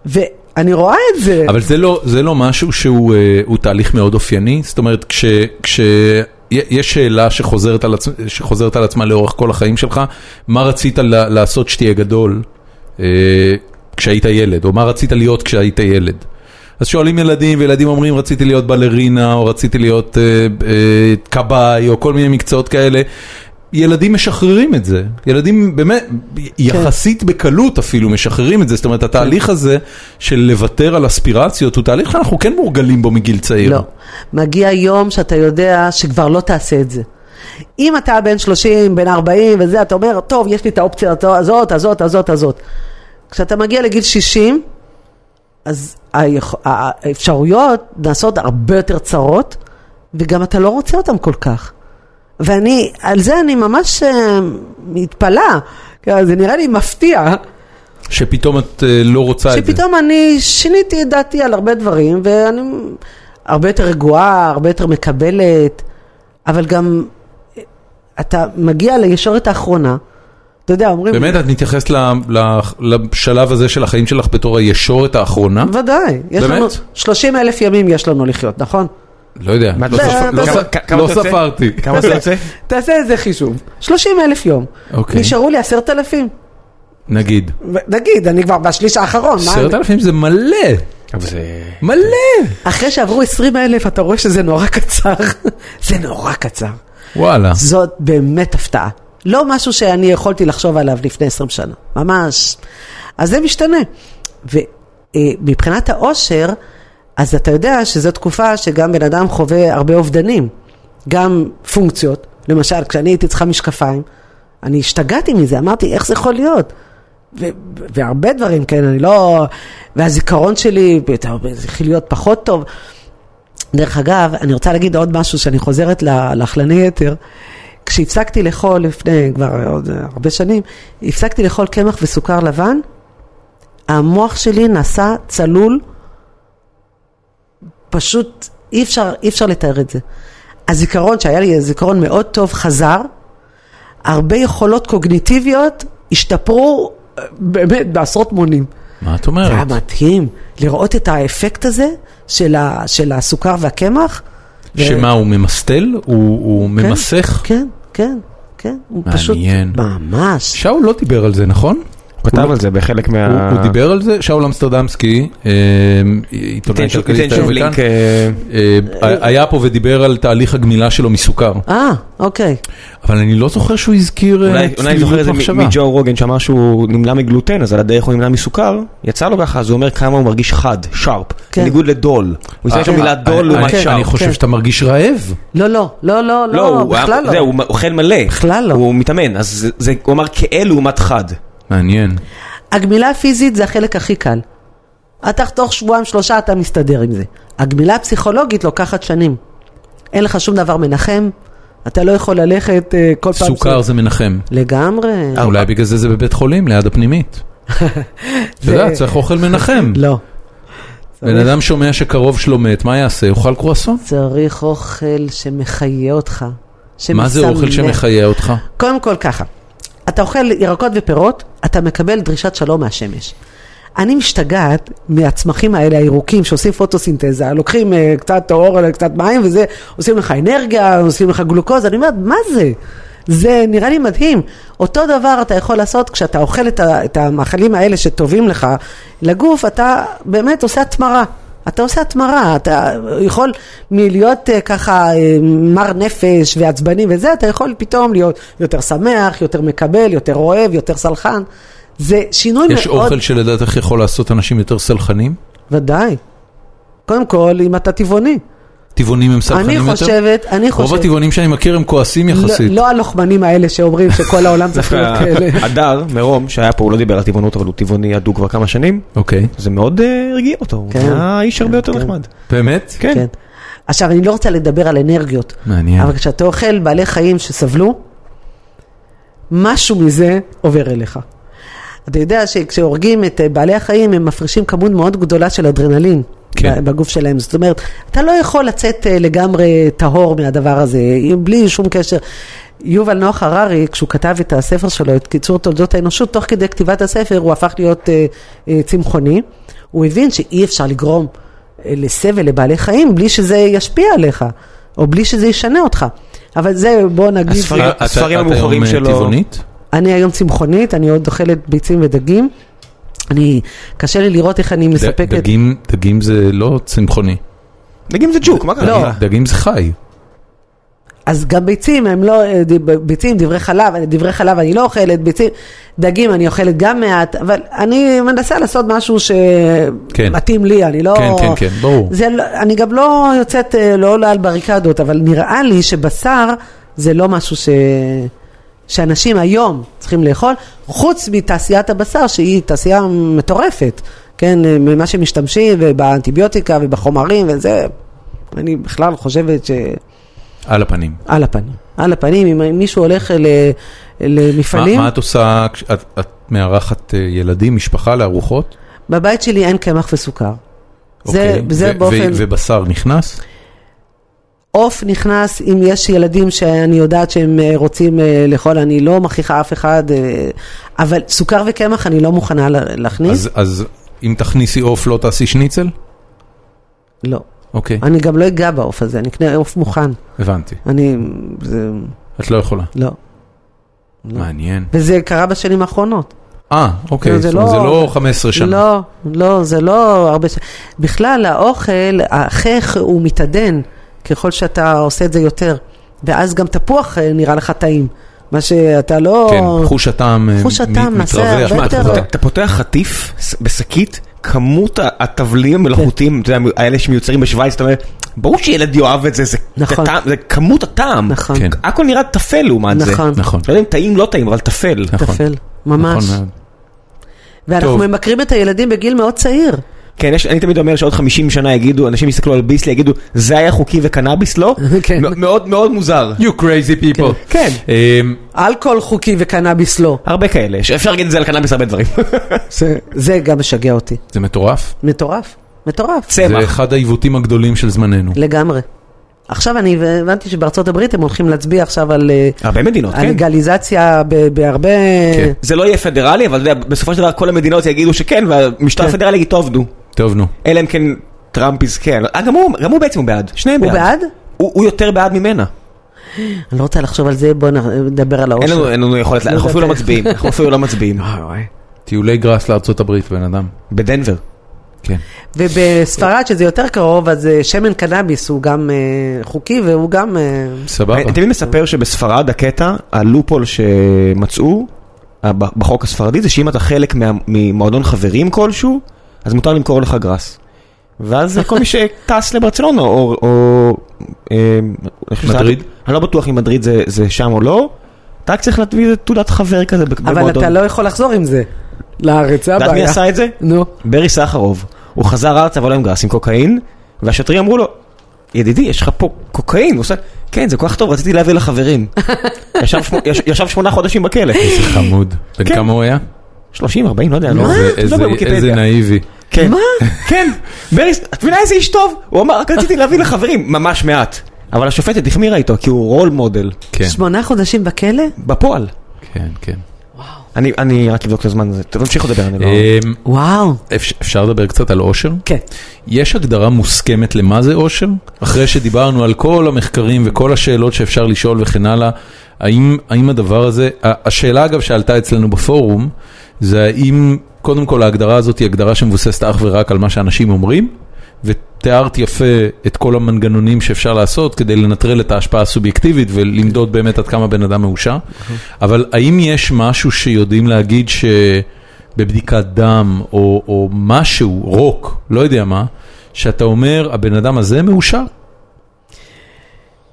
Speaker 3: ואני רואה את זה.
Speaker 1: אבל זה לא, זה לא משהו שהוא אה, הוא תהליך מאוד אופייני, זאת אומרת, כש... כש... י- יש שאלה שחוזרת על, עצ... שחוזרת על עצמה לאורך כל החיים שלך, מה רצית ל- לעשות שתהיה גדול אה, כשהיית ילד, או מה רצית להיות כשהיית ילד. אז שואלים ילדים, וילדים אומרים, רציתי להיות בלרינה, או רציתי להיות אה, אה, כבאי, או כל מיני מקצועות כאלה. ילדים משחררים את זה, ילדים באמת, יחסית בקלות אפילו משחררים את זה, זאת אומרת התהליך הזה של לוותר על אספירציות הוא תהליך שאנחנו כן מורגלים בו מגיל צעיר.
Speaker 3: לא. מגיע יום שאתה יודע שכבר לא תעשה את זה. אם אתה בן 30, בן 40 וזה, אתה אומר, טוב, יש לי את האופציה הזו- הזאת, הזאת, הזאת, הזאת. כשאתה מגיע לגיל 60, אז היכ- ה- האפשרויות נעשות הרבה יותר צרות, וגם אתה לא רוצה אותן כל כך. ואני, על זה אני ממש אה, מתפלאה. כן, זה נראה לי מפתיע.
Speaker 1: שפתאום את אה, לא רוצה את זה.
Speaker 3: שפתאום אני שיניתי את דעתי על הרבה דברים, ואני הרבה יותר רגועה, הרבה יותר מקבלת, אבל גם אה, אתה מגיע לישורת האחרונה, אתה יודע, אומרים...
Speaker 1: באמת את מתייחסת ל- ל- לשלב הזה של החיים שלך בתור הישורת האחרונה?
Speaker 3: ודאי, יש
Speaker 1: באמת?
Speaker 3: לנו 30 אלף ימים יש לנו לחיות, נכון?
Speaker 1: לא יודע,
Speaker 2: מה,
Speaker 1: לא
Speaker 2: זה-
Speaker 1: ספ-
Speaker 3: זה-
Speaker 1: לא
Speaker 3: זה-
Speaker 1: ס-
Speaker 2: כמה- כמה
Speaker 1: לא
Speaker 2: זה יוצא?
Speaker 1: ספרתי.
Speaker 2: כמה זה יוצא?
Speaker 3: תעשה איזה חישוב, 30 אלף יום,
Speaker 1: אוקיי.
Speaker 3: נשארו לי 10,000,
Speaker 1: נגיד.
Speaker 3: ו- נגיד, אני כבר בשליש האחרון, מה אני-
Speaker 1: 10,000 זה מלא,
Speaker 2: אבל זה...
Speaker 1: מלא.
Speaker 3: אחרי שעברו 20 אלף אתה רואה שזה נורא קצר, זה נורא קצר.
Speaker 1: וואלה.
Speaker 3: זאת באמת הפתעה. לא משהו שאני יכולתי לחשוב עליו לפני 20 שנה, ממש. אז זה משתנה. ומבחינת העושר, אז אתה יודע שזו תקופה שגם בן אדם חווה הרבה אובדנים. גם פונקציות, למשל, כשאני הייתי צריכה משקפיים, אני השתגעתי מזה, אמרתי, איך זה יכול להיות? ו- והרבה דברים, כן, אני לא... והזיכרון שלי, אתה אומר, זה יכול להיות פחות טוב. דרך אגב, אני רוצה להגיד עוד משהו שאני חוזרת ל- לאכלני יתר. כשהפסקתי לאכול לפני כבר עוד אה, הרבה שנים, הפסקתי לאכול קמח וסוכר לבן, המוח שלי נעשה צלול, פשוט אי אפשר, אי אפשר לתאר את זה. הזיכרון שהיה לי, זיכרון מאוד טוב, חזר, הרבה יכולות קוגניטיביות השתפרו אה, באמת בעשרות מונים.
Speaker 1: מה את
Speaker 3: זה היה
Speaker 1: אומרת?
Speaker 3: מדהים לראות את האפקט הזה של, ה, של הסוכר והקמח. ו-
Speaker 1: שמה, הוא ממסטל? הוא הוא
Speaker 3: כן,
Speaker 1: ממסך?
Speaker 3: כן, כן, כן. הוא פשוט...
Speaker 1: מעניין.
Speaker 3: ממש.
Speaker 1: שאול לא דיבר על זה, נכון?
Speaker 2: הוא כתב
Speaker 1: הוא-
Speaker 2: על זה בחלק
Speaker 1: הוא-
Speaker 2: מה...
Speaker 1: הוא דיבר על זה, שאול אמסטרדמסקי, אה, עיתונאי
Speaker 2: ניתן שוב-
Speaker 1: כלכלי
Speaker 2: ניתן שוב
Speaker 1: כאן,
Speaker 2: לינק. אה,
Speaker 1: אה, היה פה ודיבר על תהליך הגמילה שלו מסוכר,
Speaker 3: אה, אוקיי.
Speaker 1: אבל אני לא זוכר שהוא הזכיר אה,
Speaker 2: אולי אולי אני זוכר את זה מ-
Speaker 1: מחשבה.
Speaker 2: מג'ו רוגן שאמר שהוא נמנע מגלוטן, אז על הדרך הוא נמנע מסוכר, יצא לו ככה, אז הוא אומר כמה הוא מרגיש חד, שרפ,
Speaker 3: כן.
Speaker 2: בניגוד לדול. הוא
Speaker 1: אה,
Speaker 2: יצא שם
Speaker 1: אה,
Speaker 2: מילה
Speaker 1: אה,
Speaker 2: דול
Speaker 1: אה,
Speaker 2: לעומת
Speaker 1: כן,
Speaker 2: שרפ.
Speaker 1: אני חושב
Speaker 3: כן.
Speaker 1: שאתה מרגיש רעב.
Speaker 3: לא, לא, לא, לא, לא,
Speaker 2: הוא-
Speaker 3: בכלל
Speaker 2: זהו,
Speaker 3: לא.
Speaker 2: הוא אוכל מלא.
Speaker 3: בכלל לא.
Speaker 2: הוא מתאמן, אז זה- זה, הוא אמר כאל לעומת חד.
Speaker 1: מעניין.
Speaker 3: הגמילה הפיזית זה החלק הכי קל. אתה תוך שבועיים שלושה אתה מסתדר עם זה. הגמילה הפסיכולוגית לוקחת שנים. אין לך שום דבר מנחם, אתה לא יכול ללכת אה, כל פעם...
Speaker 1: סוכר זה אה. מנחם.
Speaker 3: לגמרי.
Speaker 1: אולי בגלל זה זה בבית חולים, ליד הפנימית. אתה יודע,
Speaker 3: זה-
Speaker 1: צריך אוכל מנחם.
Speaker 3: לא.
Speaker 1: בן אדם שומע שקרוב שלו מת, מה יעשה? יאכל קרואסון?
Speaker 3: צריך אוכל שמחיה אותך.
Speaker 1: מה זה אוכל
Speaker 3: שמשמח.
Speaker 1: שמחיה אותך?
Speaker 3: קודם כל ככה, אתה אוכל ירקות ופירות, אתה מקבל דרישת שלום מהשמש. אני משתגעת מהצמחים האלה הירוקים שעושים פוטוסינתזה, לוקחים אה, קצת אור, קצת מים וזה, עושים לך אנרגיה, עושים לך גלוקוז, אני אומרת, מה זה? זה נראה לי מדהים. אותו דבר אתה יכול לעשות כשאתה אוכל את, ה- את המאכלים האלה שטובים לך לגוף, אתה באמת עושה התמרה. אתה עושה התמרה, אתה יכול מלהיות אה, ככה אה, מר נפש ועצבני וזה, אתה יכול פתאום להיות יותר שמח, יותר מקבל, יותר אוהב, יותר סלחן. זה שינוי
Speaker 1: יש
Speaker 3: מאוד...
Speaker 1: אוכל שלדעתך יכול לעשות אנשים יותר סלחנים?
Speaker 3: ודאי. קודם כל, אם אתה טבעוני.
Speaker 1: טבעונים הם סלחנים
Speaker 3: אני
Speaker 1: יותר?
Speaker 3: חושבת, אני
Speaker 1: רוב
Speaker 3: חושבת...
Speaker 1: הטבעונים שאני מכיר הם כועסים יחסית.
Speaker 3: לא, לא הלוחמנים האלה שאומרים שכל העולם צריך להיות
Speaker 2: דווקא
Speaker 3: כאלה.
Speaker 2: הדר מרום, שהיה פה, הוא לא דיבר על טבעונות, אבל הוא טבעוני אדוק כבר כמה שנים,
Speaker 1: אוקיי.
Speaker 2: זה מאוד אה, הרגיע אותו, הוא
Speaker 3: כן.
Speaker 2: היה איש הרבה יותר
Speaker 3: כן.
Speaker 2: נחמד.
Speaker 1: באמת?
Speaker 2: כן.
Speaker 3: כן. עכשיו, אני לא רוצה לדבר על אנרגיות,
Speaker 1: מעניין.
Speaker 3: אבל כשאתה אוכל בעלי חיים שסבלו, משהו מזה עובר אליך. אתה יודע שכשהורגים את אה, בעלי החיים, הם מפרישים כמות מאוד גדולה של אדרנלין.
Speaker 1: כן.
Speaker 3: ב- בגוף שלהם, זאת אומרת, אתה לא יכול לצאת אה, לגמרי טהור מהדבר הזה, עם- בלי שום קשר. יובל נוח הררי, כשהוא כתב את הספר שלו, את קיצור תולדות האנושות, תוך כדי כתיבת הספר הוא הפך להיות אה, אה, צמחוני. הוא הבין שאי אפשר לגרום אה, לסבל לבעלי חיים בלי שזה ישפיע עליך, או בלי שזה ישנה אותך. אבל זה, בוא נגיד...
Speaker 2: הספרים-
Speaker 1: אה, אתה-
Speaker 2: הספרים
Speaker 1: את היום,
Speaker 2: המאוחרים
Speaker 1: אה,
Speaker 2: שלו-
Speaker 1: טבעונית?
Speaker 3: אני היום צמחונית, אני עוד אוכלת ביצים ודגים. אני, קשה לי לראות איך אני
Speaker 1: ד-
Speaker 3: מספקת...
Speaker 1: דגים- דגים זה לא צמחוני.
Speaker 2: דגים זה ג'וק, מה קרה?
Speaker 3: לא.
Speaker 1: דגים- דגים זה חי.
Speaker 3: אז גם ביצים, הם לא, אה, ד- ביצים, דברי חלב, אני- דברי חלב אני לא אוכלת, ביצים, דגים אני אוכלת גם מעט, אבל אני מנסה לעשות משהו
Speaker 1: כן.
Speaker 3: שמתאים לי, אני לא...
Speaker 1: כן, כן, כן, ברור.
Speaker 3: זה, לא- אני גם לא יוצאת, אה, לא עולה על בריקדות, אבל נראה לי שבשר זה לא משהו ש... שאנשים היום צריכים לאכול, חוץ מתעשיית הבשר שהיא תעשייה מטורפת, כן, אה, ממה שמשתמשים ובאנטיביוטיקה ובחומרים וזה, אני בכלל חושבת ש...
Speaker 1: על הפנים.
Speaker 3: על הפנים. על הפנים, אם מישהו הולך ל,
Speaker 1: מה
Speaker 3: למפעלים,
Speaker 1: מה את עושה, כש- את- את מארחת אה, ילדים, משפחה לארוחות?
Speaker 3: בבית שלי אין קמח וסוכר. זה,
Speaker 1: אוקיי.
Speaker 3: זה
Speaker 1: ו-
Speaker 3: באופן,
Speaker 1: ו- ובשר נכנס?
Speaker 3: עוף נכנס, אם יש ילדים שאני יודעת שהם אה, רוצים אה, לאכול, אני לא מכריחה אף אחד, אה, אבל סוכר וקמח אני לא מוכנה לה- להכניס,
Speaker 1: אז- אז אם תכניסי עוף לא תעשי שניצל?
Speaker 3: לא.
Speaker 1: אוקיי,
Speaker 3: אני גם לא אגע בעוף הזה, אני אקנה עוף מוכן.
Speaker 1: הבנתי.
Speaker 3: אני, זה,
Speaker 1: את לא יכולה.
Speaker 3: לא.
Speaker 1: מעניין.
Speaker 3: וזה קרה בשנים האחרונות.
Speaker 1: אה, אוקיי,
Speaker 3: זה
Speaker 1: זאת אומרת, זה
Speaker 3: לא-
Speaker 1: לא 15 שנה.
Speaker 3: לא, לא, זה לא הרבה ש... בכלל, האוכל, החייך הוא מתעדן ככל שאתה עושה את זה יותר. ואז גם תפוח אה, נראה לך טעים. מה שאתה לא...
Speaker 1: כן, חוש הטעם אה,
Speaker 3: חוש
Speaker 1: מ-
Speaker 3: הטעם נעשה
Speaker 1: מתרווח.
Speaker 3: הרבה
Speaker 2: שמע,
Speaker 1: בתוך
Speaker 2: אתה
Speaker 3: יותר-
Speaker 2: פותח-
Speaker 1: הדבר.
Speaker 2: אתה
Speaker 4: אתה פותח חטיף ס- בשקית, כמות ה- הטבלים המלאכותיים, אתה יודע, האלה שמיוצרים בשוויץ, אתה אומר, ברור שילד יאהב את זה, זה
Speaker 3: נכון.
Speaker 2: זה טעם- זה כמות הטעם.
Speaker 3: נכון.
Speaker 1: כן.
Speaker 2: הכל נראה טפל לעומת זה.
Speaker 3: נכון.
Speaker 1: נכון,
Speaker 2: לא יודע אם טעים לא טעים, אבל טפל.
Speaker 1: נכון.
Speaker 3: טפל,
Speaker 1: נכון
Speaker 3: ממש.
Speaker 1: מאוד.
Speaker 3: ואנחנו
Speaker 1: טוב.
Speaker 3: ממכרים את הילדים בגיל מאוד צעיר.
Speaker 2: כן, יש, אני תמיד אומר שעוד 50 שנה יגידו, אנשים יסתכלו על ביסלי, יגידו, זה היה חוקי וקנאביס לא?
Speaker 3: כן.
Speaker 2: מ- מאוד מאוד מוזר.
Speaker 1: You crazy people.
Speaker 2: כן.
Speaker 1: אמ,
Speaker 3: אלכוהול חוקי וקנאביס לא.
Speaker 2: הרבה כאלה, שאפשר להגיד את זה על קנאביס הרבה דברים.
Speaker 3: זה- זה גם משגע אותי.
Speaker 1: זה מטורף.
Speaker 3: מטורף, מטורף.
Speaker 1: זה
Speaker 2: צמח.
Speaker 1: אחד העיוותים הגדולים של זמננו.
Speaker 3: לגמרי. עכשיו אני הבנתי שבארצות הברית הם הולכים להצביע עכשיו על... אה,
Speaker 2: הרבה מדינות,
Speaker 3: על
Speaker 2: כן.
Speaker 3: לגליזציה ב- בהרבה...
Speaker 1: כן.
Speaker 2: זה לא יהיה פדרלי, אבל אתה יודע, בסופו של דבר כל המדינות יגידו שכן, והמשטר
Speaker 3: כן.
Speaker 2: הפדרלי יגיד, טוב, נו.
Speaker 1: טוב, נו.
Speaker 2: אלא אם כן טראמפ יזכה. אה, גם הוא, גם הוא בעצם הוא בעד. שניהם
Speaker 3: הוא
Speaker 2: בעד.
Speaker 3: בעד?
Speaker 2: הוא, הוא יותר בעד ממנה.
Speaker 3: אני לא רוצה לחשוב על זה, בואו נ- נדבר על
Speaker 2: אין לנו,
Speaker 3: העושר.
Speaker 2: אין לנו יכולת, לה-
Speaker 3: לא
Speaker 2: אנחנו אפילו לא
Speaker 3: יודע.
Speaker 2: מצביעים. אנחנו אפילו לא מצביעים.
Speaker 3: וואי, וואי.
Speaker 1: טיולי גראס לארצות הברית, בן אדם.
Speaker 2: בדנבר.
Speaker 1: כן.
Speaker 3: ובספרד, שזה יותר קרוב, אז אה, שמן קנאביס הוא גם אה, חוקי והוא גם... אה,
Speaker 1: סבבה.
Speaker 2: אתם יודעים לספר שבספרד הקטע, הלופול שמצאו אה, ב- בחוק הספרדי זה שאם אתה חלק מה- ממועדון חברים כלשהו, אז מותר למכור לך גראס. ואז כל מי שטס לברצלונה, או... או אה, אני חושב שזה-
Speaker 1: מדריד?
Speaker 2: אני לא בטוח אם מדריד זה- זה שם או לא, אתה רק צריך להביא איזה תעודת חבר כזה ב- במועדון.
Speaker 3: אבל אתה לא יכול לחזור עם זה לארץ, זה
Speaker 2: את יודעת מי
Speaker 3: הבעיה.
Speaker 2: עשה את זה?
Speaker 3: נו.
Speaker 2: ברי סחרוב. הוא חזר ארצה אבל לא עם גראס, עם קוקאין, והשוטרים אמרו לו, ידידי, יש לך פה קוקאין. הוא עושה, כן, זה כל כך טוב, רציתי להביא לחברים. ישב שמו- יש- ישב שמונה חודשים בכלא.
Speaker 1: חמוד. בן
Speaker 2: כן.
Speaker 1: כמה הוא היה?
Speaker 3: אה,
Speaker 2: 30, 40, לא יודע, לא.
Speaker 1: איזה-
Speaker 2: לא
Speaker 1: איזה-
Speaker 2: בוויקיפדיה.
Speaker 1: איזה נאיבי.
Speaker 2: כן. מה? כן, ברי, את מבינה איזה איש טוב? הוא אמר, רק רציתי להביא לחברים, ממש מעט. אבל השופטת החמירה איתו, כי הוא רול מודל.
Speaker 1: כן,
Speaker 3: שמונה חודשים בכלא?
Speaker 2: בפועל.
Speaker 1: כן, כן.
Speaker 2: אני- אני רק אבדוק את הזמן הזה. טוב, תמשיכו לדבר, אני לא...
Speaker 1: אמ,
Speaker 3: וואו.
Speaker 1: אפ- אפשר לדבר קצת על אושר?
Speaker 3: כן.
Speaker 1: יש הגדרה מוסכמת למה זה אושר? אחרי שדיברנו על כל המחקרים וכל השאלות שאפשר לשאול וכן הלאה, האם, האם הדבר הזה, ה- השאלה אגב שעלתה אצלנו בפורום, זה האם, קודם כל ההגדרה הזאת היא הגדרה שמבוססת אך ורק על מה שאנשים אומרים, ותיארת יפה את כל המנגנונים שאפשר לעשות כדי לנטרל את ההשפעה הסובייקטיבית ולמדוד באמת עד כמה בן אדם מאושר, אבל האם יש משהו שיודעים להגיד ש... בבדיקת דם או, או משהו, רוק, לא יודע מה, שאתה אומר, הבן אדם הזה מאושר?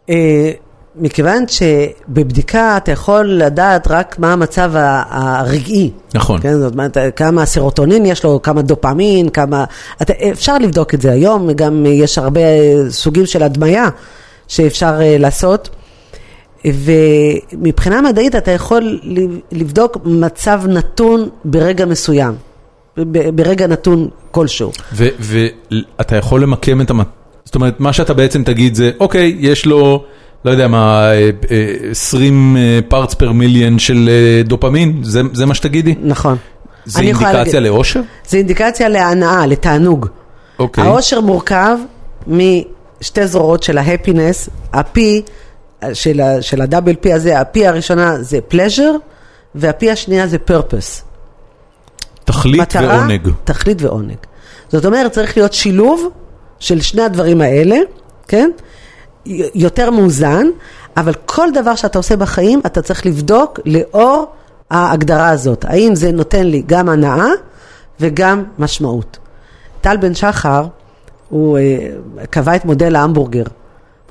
Speaker 3: אה, מכיוון שבבדיקה אתה יכול לדעת רק מה המצב ה- הרגעי.
Speaker 1: נכון.
Speaker 3: כן, זאת אומרת, כמה סרוטונין יש לו, כמה דופמין, כמה... אתה, אפשר לבדוק את זה היום, גם יש הרבה אה, סוגים של הדמיה שאפשר אה, לעשות. ומבחינה מדעית אתה יכול לב- לבדוק מצב נתון ברגע מסוים, ב- ברגע נתון כלשהו.
Speaker 1: ואתה יכול למקם את המ... זאת אומרת, מה שאתה בעצם תגיד זה, אוקיי, יש לו, לא יודע מה, אה, אה, 20 פארטס פר מיליון של אה, דופמין, זה, זה מה שתגידי?
Speaker 3: נכון.
Speaker 1: זה
Speaker 3: אני יכולה
Speaker 1: אינדיקציה
Speaker 3: להגיד-
Speaker 1: לאושר?
Speaker 3: זה אינדיקציה להנאה, לתענוג.
Speaker 1: אוקיי.
Speaker 3: העושר מורכב משתי זרועות של ההפינס, ה-P, של, ה- של הדאבל P הזה, ה-P הראשונה זה pleasure, וה-P השנייה זה purpose.
Speaker 1: תכלית ועונג.
Speaker 3: תכלית ועונג. זאת אומרת, צריך להיות שילוב של שני הדברים האלה, כן? י- יותר מאוזן, אבל כל דבר שאתה עושה בחיים, אתה צריך לבדוק לאור ההגדרה הזאת. האם זה נותן לי גם הנאה וגם משמעות. טל בן שחר, הוא אה, קבע את מודל ההמבורגר.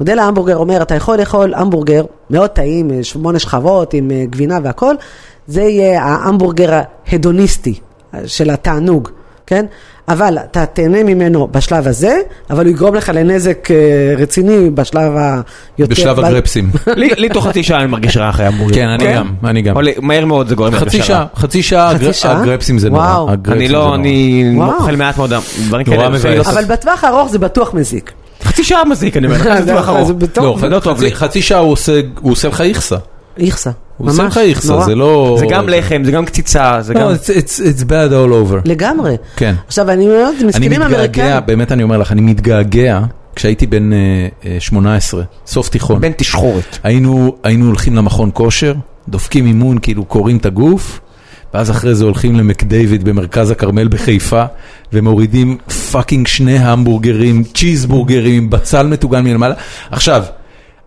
Speaker 3: מודל ההמבורגר אומר, אתה יכול לאכול המבורגר מאוד טעים, אה, שמונה שכבות עם אה, גבינה והכל, זה יהיה ההמבורגר ההדוניסטי אה, של התענוג, כן? אבל אתה תהנה ממנו בשלב הזה, אבל הוא יגרום לך לנזק אה, רציני בשלב ה... יותר-
Speaker 1: בשלב
Speaker 3: ב-
Speaker 1: הגרפסים.
Speaker 2: לי לי תוך חצי שעה אני מרגיש רע אחרי המורגר.
Speaker 1: כן, אני גם, אני גם.
Speaker 2: או ל- מהר מאוד זה גורם
Speaker 1: חצי
Speaker 2: להרגשה רע.
Speaker 1: שעה, חצי שעה,
Speaker 3: חצי
Speaker 1: הגר-
Speaker 3: שעה?
Speaker 1: הגרפסים זה נורא.
Speaker 3: וואו.
Speaker 1: הגרפסים
Speaker 2: אני
Speaker 1: זה נורא.
Speaker 2: לא, אני
Speaker 3: וואו.
Speaker 2: אוכל מעט מאוד דברים
Speaker 1: נורא
Speaker 2: כאלה. אני
Speaker 1: מבאס.
Speaker 2: לא-
Speaker 3: אבל בטווח הארוך זה בטוח מזיק.
Speaker 2: חצי שעה מזיק, אני אומר, לך, זה טווח ארוך.
Speaker 3: זה
Speaker 1: לא,
Speaker 3: בטוח,
Speaker 1: לא טוב לי. חצי שעה הוא עושה, הוא עושה לך איכסה.
Speaker 3: איכסה.
Speaker 1: הוא עושה
Speaker 3: ממש,
Speaker 1: לך איכסה,
Speaker 3: נורא.
Speaker 1: זה לא...
Speaker 2: זה גם לחם, זה גם קציצה, זה גם...
Speaker 1: לא, it's- it's it's bad all over.
Speaker 3: לגמרי.
Speaker 1: כן.
Speaker 3: עכשיו, אני מאוד,
Speaker 1: אני
Speaker 3: מסכנים
Speaker 1: מתגעגע,
Speaker 3: אמריקאים.
Speaker 1: באמת אני אומר לך, אני מתגעגע כשהייתי בן אה, אה, 18, סוף תיכון.
Speaker 2: בן תשחורת.
Speaker 1: היינו היינו הולכים למכון כושר, דופקים אימון, כאילו קוראים את הגוף, ואז אחרי זה הולכים למקדייוויד במרכז הכרמל בחיפה, ומורידים פאקינג שני המבורגרים, צ'יזבורגרים עם בצל מטוגן מלמעלה. עכשיו,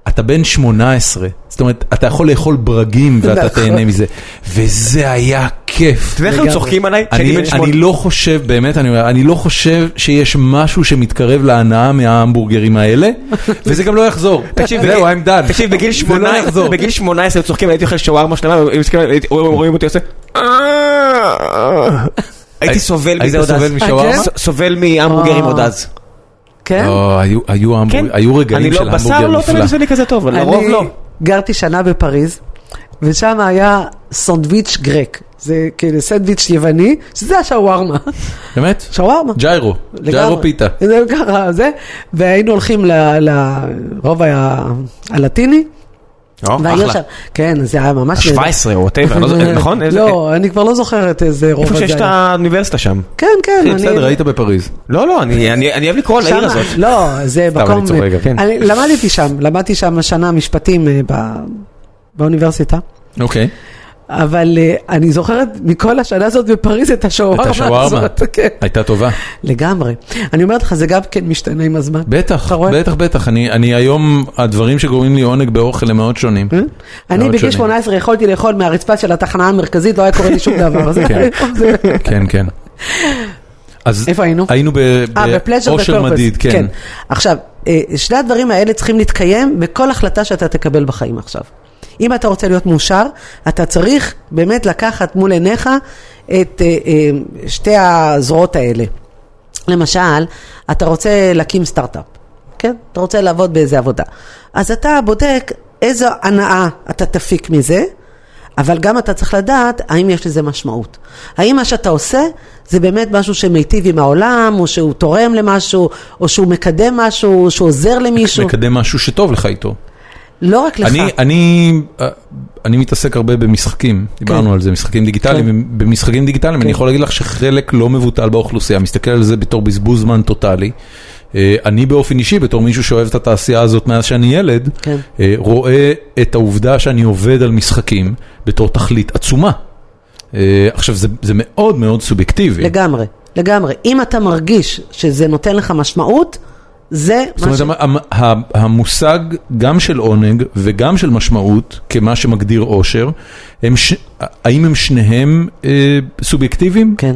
Speaker 1: אתה בן 18, זאת אומרת, אתה יכול לאכול ברגים ואתה
Speaker 3: נכון.
Speaker 1: תהנה מזה, וזה היה כיף.
Speaker 2: אתה יודע איך הם צוחקים עליי? כשאני
Speaker 1: אני,
Speaker 2: בן שמונה.
Speaker 1: אני לא חושב, באמת, אני אומר, אני לא חושב שיש משהו שמתקרב להנאה מההמבורגרים האלה, וזה גם לא יחזור.
Speaker 2: תקשיב,
Speaker 1: זהו,
Speaker 2: בגיל-
Speaker 1: I'm done.
Speaker 2: תקשיב, בגיל
Speaker 1: זה לא
Speaker 2: 18,
Speaker 1: יחזור.
Speaker 2: בגיל 18 הם צוחקים, הייתי אוכל שווארמה שלמה, והיו מסתכלים עליי, הייתי- היו רואים אותי עושה... "אה". הייתי סובל
Speaker 1: היית
Speaker 2: מזה עוד אז.
Speaker 1: סובל משווארמה?
Speaker 2: ס- סובל מהמבורגרים
Speaker 3: אה.
Speaker 2: עוד אז.
Speaker 3: כן?
Speaker 1: לא, היו- היו המבורג- היו רגעים של
Speaker 2: אני לא, בשר
Speaker 1: המבורגר
Speaker 2: לא תמיד
Speaker 1: נפלא.
Speaker 2: עושה לי כזה טוב, אבל לרוב
Speaker 3: אני
Speaker 2: לא.
Speaker 3: גרתי שנה בפריז, ושם היה סנדוויץ' גרק. זה כאילו סנדוויץ' יווני, שזה השווארמה.
Speaker 1: באמת?
Speaker 3: שווארמה.
Speaker 1: ג'יירו, ג'יירו
Speaker 3: לגמרי.
Speaker 1: פיתה.
Speaker 3: זה ככה, זה. והיינו הולכים ל- לרובע ה- הלטיני. והיו
Speaker 2: אחלה.
Speaker 3: שם- כן, זה היה ממש... נהדר.
Speaker 2: 17 או whatever, לא זוכר, נכון? איזה-
Speaker 3: לא, אני כבר לא זוכרת איזה רובע
Speaker 2: איפה
Speaker 3: זה
Speaker 2: שיש את
Speaker 3: היה.
Speaker 2: האוניברסיטה שם.
Speaker 3: כן, כן. אני-
Speaker 1: בסדר, היית בפריז.
Speaker 2: לא, לא, אני אני- אני אוהב לקרוא לעיר
Speaker 3: שמה-
Speaker 2: הזאת.
Speaker 3: לא, זה
Speaker 1: אני
Speaker 3: מקום...
Speaker 1: צוחק, אבל-
Speaker 2: כן.
Speaker 3: אני למדתי שם, למדתי שם שנה משפטים אה, ב- באוניברסיטה.
Speaker 1: אוקיי.
Speaker 3: אבל אה, אני זוכרת מכל השנה הזאת בפריז את
Speaker 1: את
Speaker 3: השווארמה
Speaker 1: השווארמה,
Speaker 3: הזאת, כן.
Speaker 1: הייתה טובה.
Speaker 3: לגמרי. אני אומרת לך, זה גם כן משתנה עם הזמן.
Speaker 1: בטח,
Speaker 3: אתה רואה?
Speaker 1: בטח, בטח. אני אני היום, הדברים שגורמים לי עונג באוכל הם מאוד שונים.
Speaker 3: אני
Speaker 1: מאוד
Speaker 3: בגיל
Speaker 1: שונים.
Speaker 3: 18 יכולתי לאכול מהרצפה של התחנה המרכזית, לא היה קורה לי שום דבר. זה-
Speaker 1: כן.
Speaker 3: זה-
Speaker 1: כן, כן. אז
Speaker 3: איפה היינו?
Speaker 1: היינו ב-
Speaker 3: אה, בפלז'ר
Speaker 1: באושר
Speaker 3: ופרפס.
Speaker 1: מדיד, כן.
Speaker 3: עכשיו, אה, שני הדברים האלה צריכים להתקיים בכל החלטה שאתה תקבל בחיים עכשיו. אם אתה רוצה להיות מאושר, אתה צריך באמת לקחת מול עיניך את אה, אה, שתי הזרועות האלה. למשל, אתה רוצה להקים סטארט-אפ, כן? אתה רוצה לעבוד באיזה עבודה. אז אתה בודק איזו הנאה אתה תפיק מזה, אבל גם אתה צריך לדעת האם יש לזה משמעות. האם מה שאתה עושה זה באמת משהו שמיטיב עם העולם, או שהוא תורם למשהו, או שהוא מקדם משהו, או שהוא עוזר למישהו.
Speaker 1: מקדם משהו שטוב לך איתו.
Speaker 3: לא רק לך.
Speaker 1: אני, אני, אה, אני מתעסק הרבה במשחקים,
Speaker 3: כן.
Speaker 1: דיברנו על זה, משחקים דיגיטליים. במשחקים דיגיטליים אני יכול להגיד לך שחלק לא מבוטל באוכלוסייה, מסתכל על זה בתור בזבוז זמן טוטאלי. אה, אני באופן אישי, בתור מישהו שאוהב את התעשייה הזאת מאז שאני ילד,
Speaker 3: כן.
Speaker 1: אה, רואה את העובדה שאני עובד על משחקים בתור תכלית עצומה. אה, עכשיו, זה, זה מאוד מאוד סובייקטיבי.
Speaker 3: לגמרי, לגמרי. אם אתה מרגיש שזה נותן לך משמעות, זה
Speaker 1: זאת
Speaker 3: מה
Speaker 1: אומרת,
Speaker 3: ש...
Speaker 1: המ- המ- המושג גם של עונג וגם של משמעות, כמה שמגדיר אושר, הם ש- האם הם שניהם אה, סובייקטיביים?
Speaker 3: כן,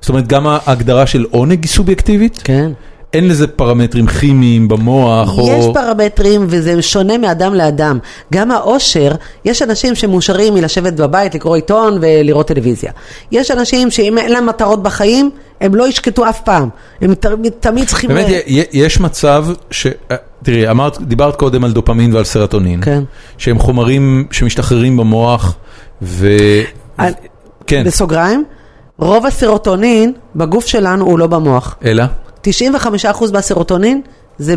Speaker 1: זאת אומרת, גם ההגדרה של עונג היא סובייקטיבית?
Speaker 3: כן.
Speaker 1: אין לזה פרמטרים כימיים במוח
Speaker 3: יש
Speaker 1: או...
Speaker 3: פרמטרים וזה שונה מאדם לאדם. גם האושר, יש אנשים שמאושרים מלשבת בבית, לקרוא עיתון ולראות טלוויזיה. יש אנשים שאם אין להם מטרות בחיים, הם לא ישקטו אף פעם. הם ת- תמיד צריכים... אה,
Speaker 1: באמת, אה,
Speaker 3: ל-
Speaker 1: י- י- יש מצב ש... אה, תראי, אמרת, דיברת קודם על דופמין ועל סרטונין.
Speaker 3: כן.
Speaker 1: שהם חומרים שמשתחררים במוח ו...
Speaker 3: על-
Speaker 1: כן,
Speaker 3: בסוגריים, רוב הסרוטונין בגוף שלנו הוא לא במוח.
Speaker 1: אלא?
Speaker 3: 95% מהסרוטונין זה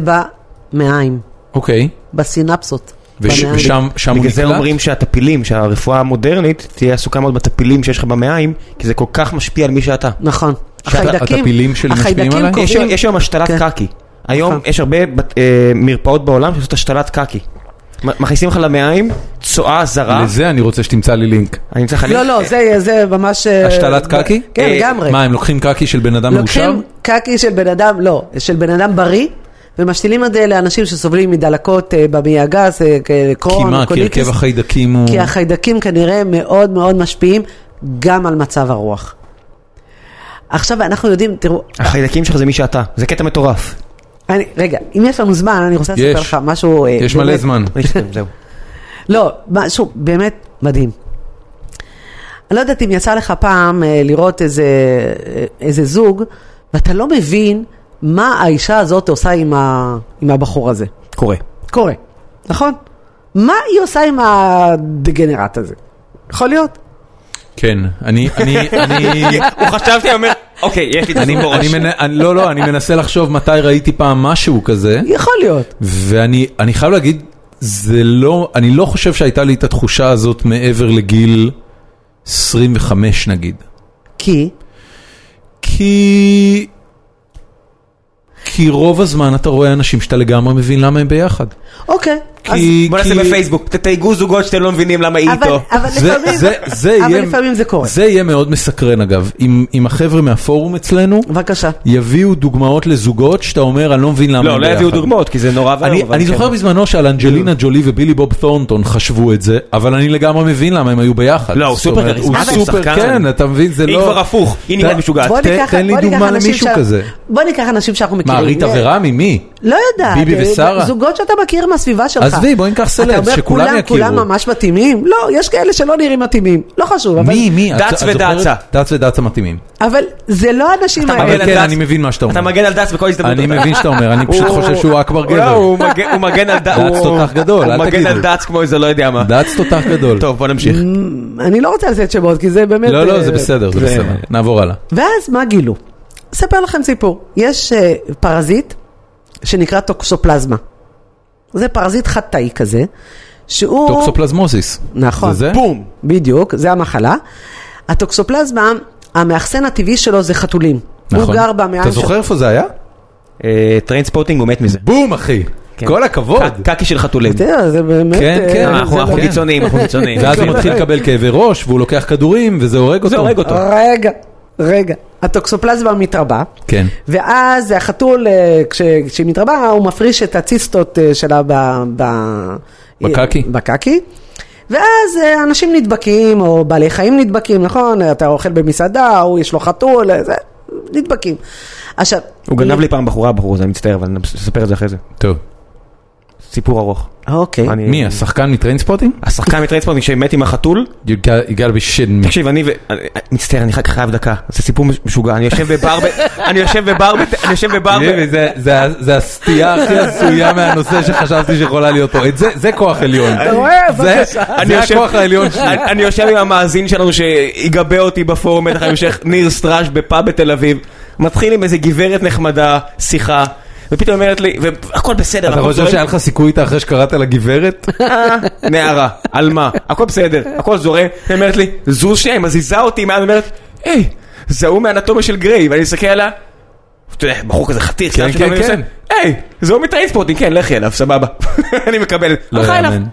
Speaker 3: במעיים,
Speaker 1: אוקיי.
Speaker 3: בסינפסות.
Speaker 1: וש-
Speaker 3: במעיים.
Speaker 1: ושם שם הוא
Speaker 4: בגלל
Speaker 1: נקלט?
Speaker 4: זה אומרים שהטפילים, שהרפואה המודרנית תהיה עסוקה מאוד בטפילים שיש לך במעיים, כי זה כל כך משפיע על מי שאתה.
Speaker 3: נכון.
Speaker 1: שאתה-
Speaker 3: החיידקים,
Speaker 1: הטפילים שלי משפיעים
Speaker 3: החיידקים
Speaker 1: עליי?
Speaker 4: יש
Speaker 3: קובעים-
Speaker 4: היום- יש היום השתלת
Speaker 3: כן.
Speaker 4: קקי. היום
Speaker 3: נכון.
Speaker 4: יש הרבה בת- אה, מרפאות בעולם שעושות השתלת קקי. מ- מכניסים לך למעיים צואה
Speaker 3: אה?
Speaker 4: זרה.
Speaker 1: לזה אני רוצה שתמצא לי לינק.
Speaker 4: אני אמצא לך
Speaker 3: לא,
Speaker 4: לינק.
Speaker 3: לא, זה- זה ממש... אה,
Speaker 1: אה, השתלת
Speaker 3: ב-
Speaker 1: קקי?
Speaker 3: כן,
Speaker 4: אה,
Speaker 3: לגמרי.
Speaker 1: מה, הם לוקחים קקי של בן אדם מאושר?
Speaker 3: לוקחים קקי של בן אדם, לא, של בן אדם בריא, ומשתילים את זה לאנשים שסובלים מדלקות אה, במעי הגס, אה, כ-
Speaker 1: כי
Speaker 3: קרוהן,
Speaker 1: מה, כי
Speaker 3: קוליטיס,
Speaker 1: הרכב החיידקים הוא...
Speaker 3: כי החיידקים כנראה מאוד מאוד משפיעים גם על מצב הרוח. עכשיו אנחנו יודעים, תראו,
Speaker 4: החיידקים שלך זה מי שאתה. זה קטע מטורף.
Speaker 3: אני, רגע, אם יש לנו זמן, אני רוצה לספר
Speaker 1: יש.
Speaker 3: לך משהו... אה,
Speaker 1: יש מלא
Speaker 3: באמת-
Speaker 1: זמן.
Speaker 4: אני אשתתף, זהו.
Speaker 3: לא, משהו באמת מדהים. אני לא יודעת אם יצא לך פעם אה, לראות איזה, אה, איזה זוג, ואתה לא מבין מה האישה הזאת עושה עם, ה, עם הבחור הזה.
Speaker 4: קורה.
Speaker 3: קורה, נכון? מה היא עושה עם הדגנרט הזה? יכול להיות.
Speaker 1: כן, אני... אני... אני...
Speaker 4: הוא חשב שאני אומר, אוקיי, יש לי את
Speaker 1: אני,
Speaker 4: זה בראש.
Speaker 1: אני, מנ... אני, לא, לא, אני מנסה לחשוב מתי ראיתי פעם משהו כזה,
Speaker 3: יכול להיות.
Speaker 1: ואני אני חייב להגיד, זה לא, אני לא חושב שהייתה לי את התחושה הזאת מעבר לגיל 25 נגיד.
Speaker 3: כי,
Speaker 1: כי... כי רוב הזמן אתה רואה אנשים שאתה לגמרי מבין למה הם ביחד.
Speaker 3: אוקיי. אז,
Speaker 1: כי-
Speaker 4: בוא נעשה
Speaker 1: כי-
Speaker 4: בפייסבוק, תתייגו זוגות שאתם לא מבינים למה היא
Speaker 3: אבל,
Speaker 4: איתו.
Speaker 3: אבל לפעמים
Speaker 1: זה, זה
Speaker 3: אבל
Speaker 1: יהיה,
Speaker 3: לפעמים זה קורה.
Speaker 1: זה יהיה מאוד מסקרן אגב, אם, אם החבר'ה מהפורום אצלנו
Speaker 3: בבקשה.
Speaker 1: יביאו דוגמאות לזוגות שאתה אומר, אני לא מבין למה
Speaker 4: לא,
Speaker 1: הם
Speaker 4: לא יביאו
Speaker 1: ביחד."
Speaker 4: דוגמאות, כי זה נורא ואיום.
Speaker 1: אני,
Speaker 4: אבל
Speaker 1: אני
Speaker 4: כן.
Speaker 1: זוכר בזמנו שעל אנג'לינה ג'ולי ובילי בוב תורנטון חשבו את זה, אבל אני לגמרי מבין למה הם היו ביחד.
Speaker 4: לא, הוא
Speaker 1: זאת
Speaker 4: סופר
Speaker 1: אומרת,
Speaker 4: כריזמטי,
Speaker 1: הוא
Speaker 4: הוא
Speaker 1: סופר,
Speaker 4: שחקן.
Speaker 1: כן, אתה מבין, זה
Speaker 4: היא
Speaker 1: לא...
Speaker 4: כבר הפוך, היא נראית
Speaker 1: ת-
Speaker 4: משוגעת.
Speaker 3: בוא
Speaker 1: תן-
Speaker 3: ניקח,
Speaker 1: תן לי
Speaker 3: בוא ניקח
Speaker 1: דוגמה
Speaker 3: אנשים
Speaker 1: למישהו
Speaker 3: שה-
Speaker 1: כזה.
Speaker 3: בוא ניקח אנשים שאנחנו מכירים.
Speaker 1: מה, ריטה ורמי, מי?
Speaker 3: לא יודעת.
Speaker 1: ביבי
Speaker 3: אה,
Speaker 1: ושרה?
Speaker 3: זוגות שאתה מכיר מהסביבה שלך.
Speaker 1: עזבי, בואי ניקח סלב,
Speaker 3: אתה אומר,
Speaker 1: שכולם
Speaker 3: כולם-
Speaker 1: יכירו.
Speaker 3: כולם ממש מתאימים? לא, יש כאלה שלא נראים מתאימים. לא חשוב, אבל-
Speaker 1: מי, מי? את-
Speaker 4: דץ
Speaker 1: את זוכרת?
Speaker 4: ודצה.
Speaker 1: דץ ודצה מתאימים.
Speaker 3: אבל זה לא האנשים
Speaker 4: אתה
Speaker 3: האלה.
Speaker 1: אבל
Speaker 4: מגן
Speaker 1: כן,
Speaker 4: על דץ.
Speaker 1: אני מבין מה שאתה אומר.
Speaker 4: אתה מגן על דס בכל הזדמנות.
Speaker 1: אני מבין שאתה אומר, אני פשוט
Speaker 4: הוא-
Speaker 1: חושב שהוא אכבר
Speaker 4: לא,
Speaker 1: גבר.
Speaker 4: הוא מגן- הוא מגן על דץ.
Speaker 1: דץ תותח גדול, אל
Speaker 4: הוא מגן
Speaker 1: תגידו.
Speaker 4: על דץ כמו איזה לא יודע מה.
Speaker 1: דץ תותח גדול.
Speaker 4: טוב, בוא נמשיך.
Speaker 3: אני לא רוצה לצאת שמות, כי זה באמת...
Speaker 1: לא, לא,
Speaker 3: אה,
Speaker 1: זה בסדר, זה
Speaker 4: זה-
Speaker 1: בסדר. נעבור הלאה.
Speaker 3: ואז מה גילו? אספר לכם סיפור. יש אה, פרזיט שנקרא טוקסופלזמה. זה פרזיט חד-תאי כזה, שהוא...
Speaker 1: טוקסופלזמוסיס.
Speaker 3: נכון.
Speaker 1: זה זה?
Speaker 4: בום.
Speaker 3: בדיוק, זה המחלה. הטוקסופלזמה, המאחסן הטבעי שלו זה חתולים.
Speaker 1: נכון.
Speaker 3: הוא גר במעיים
Speaker 1: אתה זוכר איפה זה היה?
Speaker 4: טריינספוטינג אה, הוא מת מזה.
Speaker 1: בום, אחי.
Speaker 2: כן.
Speaker 1: כל הכבוד.
Speaker 2: ק- קקי של חתולים.
Speaker 3: תראה, זה באמת...
Speaker 1: כן,
Speaker 3: אה,
Speaker 1: כן,
Speaker 2: אה,
Speaker 3: זה
Speaker 2: אנחנו אנחנו
Speaker 1: כן.
Speaker 2: קיצוניים, אנחנו קיצוניים.
Speaker 1: ואז
Speaker 3: כן.
Speaker 1: הוא מתחיל לקבל כאבי ראש, והוא לוקח כדורים, וזה הורג אותו.
Speaker 2: זה הורג אותו.
Speaker 3: רגע, רגע. הטוקסופלזמה מתרבה,
Speaker 1: כן.
Speaker 3: ואז החתול, אה, כש- כשהיא מתרבה, הוא מפריש את הציסטות אה, שלה ב... ב...
Speaker 1: בקקי.
Speaker 3: בקקי. ואז אה, אנשים נדבקים, או בעלי חיים נדבקים, נכון? אתה אוכל במסעדה, הוא יש לו חתול, אה, זה, נדבקים. עכשיו...
Speaker 4: הוא גנב לי פעם בחורה, הבחור הזה, אני מצטער, אבל אני אספר את זה אחרי זה.
Speaker 1: טוב.
Speaker 4: סיפור ארוך.
Speaker 3: אוקיי.
Speaker 4: אני-
Speaker 1: מי, השחקן מטריינספוטינג?
Speaker 4: השחקן מטריינספוטינג שמת עם החתול,
Speaker 1: You got- you gotta be shitting me.
Speaker 4: תקשיב, אני ו... אני- מצטער, אני אחר כך חייב דקה. זה סיפור מש- משוגע. אני יושב בבר... ב- אני יושב בבר... בת- אני יושב בבר... ב-
Speaker 1: תקשיבי, זה- זה- זה הסטייה הכי עשויה מהנושא שחשבתי שיכולה להיות פה. את זה- זה כוח עליון.
Speaker 3: אתה רואה?
Speaker 1: זה-
Speaker 3: בבקשה.
Speaker 1: אה, זה
Speaker 4: יושב-
Speaker 1: הכוח העליון שלי.
Speaker 4: אני- אני יושב עם המאזין שלנו שיגבה אותי בפורום בטח המשך, ניר סטראז' בפאב בתל אביב. מתחיל עם איזה גברת נחמדה, שיחה. ופתאום אומרת לי, והכל בסדר,
Speaker 1: אתה
Speaker 4: הכל
Speaker 1: חושב
Speaker 4: זורם.
Speaker 3: אוקיי.
Speaker 1: שהיה לך סיכוי איתה אחרי שקראת לה גברת?
Speaker 3: לא,
Speaker 4: נערה, על מה? הכל בסדר, הכל זורם. היא אומרת לי, זוז שנייה, היא מזיזה אותי, מה? היא אומרת, היי, זה ההוא מאנטומיה של גריי, ואני מסתכל עליה, אתה יודע, בחור כזה חתיך,
Speaker 1: כן,
Speaker 4: שאתה
Speaker 1: כן,
Speaker 4: עושה,
Speaker 1: כן.
Speaker 4: היי, זה הוא מטריינספורטינג, כן, לכי אליו, סבבה. אני מקבל,
Speaker 1: לא
Speaker 4: הלכה אליו.
Speaker 1: יאמן.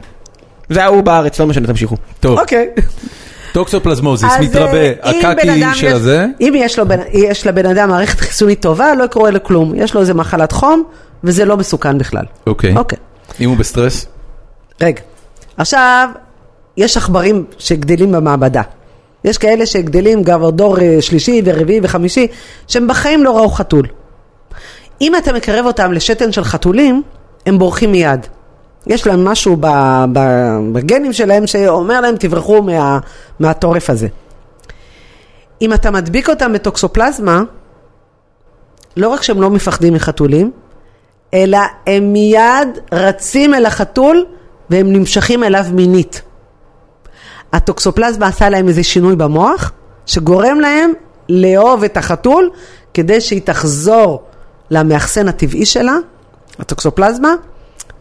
Speaker 4: זה ההוא בארץ, לא משנה, תמשיכו.
Speaker 1: טוב,
Speaker 3: אוקיי.
Speaker 1: טוקסופלזמוזיס,
Speaker 3: אז,
Speaker 1: מתרבה,
Speaker 3: אה, אם בן
Speaker 1: הקקי
Speaker 3: אדם
Speaker 1: של
Speaker 3: יש-
Speaker 1: הזה.
Speaker 3: אם יש, לו, בן- יש לבן אדם מערכת חיסונית טובה, לא קורה לו כלום. יש לו איזה מחלת חום, וזה לא מסוכן בכלל.
Speaker 1: אוקיי.
Speaker 3: אוקיי.
Speaker 1: אם הוא בסטרס?
Speaker 3: רגע. עכשיו, יש עכברים שגדלים במעבדה. יש כאלה שגדלים גם עוד דור אה, שלישי ורביעי וחמישי, שהם בחיים לא ראו חתול. אם אתה מקרב אותם לשתן של חתולים, הם בורחים מיד. יש להם משהו ב, ב, בגנים שלהם שאומר להם תברחו מה, מהטורף הזה. אם אתה מדביק אותם בטוקסופלזמה, לא רק שהם לא מפחדים מחתולים, אלא הם מיד רצים אל החתול והם נמשכים אליו מינית. הטוקסופלזמה עשה להם איזה שינוי במוח, שגורם להם לאהוב את החתול, כדי שהיא תחזור למאחסן הטבעי שלה, הטוקסופלזמה,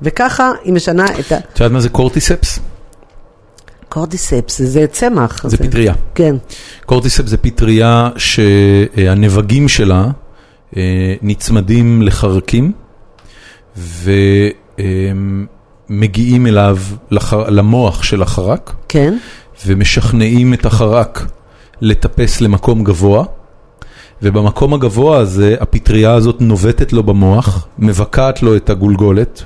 Speaker 3: וככה היא משנה את
Speaker 1: את יודעת מה זה קורטיספס?
Speaker 3: הקורדיספס, זה צמח.
Speaker 1: זה פטריה.
Speaker 3: כן.
Speaker 1: קורטיספ זה פטריה שהנבגים שלה אה, נצמדים לחרקים ומגיעים אליו, לחר- למוח של החרק,
Speaker 3: כן.
Speaker 1: ומשכנעים את החרק לטפס למקום גבוה, ובמקום הגבוה הזה הפטריה הזאת נובטת לו במוח, מבקעת לו את הגולגולת,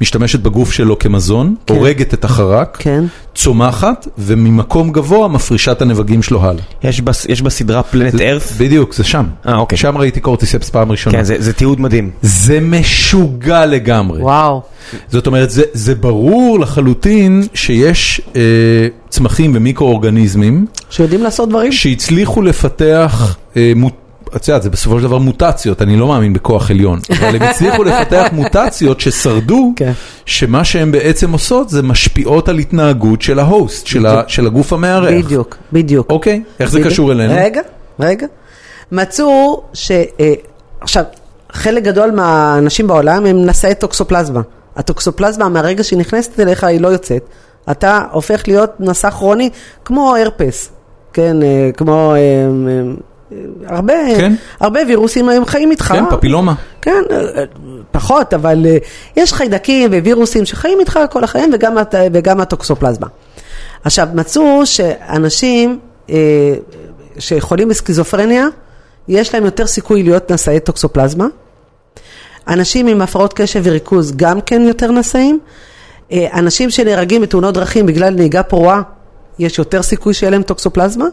Speaker 1: משתמשת בגוף שלו כמזון,
Speaker 3: כן.
Speaker 1: הורגת את החרק,
Speaker 3: כן.
Speaker 1: צומחת, וממקום גבוה מפרישה את הנבגים שלו הלאה.
Speaker 4: יש בס- יש בסדרה פלנט ארף?
Speaker 1: בדיוק, זה שם.
Speaker 4: אה, אוקיי.
Speaker 1: שם ראיתי קורטיספס פעם ראשונה.
Speaker 4: כן, זה זה תיעוד מדהים.
Speaker 1: זה משוגע לגמרי.
Speaker 3: וואו.
Speaker 1: זאת אומרת, זה, זה ברור לחלוטין שיש אה, צמחים ומיקרואורגניזמים
Speaker 3: שיודעים לעשות דברים.
Speaker 1: שהצליחו לפתח, אה, מוט... את יודעת, זה בסופו של דבר מוטציות, אני לא מאמין בכוח עליון, אבל הם הצליחו לפתח מוטציות ששרדו,
Speaker 3: כן.
Speaker 1: שמה שהן בעצם עושות זה משפיעות על התנהגות של ההוסט, של, ה... של הגוף המארח.
Speaker 3: בדיוק, בדיוק.
Speaker 1: אוקיי, איך זה
Speaker 3: בדיוק.
Speaker 1: קשור אלינו?
Speaker 3: רגע, רגע. מצאו ש... אה, עכשיו, חלק גדול מהאנשים בעולם הם נשאי טוקסופלזמה. הטוקסופלזמה, מהרגע שהיא נכנסת אליך, היא לא יוצאת. אתה הופך להיות נשא כרוני כמו הרפס, כן, אה, כמו... אה, אה, הרבה,
Speaker 1: כן.
Speaker 3: הרבה וירוסים הם חיים איתך.
Speaker 1: כן, פפילומה.
Speaker 3: כן, אה, אה, פחות, אבל אה, יש חיידקים ווירוסים שחיים איתך כל החיים וגם, הט- וגם הטוקסופלזמה. עכשיו, מצאו שאנשים אה, שחולים בסכיזופרניה, יש להם יותר סיכוי להיות נשאי טוקסופלזמה. אנשים עם הפרעות קשב וריכוז גם כן יותר נשאים. אה, אנשים שנהרגים בתאונות דרכים בגלל נהיגה פרועה, יש יותר סיכוי שיהיה להם טוקסופלזמה.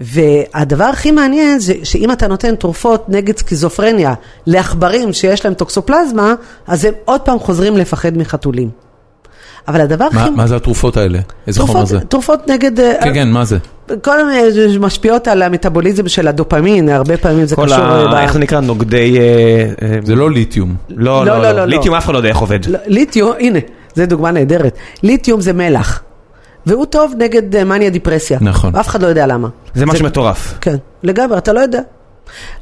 Speaker 3: והדבר הכי מעניין זה שאם אתה נותן תרופות נגד סכיזופרניה לעכברים שיש להם טוקסופלזמה, אז הם עוד פעם חוזרים לפחד מחתולים. אבל הדבר
Speaker 1: מה,
Speaker 3: הכי...
Speaker 1: מה זה התרופות האלה? איזה חומר
Speaker 3: תרופות,
Speaker 1: זה?
Speaker 3: תרופות נגד, אה,
Speaker 1: כן, כן, מה זה?
Speaker 3: כל מיני אה, משפיעות על המטאבוליזם של הדופמין, הרבה פעמים זה
Speaker 4: כל
Speaker 3: קשור. אה,
Speaker 4: ה...
Speaker 3: ב-
Speaker 4: איך זה נקרא? נוגדי... אה, אה,
Speaker 1: זה לא ליתיום.
Speaker 4: לא,
Speaker 3: לא,
Speaker 4: לא,
Speaker 3: לא, לא,
Speaker 4: לא.
Speaker 3: לא.
Speaker 4: ליתיום אף אחד לא יודע איך עובד.
Speaker 3: לא, ליתיום, הנה, זו דוגמה נהדרת. ליתיום זה מלח, והוא טוב נגד אה, מניה דיפרסיה.
Speaker 1: נכון.
Speaker 3: אף אחד לא יודע למה.
Speaker 4: זה משהו מטורף.
Speaker 3: כן, לגמרי, אתה לא יודע.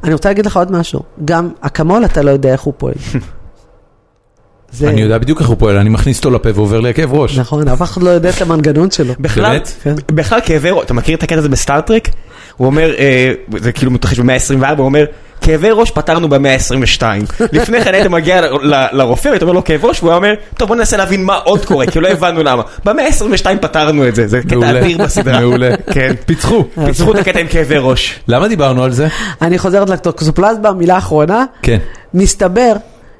Speaker 3: אני רוצה להגיד לך עוד משהו, גם אקמול אתה לא יודע איך הוא פועל. זה-
Speaker 1: אני יודע בדיוק איך הוא פועל, אני מכניס אותו לפה ועובר לי הכאב ראש.
Speaker 3: נכון, אף אחד לא יודע את המנגנון שלו.
Speaker 4: בכלל,
Speaker 1: באמת?
Speaker 4: בכלל כאבי ראש, אתה מכיר את הקטע הזה בסטארטרק? הוא אומר, אה, זה כאילו מתרחש במאה ה-24, הוא אומר, כאבי ראש פתרנו במאה ה-22. לפני כן היית מגיע ל- ל- לרופא והיית אומר לו כאב ראש, והוא היה אומר, טוב בוא ננסה להבין מה עוד קורה, כי לא הבנו למה. במאה ה-22 פתרנו את זה, זה קטע
Speaker 1: מעולה.
Speaker 4: אדיר בסדרה.
Speaker 1: מעולה. אה,
Speaker 4: כן.
Speaker 1: פיצחו.
Speaker 3: אה, אוקיי.
Speaker 4: פיצחו את הקטע עם כאבי ראש.
Speaker 1: למה דיברנו על זה?
Speaker 3: אני חוזרת לטוקסופלזמה, מילה אחרונה.
Speaker 1: כן.
Speaker 3: מסתבר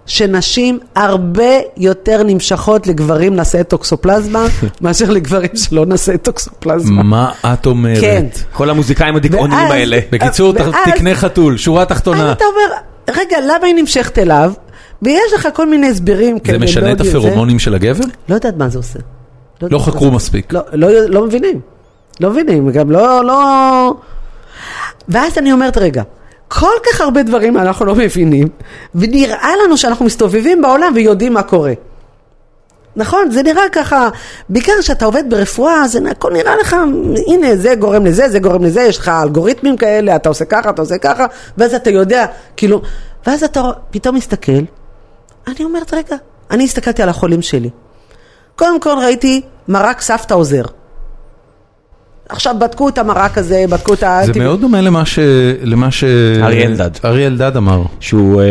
Speaker 3: שנשים הרבה יותר נמשכות לגברים נשאי טוקסופלזמה, מאשר לגברים שלא נשאי טוקסופלזמה.
Speaker 1: מה את אומרת?
Speaker 3: כן.
Speaker 4: כל המוזיקאים הדיכאונים
Speaker 3: ואז-
Speaker 4: האלה.
Speaker 1: בקיצור,
Speaker 3: ואז-
Speaker 1: תקנה חתול, שורה תחתונה.
Speaker 3: אז אתה אומר, רגע, למה היא נמשכת אליו? ויש לך כל מיני הסברים
Speaker 1: זה
Speaker 3: כאלה,
Speaker 1: משנה
Speaker 3: לא
Speaker 1: את
Speaker 3: יודעים, זה-
Speaker 1: הפרומונים של הגבר?
Speaker 3: לא יודעת מה זה עושה.
Speaker 1: לא
Speaker 3: יודעת מה
Speaker 1: חקרו
Speaker 3: זה-
Speaker 1: מספיק.
Speaker 3: לא, לא, לא מבינים. לא מבינים, גם לא, לא... ואז אני אומרת, רגע, כל כך הרבה דברים אנחנו לא מבינים, ונראה לנו שאנחנו מסתובבים בעולם ויודעים מה קורה. נכון, זה נראה ככה, בעיקר כשאתה עובד ברפואה, זה נ- הכל נראה לך, הנה זה גורם לזה, זה גורם לזה, יש לך אלגוריתמים כאלה, אתה עושה ככה, אתה עושה ככה, ואז אתה יודע, כאילו, ואז אתה פתאום מסתכל, אני אומרת, רגע, אני הסתכלתי על החולים שלי. קודם כל ראיתי מרק סבתא עוזר. עכשיו בדקו את המרק הזה, בדקו את ה...
Speaker 1: זה מאוד דומה למה ש... למה ש...
Speaker 2: אריה אלדד.
Speaker 1: אריה אלדד אמר.
Speaker 2: שהוא אה,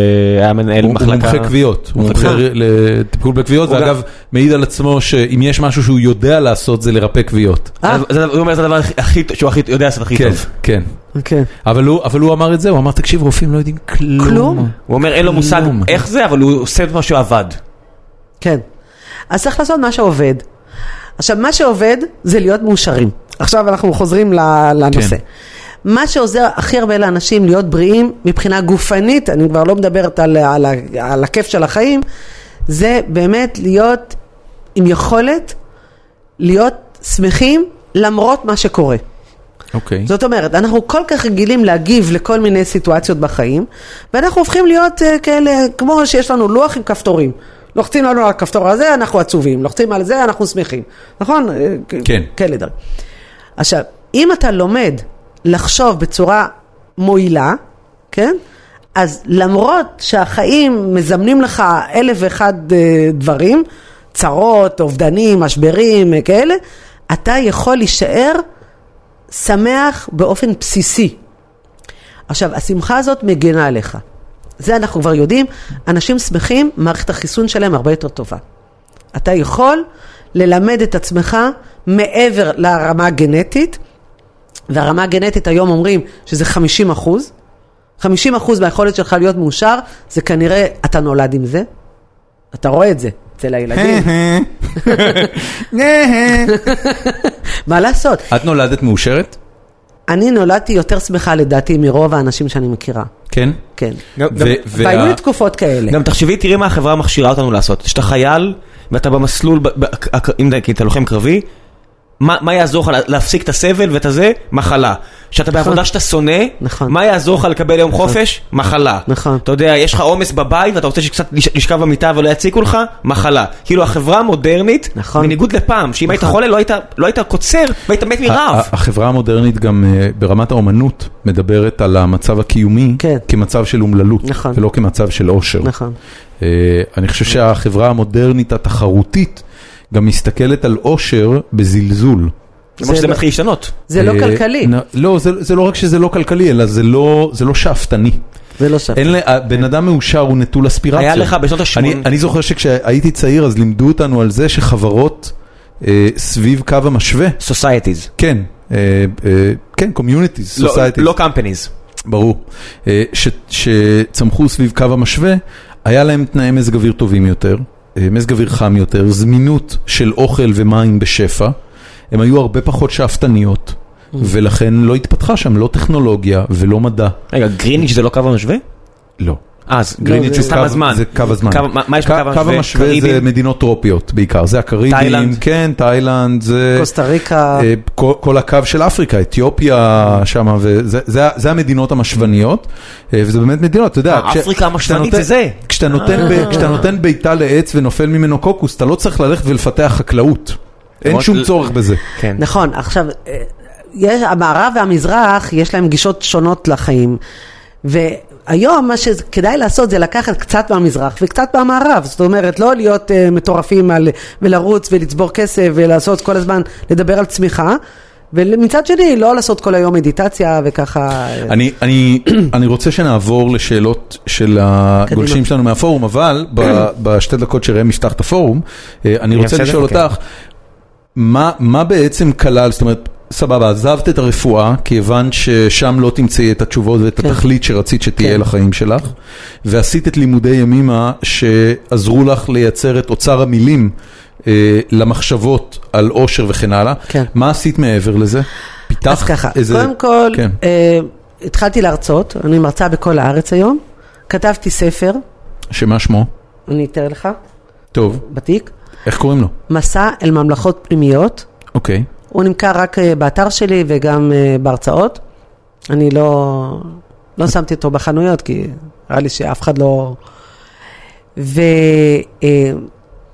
Speaker 2: היה מנהל
Speaker 1: הוא הוא
Speaker 2: מחלקה.
Speaker 1: מומחה כוויות, הוא מומחה
Speaker 2: אה.
Speaker 1: לטיפול בכוויות,
Speaker 2: הוא
Speaker 1: ואגב, מעיד על עצמו שאם יש משהו שהוא יודע לעשות זה לרפא כוויות.
Speaker 3: אה?
Speaker 2: זה- זה- הוא אומר, זה הדבר הכי- הכי, שהוא הכי, יודע לעשות הכי
Speaker 1: כן,
Speaker 2: טוב.
Speaker 1: כן.
Speaker 3: כן.
Speaker 1: אבל הוא, אבל הוא אמר את זה, הוא אמר, תקשיב, רופאים לא יודעים כלום.
Speaker 3: כלום?
Speaker 2: הוא אומר, אין לו מושג
Speaker 1: כלום.
Speaker 2: איך זה, אבל הוא עושה את מה שהוא עבד.
Speaker 3: כן. אז צריך לעשות מה שעובד. עכשיו, מה שעובד זה להיות מאושרים. עכשיו אנחנו חוזרים ל- לנושא.
Speaker 1: כן.
Speaker 3: מה שעוזר הכי הרבה לאנשים להיות בריאים מבחינה גופנית, אני כבר לא מדברת על, על, ה- על הכיף של החיים, זה באמת להיות עם יכולת להיות שמחים למרות מה שקורה.
Speaker 1: אוקיי.
Speaker 3: זאת אומרת, אנחנו כל כך רגילים להגיב לכל מיני סיטואציות בחיים, ואנחנו הופכים להיות uh, כאלה, כמו שיש לנו לוח עם כפתורים. לוחצים לנו על הכפתור הזה, אנחנו עצובים, לוחצים על זה, אנחנו שמחים. נכון? אה, כ-
Speaker 1: כן.
Speaker 3: כאלה דברים. עכשיו, אם אתה לומד לחשוב בצורה מועילה, כן? אז למרות שהחיים מזמנים לך אלף ואחד אה, דברים, צרות, אובדנים, משברים, אה, כאלה, אתה יכול להישאר שמח באופן בסיסי. עכשיו, השמחה הזאת מגנה עליך. זה אנחנו כבר יודעים. אנשים שמחים, מערכת החיסון שלהם הרבה יותר טובה. אתה יכול ללמד את עצמך מעבר לרמה הגנטית, והרמה הגנטית היום אומרים שזה 50 אחוז. 50 אחוז מהיכולת שלך להיות מאושר, זה כנראה, אתה נולד עם זה. אתה רואה את זה אצל הילדים. מה לעשות?
Speaker 1: את נולדת מאושרת?
Speaker 3: אני נולדתי יותר שמחה לדעתי מרוב האנשים שאני מכירה,
Speaker 1: כן.
Speaker 3: כן.
Speaker 4: גם- גם-
Speaker 1: ו- וה-
Speaker 3: והיו לי תקופות כאלה.
Speaker 4: גם תחשבי, תראי מה החברה מכשירה אותנו לעשות. שאתה חייל, ואתה במסלול, ב- ב- הק- אם זה- כי אתה לוחם קרבי, מה מה יעזור לך לה- להפסיק את הסבל ואת הזה? מחלה. שאתה בעבודה שאתה שונא,
Speaker 3: נכון.
Speaker 4: מה יעזור לך לקבל יום חופש? מחלה.
Speaker 3: נכון.
Speaker 4: אתה יודע, יש לך עומס בבית ואתה רוצה שקצת לש- לשכב במיטה ולא יציקו לך? מחלה. כאילו החברה המודרנית,
Speaker 3: נכון.
Speaker 4: בניגוד לפעם, שאם היית חולה לא היית- לא היית קוצר והיית מת
Speaker 1: ה- ה-
Speaker 4: מרעב.
Speaker 1: החברה המודרנית גם אה, ברמת האומנות מדברת על המצב הקיומי
Speaker 3: כן.
Speaker 1: כמצב של אומללות,
Speaker 3: נכון.
Speaker 1: ולא כמצב של עושר.
Speaker 3: נכון.
Speaker 1: אה, אני חושב שהחברה המודרנית התחרותית גם מסתכלת על עושר בזלזול.
Speaker 4: למרות שזה
Speaker 3: לא-
Speaker 4: מתחיל להשתנות.
Speaker 3: זה לא
Speaker 1: אה,
Speaker 3: כלכלי,
Speaker 1: נ- לא, זה זה לא רק שזה לא כלכלי, אלא זה לא- זה לא שאפתני.
Speaker 3: זה לא שם.
Speaker 1: אין לה- הבן אדם מאושר הוא נטול אספירציה.
Speaker 4: היה לך בשנות ה-80.
Speaker 1: אני- אני זוכר שכשהייתי צעיר אז לימדו אותנו על זה שחברות אה, סביב קו המשווה,
Speaker 4: Societies.
Speaker 1: כן, אה, אה, כן, קומיוניטיז,
Speaker 4: לא-
Speaker 1: סוסייטיז,
Speaker 4: לא companies.
Speaker 1: ברור, אה, ש- שצמחו סביב קו המשווה, היה להם תנאי מזג אוויר טובים יותר, אה, מזג אוויר חם יותר, זמינות של אוכל ומים בשפע, הם היו הרבה פחות שאפתניות,
Speaker 4: Mm-hmm.
Speaker 1: ולכן לא התפתחה שם לא טכנולוגיה ולא מדע.
Speaker 4: רגע, גריניץ' זה לא קו המשווה?
Speaker 1: לא.
Speaker 4: אה, אז
Speaker 1: גריניץ'
Speaker 4: גריניץ'
Speaker 1: הוא
Speaker 4: סתם
Speaker 1: קו-
Speaker 4: הזמן.
Speaker 1: זה קו הזמן.
Speaker 4: קו- מה- מה יש
Speaker 1: קו-
Speaker 4: בקו המשווה?
Speaker 1: קו המשווה זה
Speaker 4: קריבים?
Speaker 1: מדינות טרופיות בעיקר, זה הקריבים,
Speaker 4: תאילנד?
Speaker 1: כן, תאילנד, זה...
Speaker 3: קוסטה ריקה,
Speaker 1: אה, כל, כל הקו של אפריקה, אתיופיה שם, וזה זה, זה המדינות המשווניות, אה, וזה באמת מדינות, אתה יודע.
Speaker 4: אה, אפריקה המשוונית אה. זה
Speaker 1: כשאתה
Speaker 4: זה.
Speaker 1: נותן- כשאתה נותן, ב, כשאתה נותן בעיטה לעץ ונופל ממנו קוקוס, אתה לא צריך ללכת ולפתח חקלאות. אין
Speaker 4: למרות-
Speaker 1: שום צורך בזה.
Speaker 4: כן.
Speaker 3: נכון, עכשיו, אה, יש, המערב והמזרח, יש להם גישות שונות לחיים. והיום מה שכדאי לעשות זה לקחת קצת מהמזרח וקצת מהמערב. זאת אומרת, לא להיות uh, מטורפים על, ולרוץ ולצבור כסף ולעשות כל הזמן, לדבר על צמיחה, ומצד שני, לא לעשות כל היום מדיטציה וככה...
Speaker 1: אני, אני, אני רוצה שנעבור לשאלות של הגולשים שלנו מהפורום, אבל ב, בשתי דקות שראם יפתח את הפורום, אה,
Speaker 3: כן,
Speaker 1: אני רוצה
Speaker 2: בסדר?
Speaker 1: לשאול
Speaker 2: אוקיי.
Speaker 1: אותך, מה, מה בעצם כלל, זאת אומרת, סבבה, עזבת את הרפואה, כי הבנת ששם לא תמצאי את התשובות ואת
Speaker 3: כן.
Speaker 1: התכלית שרצית שתהיה
Speaker 3: כן.
Speaker 1: לחיים שלך, ועשית את לימודי ימימה שעזרו לך לייצר את אוצר המילים. אה, למחשבות על אושר וכן הלאה,
Speaker 3: כן.
Speaker 1: מה עשית מעבר לזה? פיתחת
Speaker 3: אז ככה,
Speaker 1: איזה...
Speaker 3: קודם כל,
Speaker 1: כן.
Speaker 3: אה, התחלתי להרצות, אני מרצה בכל הארץ היום, כתבתי ספר,
Speaker 1: שמה שמו?
Speaker 3: אני אתאר לך,
Speaker 1: טוב,
Speaker 3: בתיק,
Speaker 1: איך קוראים לו?
Speaker 3: מסע אל ממלכות פנימיות,
Speaker 1: אוקיי.
Speaker 3: הוא נמכר רק אה, באתר שלי וגם אה, בהרצאות. אני לא, לא שמתי אותו בחנויות, כי נראה לי שאף אחד לא...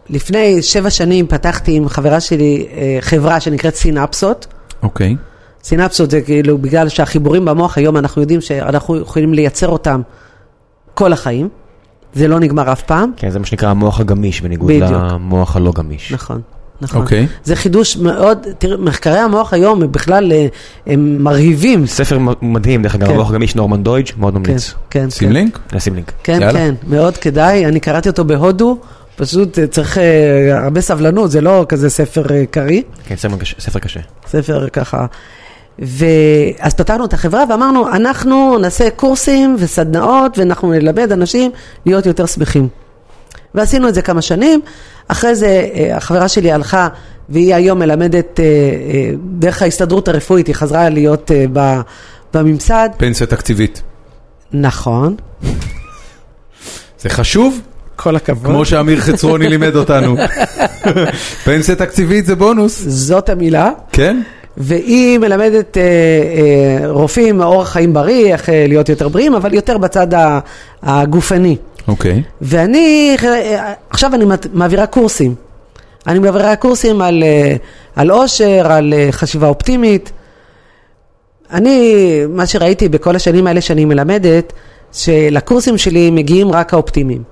Speaker 3: ולפני שבע שנים פתחתי עם חברה שלי אה, חברה שנקראת סינפסות.
Speaker 1: אוקיי.
Speaker 3: סינפסות זה כאילו בגלל שהחיבורים במוח, היום אנחנו יודעים שאנחנו יכולים לייצר אותם כל החיים. זה לא נגמר אף פעם.
Speaker 2: כן, זה מה שנקרא המוח הגמיש, בניגוד
Speaker 3: בדיוק.
Speaker 2: למוח הלא גמיש.
Speaker 3: נכון, נכון.
Speaker 1: אוקיי.
Speaker 3: זה חידוש מאוד, תראה, מחקרי המוח היום הם בכלל, אה, הם מרהיבים.
Speaker 2: ספר מ- מדהים, דרך אגב,
Speaker 3: כן.
Speaker 2: המוח הגמיש, נורמן דויג', מאוד
Speaker 3: כן,
Speaker 2: ממליץ.
Speaker 3: כן,
Speaker 1: שים
Speaker 3: כן.
Speaker 1: לינק?
Speaker 2: נשים לינק.
Speaker 3: כן,
Speaker 1: יאללה.
Speaker 3: כן, מאוד כדאי. אני קראתי אותו בהודו, פשוט אה, צריך אה, הרבה סבלנות, זה לא כזה ספר אה, קריא,
Speaker 2: כן, ספר קשה- ספר קשה.
Speaker 3: ספר ככה. ואז פתחנו את החברה ואמרנו, אנחנו נעשה קורסים וסדנאות ואנחנו נלמד אנשים להיות יותר שמחים. ועשינו את זה כמה שנים. אחרי זה אה, החברה שלי הלכה, והיא היום מלמדת אה, אה, דרך ההסתדרות הרפואית, היא חזרה להיות אה, ב- בממסד.
Speaker 1: פנסיה תקציבית.
Speaker 3: נכון.
Speaker 1: זה חשוב,
Speaker 3: כל הכבוד.
Speaker 1: כמו שאמיר חצרוני לימד אותנו. פנסיה תקציבית זה בונוס.
Speaker 3: זאת המילה.
Speaker 1: כן?
Speaker 3: והיא מלמדת אה, אה, רופאים אורח חיים בריא, איך אה, להיות יותר בריאים, אבל יותר בצד ה- הגופני.
Speaker 1: אוקיי.
Speaker 3: ואני, אה, עכשיו אני מת- מעבירה קורסים. אני מעבירה קורסים על, אה, על עושר, על אה, חשיבה אופטימית. אני, מה שראיתי בכל השנים האלה שאני מלמדת, שלקורסים שלי מגיעים רק האופטימיים.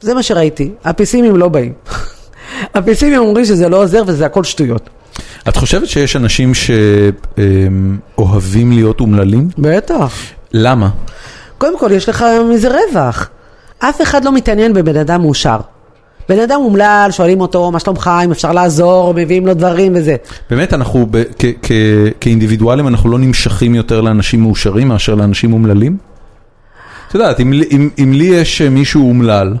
Speaker 3: זה מה שראיתי. הפסימים לא באים. הפסימים אומרים שזה לא עוזר וזה הכל שטויות.
Speaker 1: את חושבת שיש אנשים שאוהבים להיות אומללים?
Speaker 3: בטח.
Speaker 1: למה?
Speaker 3: קודם כל, יש לך מזה רווח. אף אחד לא מתעניין בבן אדם מאושר. בן אדם אומלל, שואלים אותו, מה שלומך, אם אפשר לעזור, מביאים לו דברים וזה.
Speaker 1: באמת, אנחנו ב- כ- כ- כאינדיבידואלים, אנחנו לא נמשכים יותר לאנשים מאושרים מאשר לאנשים אומללים? את יודעת, אם, לי- אם, אם לי יש אה, מישהו אומלל,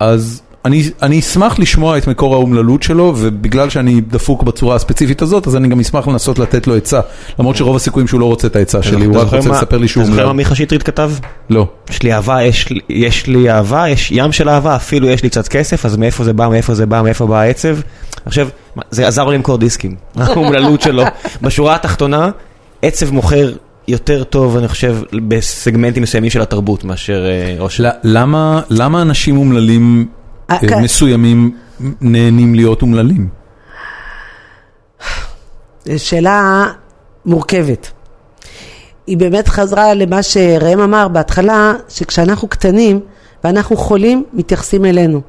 Speaker 1: אז אני, אני אשמח לשמוע את מקור האומללות שלו, ובגלל שאני דפוק בצורה הספציפית הזאת, אז אני גם אשמח לנסות לתת לו עצה. למרות שרוב הסיכויים שהוא לא רוצה את העצה שלי, הוא
Speaker 2: אתה
Speaker 1: רק
Speaker 2: זוכר
Speaker 1: רוצה
Speaker 2: מה-
Speaker 1: לספר לי שהוא
Speaker 2: אתה זוכר מה
Speaker 1: אומלל.
Speaker 2: מיכה שטרית כתב?
Speaker 1: לא.
Speaker 2: יש לי אהבה, יש לי- יש לי אהבה, יש ים של אהבה, אפילו יש לי קצת כסף, אז מאיפה זה בא, מאיפה זה בא, מאיפה בא העצב? עכשיו, מה, זה עזר לו למכור דיסקים, האומללות שלו. בשורה התחתונה, עצב מוכר יותר טוב, אני חושב, בסגמנטים מסוימים של התרבות מאשר אה, עושר.
Speaker 1: ל- למה, למה אנשים אומללים
Speaker 3: אה,
Speaker 1: אה,
Speaker 3: כן.
Speaker 1: מסוימים נהנים להיות אומללים?
Speaker 3: שאלה מורכבת. היא באמת חזרה למה שראם אמר בהתחלה, שכשאנחנו קטנים ואנחנו חולים, מתייחסים אלינו.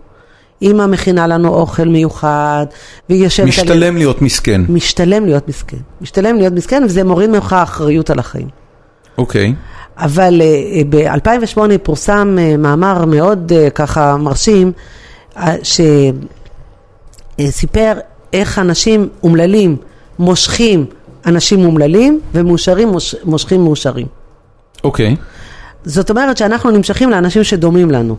Speaker 3: אמא מכינה לנו אוכל מיוחד, והיא יושבת... על...
Speaker 1: משתלם להיות מסכן.
Speaker 3: משתלם להיות מסכן. משתלם להיות מסכן, וזה מוריד ממך אחריות על החיים.
Speaker 1: אוקיי.
Speaker 3: אבל אה, ב-2008 פורסם אה, מאמר מאוד אה, ככה מרשים, אה, שסיפר איך אנשים אומללים מושכים אנשים אומללים, ומאושרים מוש- מושכים מאושרים.
Speaker 1: אוקיי.
Speaker 3: זאת אומרת שאנחנו נמשכים לאנשים שדומים לנו.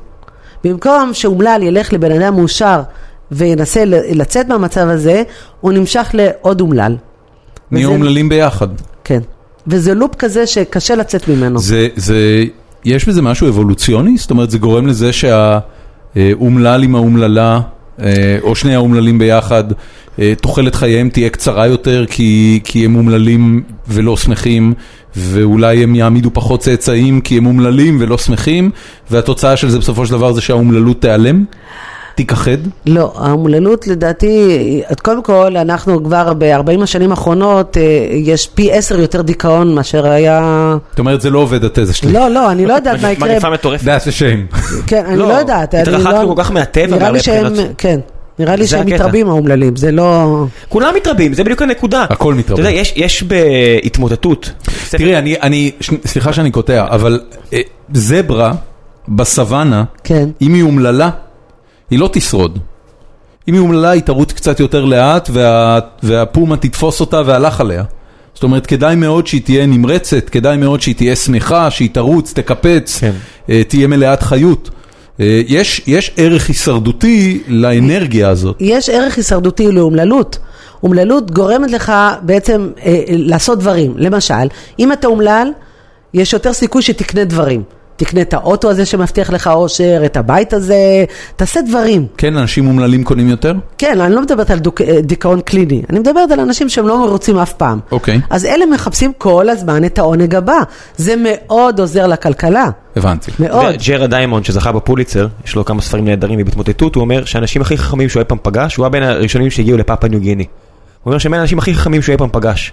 Speaker 3: במקום שאומלל ילך לבן אדם מאושר וינסה ל- לצאת מהמצב הזה, הוא נמשך לעוד אומלל.
Speaker 1: נהיה
Speaker 3: וזה-
Speaker 1: אומללים ביחד.
Speaker 3: כן. וזה לופ כזה שקשה לצאת ממנו.
Speaker 1: זה, זה, יש בזה משהו אבולוציוני? זאת אומרת, זה גורם לזה שהאומלל עם האומללה, אה, או שני האומללים ביחד, אה, תוחלת חייהם תהיה קצרה יותר כי, כי הם אומללים ולא שמחים, ואולי הם יעמידו פחות צאצאים כי הם אומללים ולא שמחים, והתוצאה של זה בסופו של דבר זה שהאומללות תיעלם, תיכחד.
Speaker 3: לא, האומללות לדעתי, את- קודם כל, אנחנו כבר ב-40 השנים האחרונות, אה, יש פי עשר יותר דיכאון מאשר היה...
Speaker 1: זאת אומרת, זה לא עובד התזה שלי.
Speaker 3: לא, לא, אני לא יודעת מה יקרה.
Speaker 2: מגפה מטורפת.
Speaker 1: That's a shame.
Speaker 3: כן, אני לא יודעת. אני
Speaker 2: התרחקנו
Speaker 3: לא-
Speaker 2: כל כך מהטבע
Speaker 3: נראה לי
Speaker 2: בהרבה
Speaker 3: שהם,
Speaker 2: בחינות.
Speaker 3: כן. נראה לי
Speaker 4: זה
Speaker 3: שהם
Speaker 4: הקטע.
Speaker 3: מתרבים האומללים, זה לא...
Speaker 4: כולם מתרבים, זה בדיוק הנקודה.
Speaker 1: הכל מתרבה.
Speaker 4: אתה יודע, יש- יש בהתמוטטות.
Speaker 1: תראי, אני, אני, ש- סליחה שאני קוטע, אבל אה, זברה בסוואנה,
Speaker 3: כן.
Speaker 1: אם היא אומללה, היא לא תשרוד. אם היא אומללה, היא תרוץ קצת יותר לאט, וה, והפומה תתפוס אותה והלך עליה. זאת אומרת, כדאי מאוד שהיא תהיה נמרצת, כדאי מאוד שהיא תהיה שמחה, שהיא תרוץ, תקפץ,
Speaker 2: כן.
Speaker 1: אה, תהיה מלאת חיות. אה, יש, יש ערך הישרדותי לאנרגיה הזאת.
Speaker 3: יש ערך הישרדותי לאומללות. אומללות גורמת לך בעצם אה, לעשות דברים. למשל, אם אתה אומלל, יש יותר סיכוי שתקנה דברים. תקנה את האוטו הזה שמבטיח לך אושר, את הבית הזה, תעשה דברים.
Speaker 1: כן, אנשים אומללים קונים יותר?
Speaker 3: כן, אני לא מדברת על דוק, אה, דיכאון קליני, אני מדברת על אנשים שהם לא מרוצים אף פעם.
Speaker 1: אוקיי.
Speaker 3: אז אלה מחפשים כל הזמן את העונג הבא. זה מאוד עוזר לכלכלה,
Speaker 1: הבנתי.
Speaker 3: מאוד.
Speaker 2: ג'רה דיימונד שזכה בפוליצר, יש לו כמה ספרים נהדרים ובהתמוטטות, הוא אומר שהאנשים הכי חכמים שהוא אי פעם פגש, הוא היה בין הראשונים שהגיעו לפאפה ניו גיני. הוא אומר שהם בין האנשים הכי חכמים שהוא אי פעם פגש.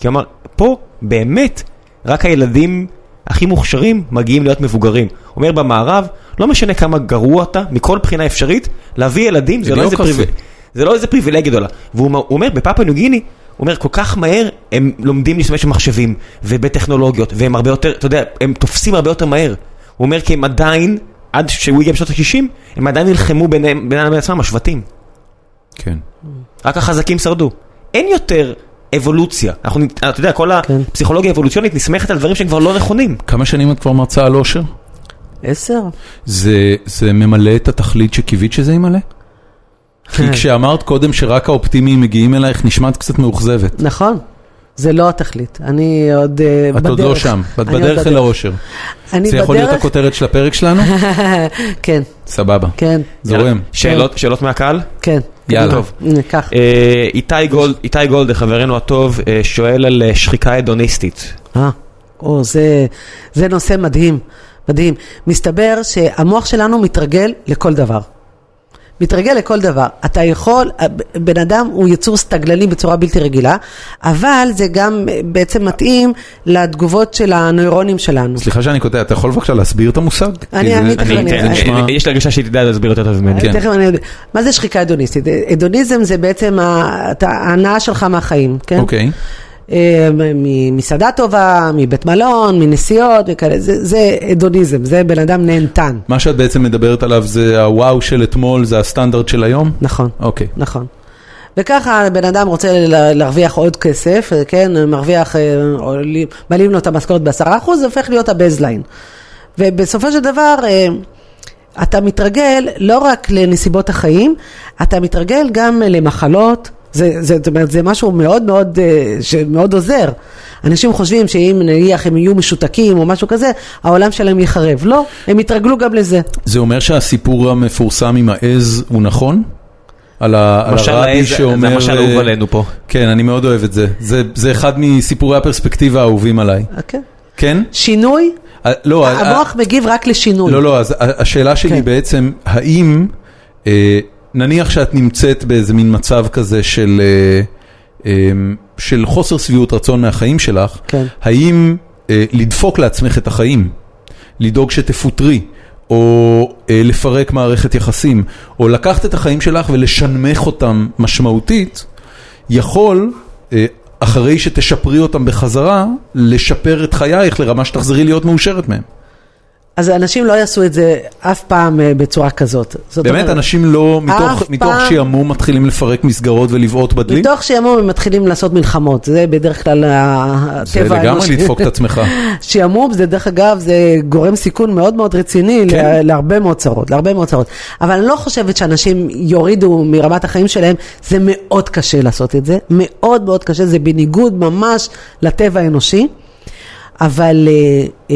Speaker 2: כי הוא אמר, פה באמת רק הילדים הכי מוכשרים מגיעים להיות מבוגרים. הוא אומר במערב, לא משנה כמה גרוע אתה, מכל בחינה אפשרית, להביא ילדים זה לא איזה
Speaker 1: אידיוקרסי.
Speaker 2: פריבילגיה. זה לא איזה פריבילגיה גדולה. והוא אומר- הוא אומר, בפאפה ניו גיני, הוא אומר, כל כך מהר הם לומדים להשתמש במחשבים ובטכנולוגיות, והם הרבה יותר, אתה יודע, הם תופסים הרבה יותר מהר. הוא אומר, כי הם עדיין, עד שהוא הגיע בשנות ה-60, הם עדיין נלחמו ביניהם, בינם לבין עצמם, השבטים.
Speaker 1: כן.
Speaker 2: רק החזקים שרדו. אין יותר אבולוציה. אנחנו, נת- אתה יודע, כל
Speaker 3: כן.
Speaker 2: הפסיכולוגיה האבולוציונית נסמכת על דברים שהם כבר לא נכונים.
Speaker 1: כמה שנים את כבר מרצה על אושר?
Speaker 3: עשר?
Speaker 1: זה, זה ממלא את התכלית שקיווית שזה ימלא? כי
Speaker 3: כן.
Speaker 1: כשאמרת קודם שרק האופטימיים מגיעים אלייך, נשמעת קצת מאוכזבת.
Speaker 3: נכון. זה לא התכלית, אני עוד אה,
Speaker 1: את
Speaker 3: בדרך.
Speaker 1: עוד לא שם, את
Speaker 3: אני עוד
Speaker 1: בדרך אל האושר.
Speaker 3: אני
Speaker 1: זה יכול להיות
Speaker 3: בדרך-
Speaker 1: הכותרת של הפרק שלנו?
Speaker 3: כן,
Speaker 1: סבבה.
Speaker 3: כן,
Speaker 1: זורם.
Speaker 2: שאלות, שאלות מהקהל?
Speaker 3: כן.
Speaker 1: יאללה.
Speaker 3: טוב. הנה, קח.
Speaker 2: אה, איתי גולד, איתי גולד, חברנו הטוב, אה, שואל על אה, שחיקה הדוניסטית.
Speaker 3: אה, או, זה, זה נושא מדהים, מדהים. מסתבר שהמוח שלנו מתרגל לכל דבר. מתרגל לכל דבר. אתה יכול, בן אדם הוא יצור סטגללי בצורה בלתי רגילה, אבל זה גם אה, בעצם מתאים לתגובות של הנוירונים שלנו.
Speaker 1: סליחה שאני קוטע, אתה יכול בבקשה להסביר את המושג?
Speaker 3: אני-
Speaker 1: כי זה-
Speaker 3: אני תכף
Speaker 2: אני-
Speaker 1: זה
Speaker 2: אני-
Speaker 1: נשמע-
Speaker 2: יש לי הרגשה שהיא תדע להסביר יותר טוב ממני.
Speaker 1: כן.
Speaker 3: אה, תכף אני יודע. מה זה שחיקה הדוניסטית? הדוניזם זה בעצם ה- אתה- ההנאה שלך מהחיים, כן?
Speaker 1: אוקיי.
Speaker 3: אה, מ- מסעדה טובה, מבית מלון, מנסיעות, וכאלה. זה, זה הדוניזם, זה בן אדם נהנתן.
Speaker 1: מה שאת בעצם מדברת עליו זה הוואו של אתמול, זה הסטנדרט של היום?
Speaker 3: נכון,
Speaker 1: אוקיי.
Speaker 3: נכון. וככה בן אדם רוצה ל- להרוויח עוד כסף, אה, כן, מרוויח, אה, עולים- מעלים לו את המשכורת בעשרה אחוז, זה הופך להיות הבייזליין. ובסופו של דבר, אה, אתה מתרגל לא רק לנסיבות החיים, אתה מתרגל גם למחלות. זה, זה, זאת אומרת, זה משהו מאוד מאוד, אה, שמאוד עוזר. אנשים חושבים שאם נניח הם יהיו משותקים או משהו כזה, העולם שלהם ייחרב. לא, הם יתרגלו גם לזה.
Speaker 1: זה אומר שהסיפור המפורסם עם העז הוא נכון? על ה- על
Speaker 2: משל
Speaker 1: הרבי
Speaker 2: העז, זה
Speaker 1: שאומר...
Speaker 2: המשל האהוב
Speaker 1: אה,
Speaker 2: עלינו פה.
Speaker 1: כן, אני מאוד אוהב את זה. זה- זה אחד מסיפורי הפרספקטיבה האהובים עליי.
Speaker 3: אוקיי.
Speaker 1: כן?
Speaker 3: שינוי,
Speaker 1: אה, לא, אה,
Speaker 3: המוח מגיב רק לשינוי.
Speaker 1: לא, לא, אז ה- השאלה שלי
Speaker 3: כן.
Speaker 1: בעצם, האם, אה, נניח שאת נמצאת באיזה מין מצב כזה של, אה, אה, של חוסר שביעות רצון מהחיים שלך,
Speaker 3: כן.
Speaker 1: האם אה, לדפוק לעצמך את החיים, לדאוג שתפוטרי, או אה, לפרק מערכת יחסים, או לקחת את החיים שלך ולשנמך אותם משמעותית, יכול, אה, אחרי שתשפרי אותם בחזרה, לשפר את חייך לרמה שתחזרי להיות מאושרת מהם.
Speaker 3: אז אנשים לא יעשו את זה אף פעם אה, בצורה כזאת. זאת
Speaker 1: באמת
Speaker 3: אומרת,
Speaker 1: אנשים לא, מתוך,
Speaker 3: אף
Speaker 1: מתוך
Speaker 3: פעם-
Speaker 1: שעמום מתחילים לפרק מסגרות ולבעוט בדלי?
Speaker 3: מתוך שעמום הם מתחילים לעשות מלחמות, זה בדרך כלל הטבע האנושי.
Speaker 1: זה לגמרי לדפוק את עצמך.
Speaker 3: שעמום זה דרך אגב, זה גורם סיכון מאוד מאוד רציני
Speaker 1: כן.
Speaker 3: לה, להרבה מאוד צרות, להרבה מאוד צרות. אבל אני לא חושבת שאנשים יורידו מרמת החיים שלהם, זה מאוד קשה לעשות את זה, מאוד מאוד קשה, זה בניגוד ממש לטבע האנושי. אבל, אה,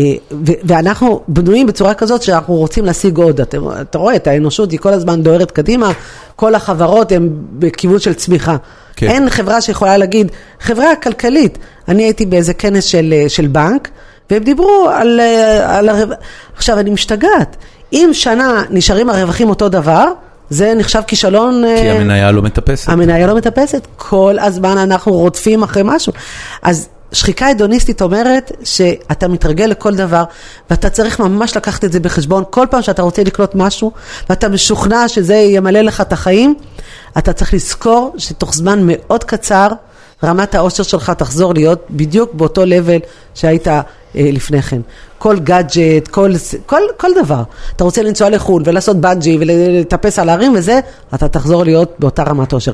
Speaker 3: אה, ו- ואנחנו בנויים בצורה כזאת שאנחנו רוצים להשיג עוד. אתה, אתה רואה, את האנושות היא כל הזמן דוהרת קדימה, כל החברות הן בכיוון של צמיחה.
Speaker 1: כן.
Speaker 3: כן. אין חברה שיכולה להגיד, חברה כלכלית, אני הייתי באיזה כנס של, אה, של בנק, והם דיברו על, אה, על הרווח, עכשיו אני משתגעת, אם שנה נשארים הרווחים אותו דבר, זה נחשב כישלון...
Speaker 1: כי
Speaker 3: אה,
Speaker 1: המניה לא מטפסת.
Speaker 3: המניה לא מטפסת, כל הזמן אנחנו רודפים אחרי משהו. אז שחיקה הדוניסטית אומרת שאתה מתרגל לכל דבר, ואתה צריך ממש לקחת את זה בחשבון. כל פעם שאתה רוצה לקנות משהו, ואתה משוכנע שזה ימלא לך את החיים, אתה צריך לזכור שתוך זמן מאוד קצר, רמת העושר שלך תחזור להיות בדיוק באותו level שהיית אה, לפני כן. כל גאדג'ט, כל, ס- כל, כל דבר. אתה רוצה לנסוע לחו"ל ולעשות בנג'י ולטפס על הרים וזה, אתה תחזור להיות באותה רמת עושר.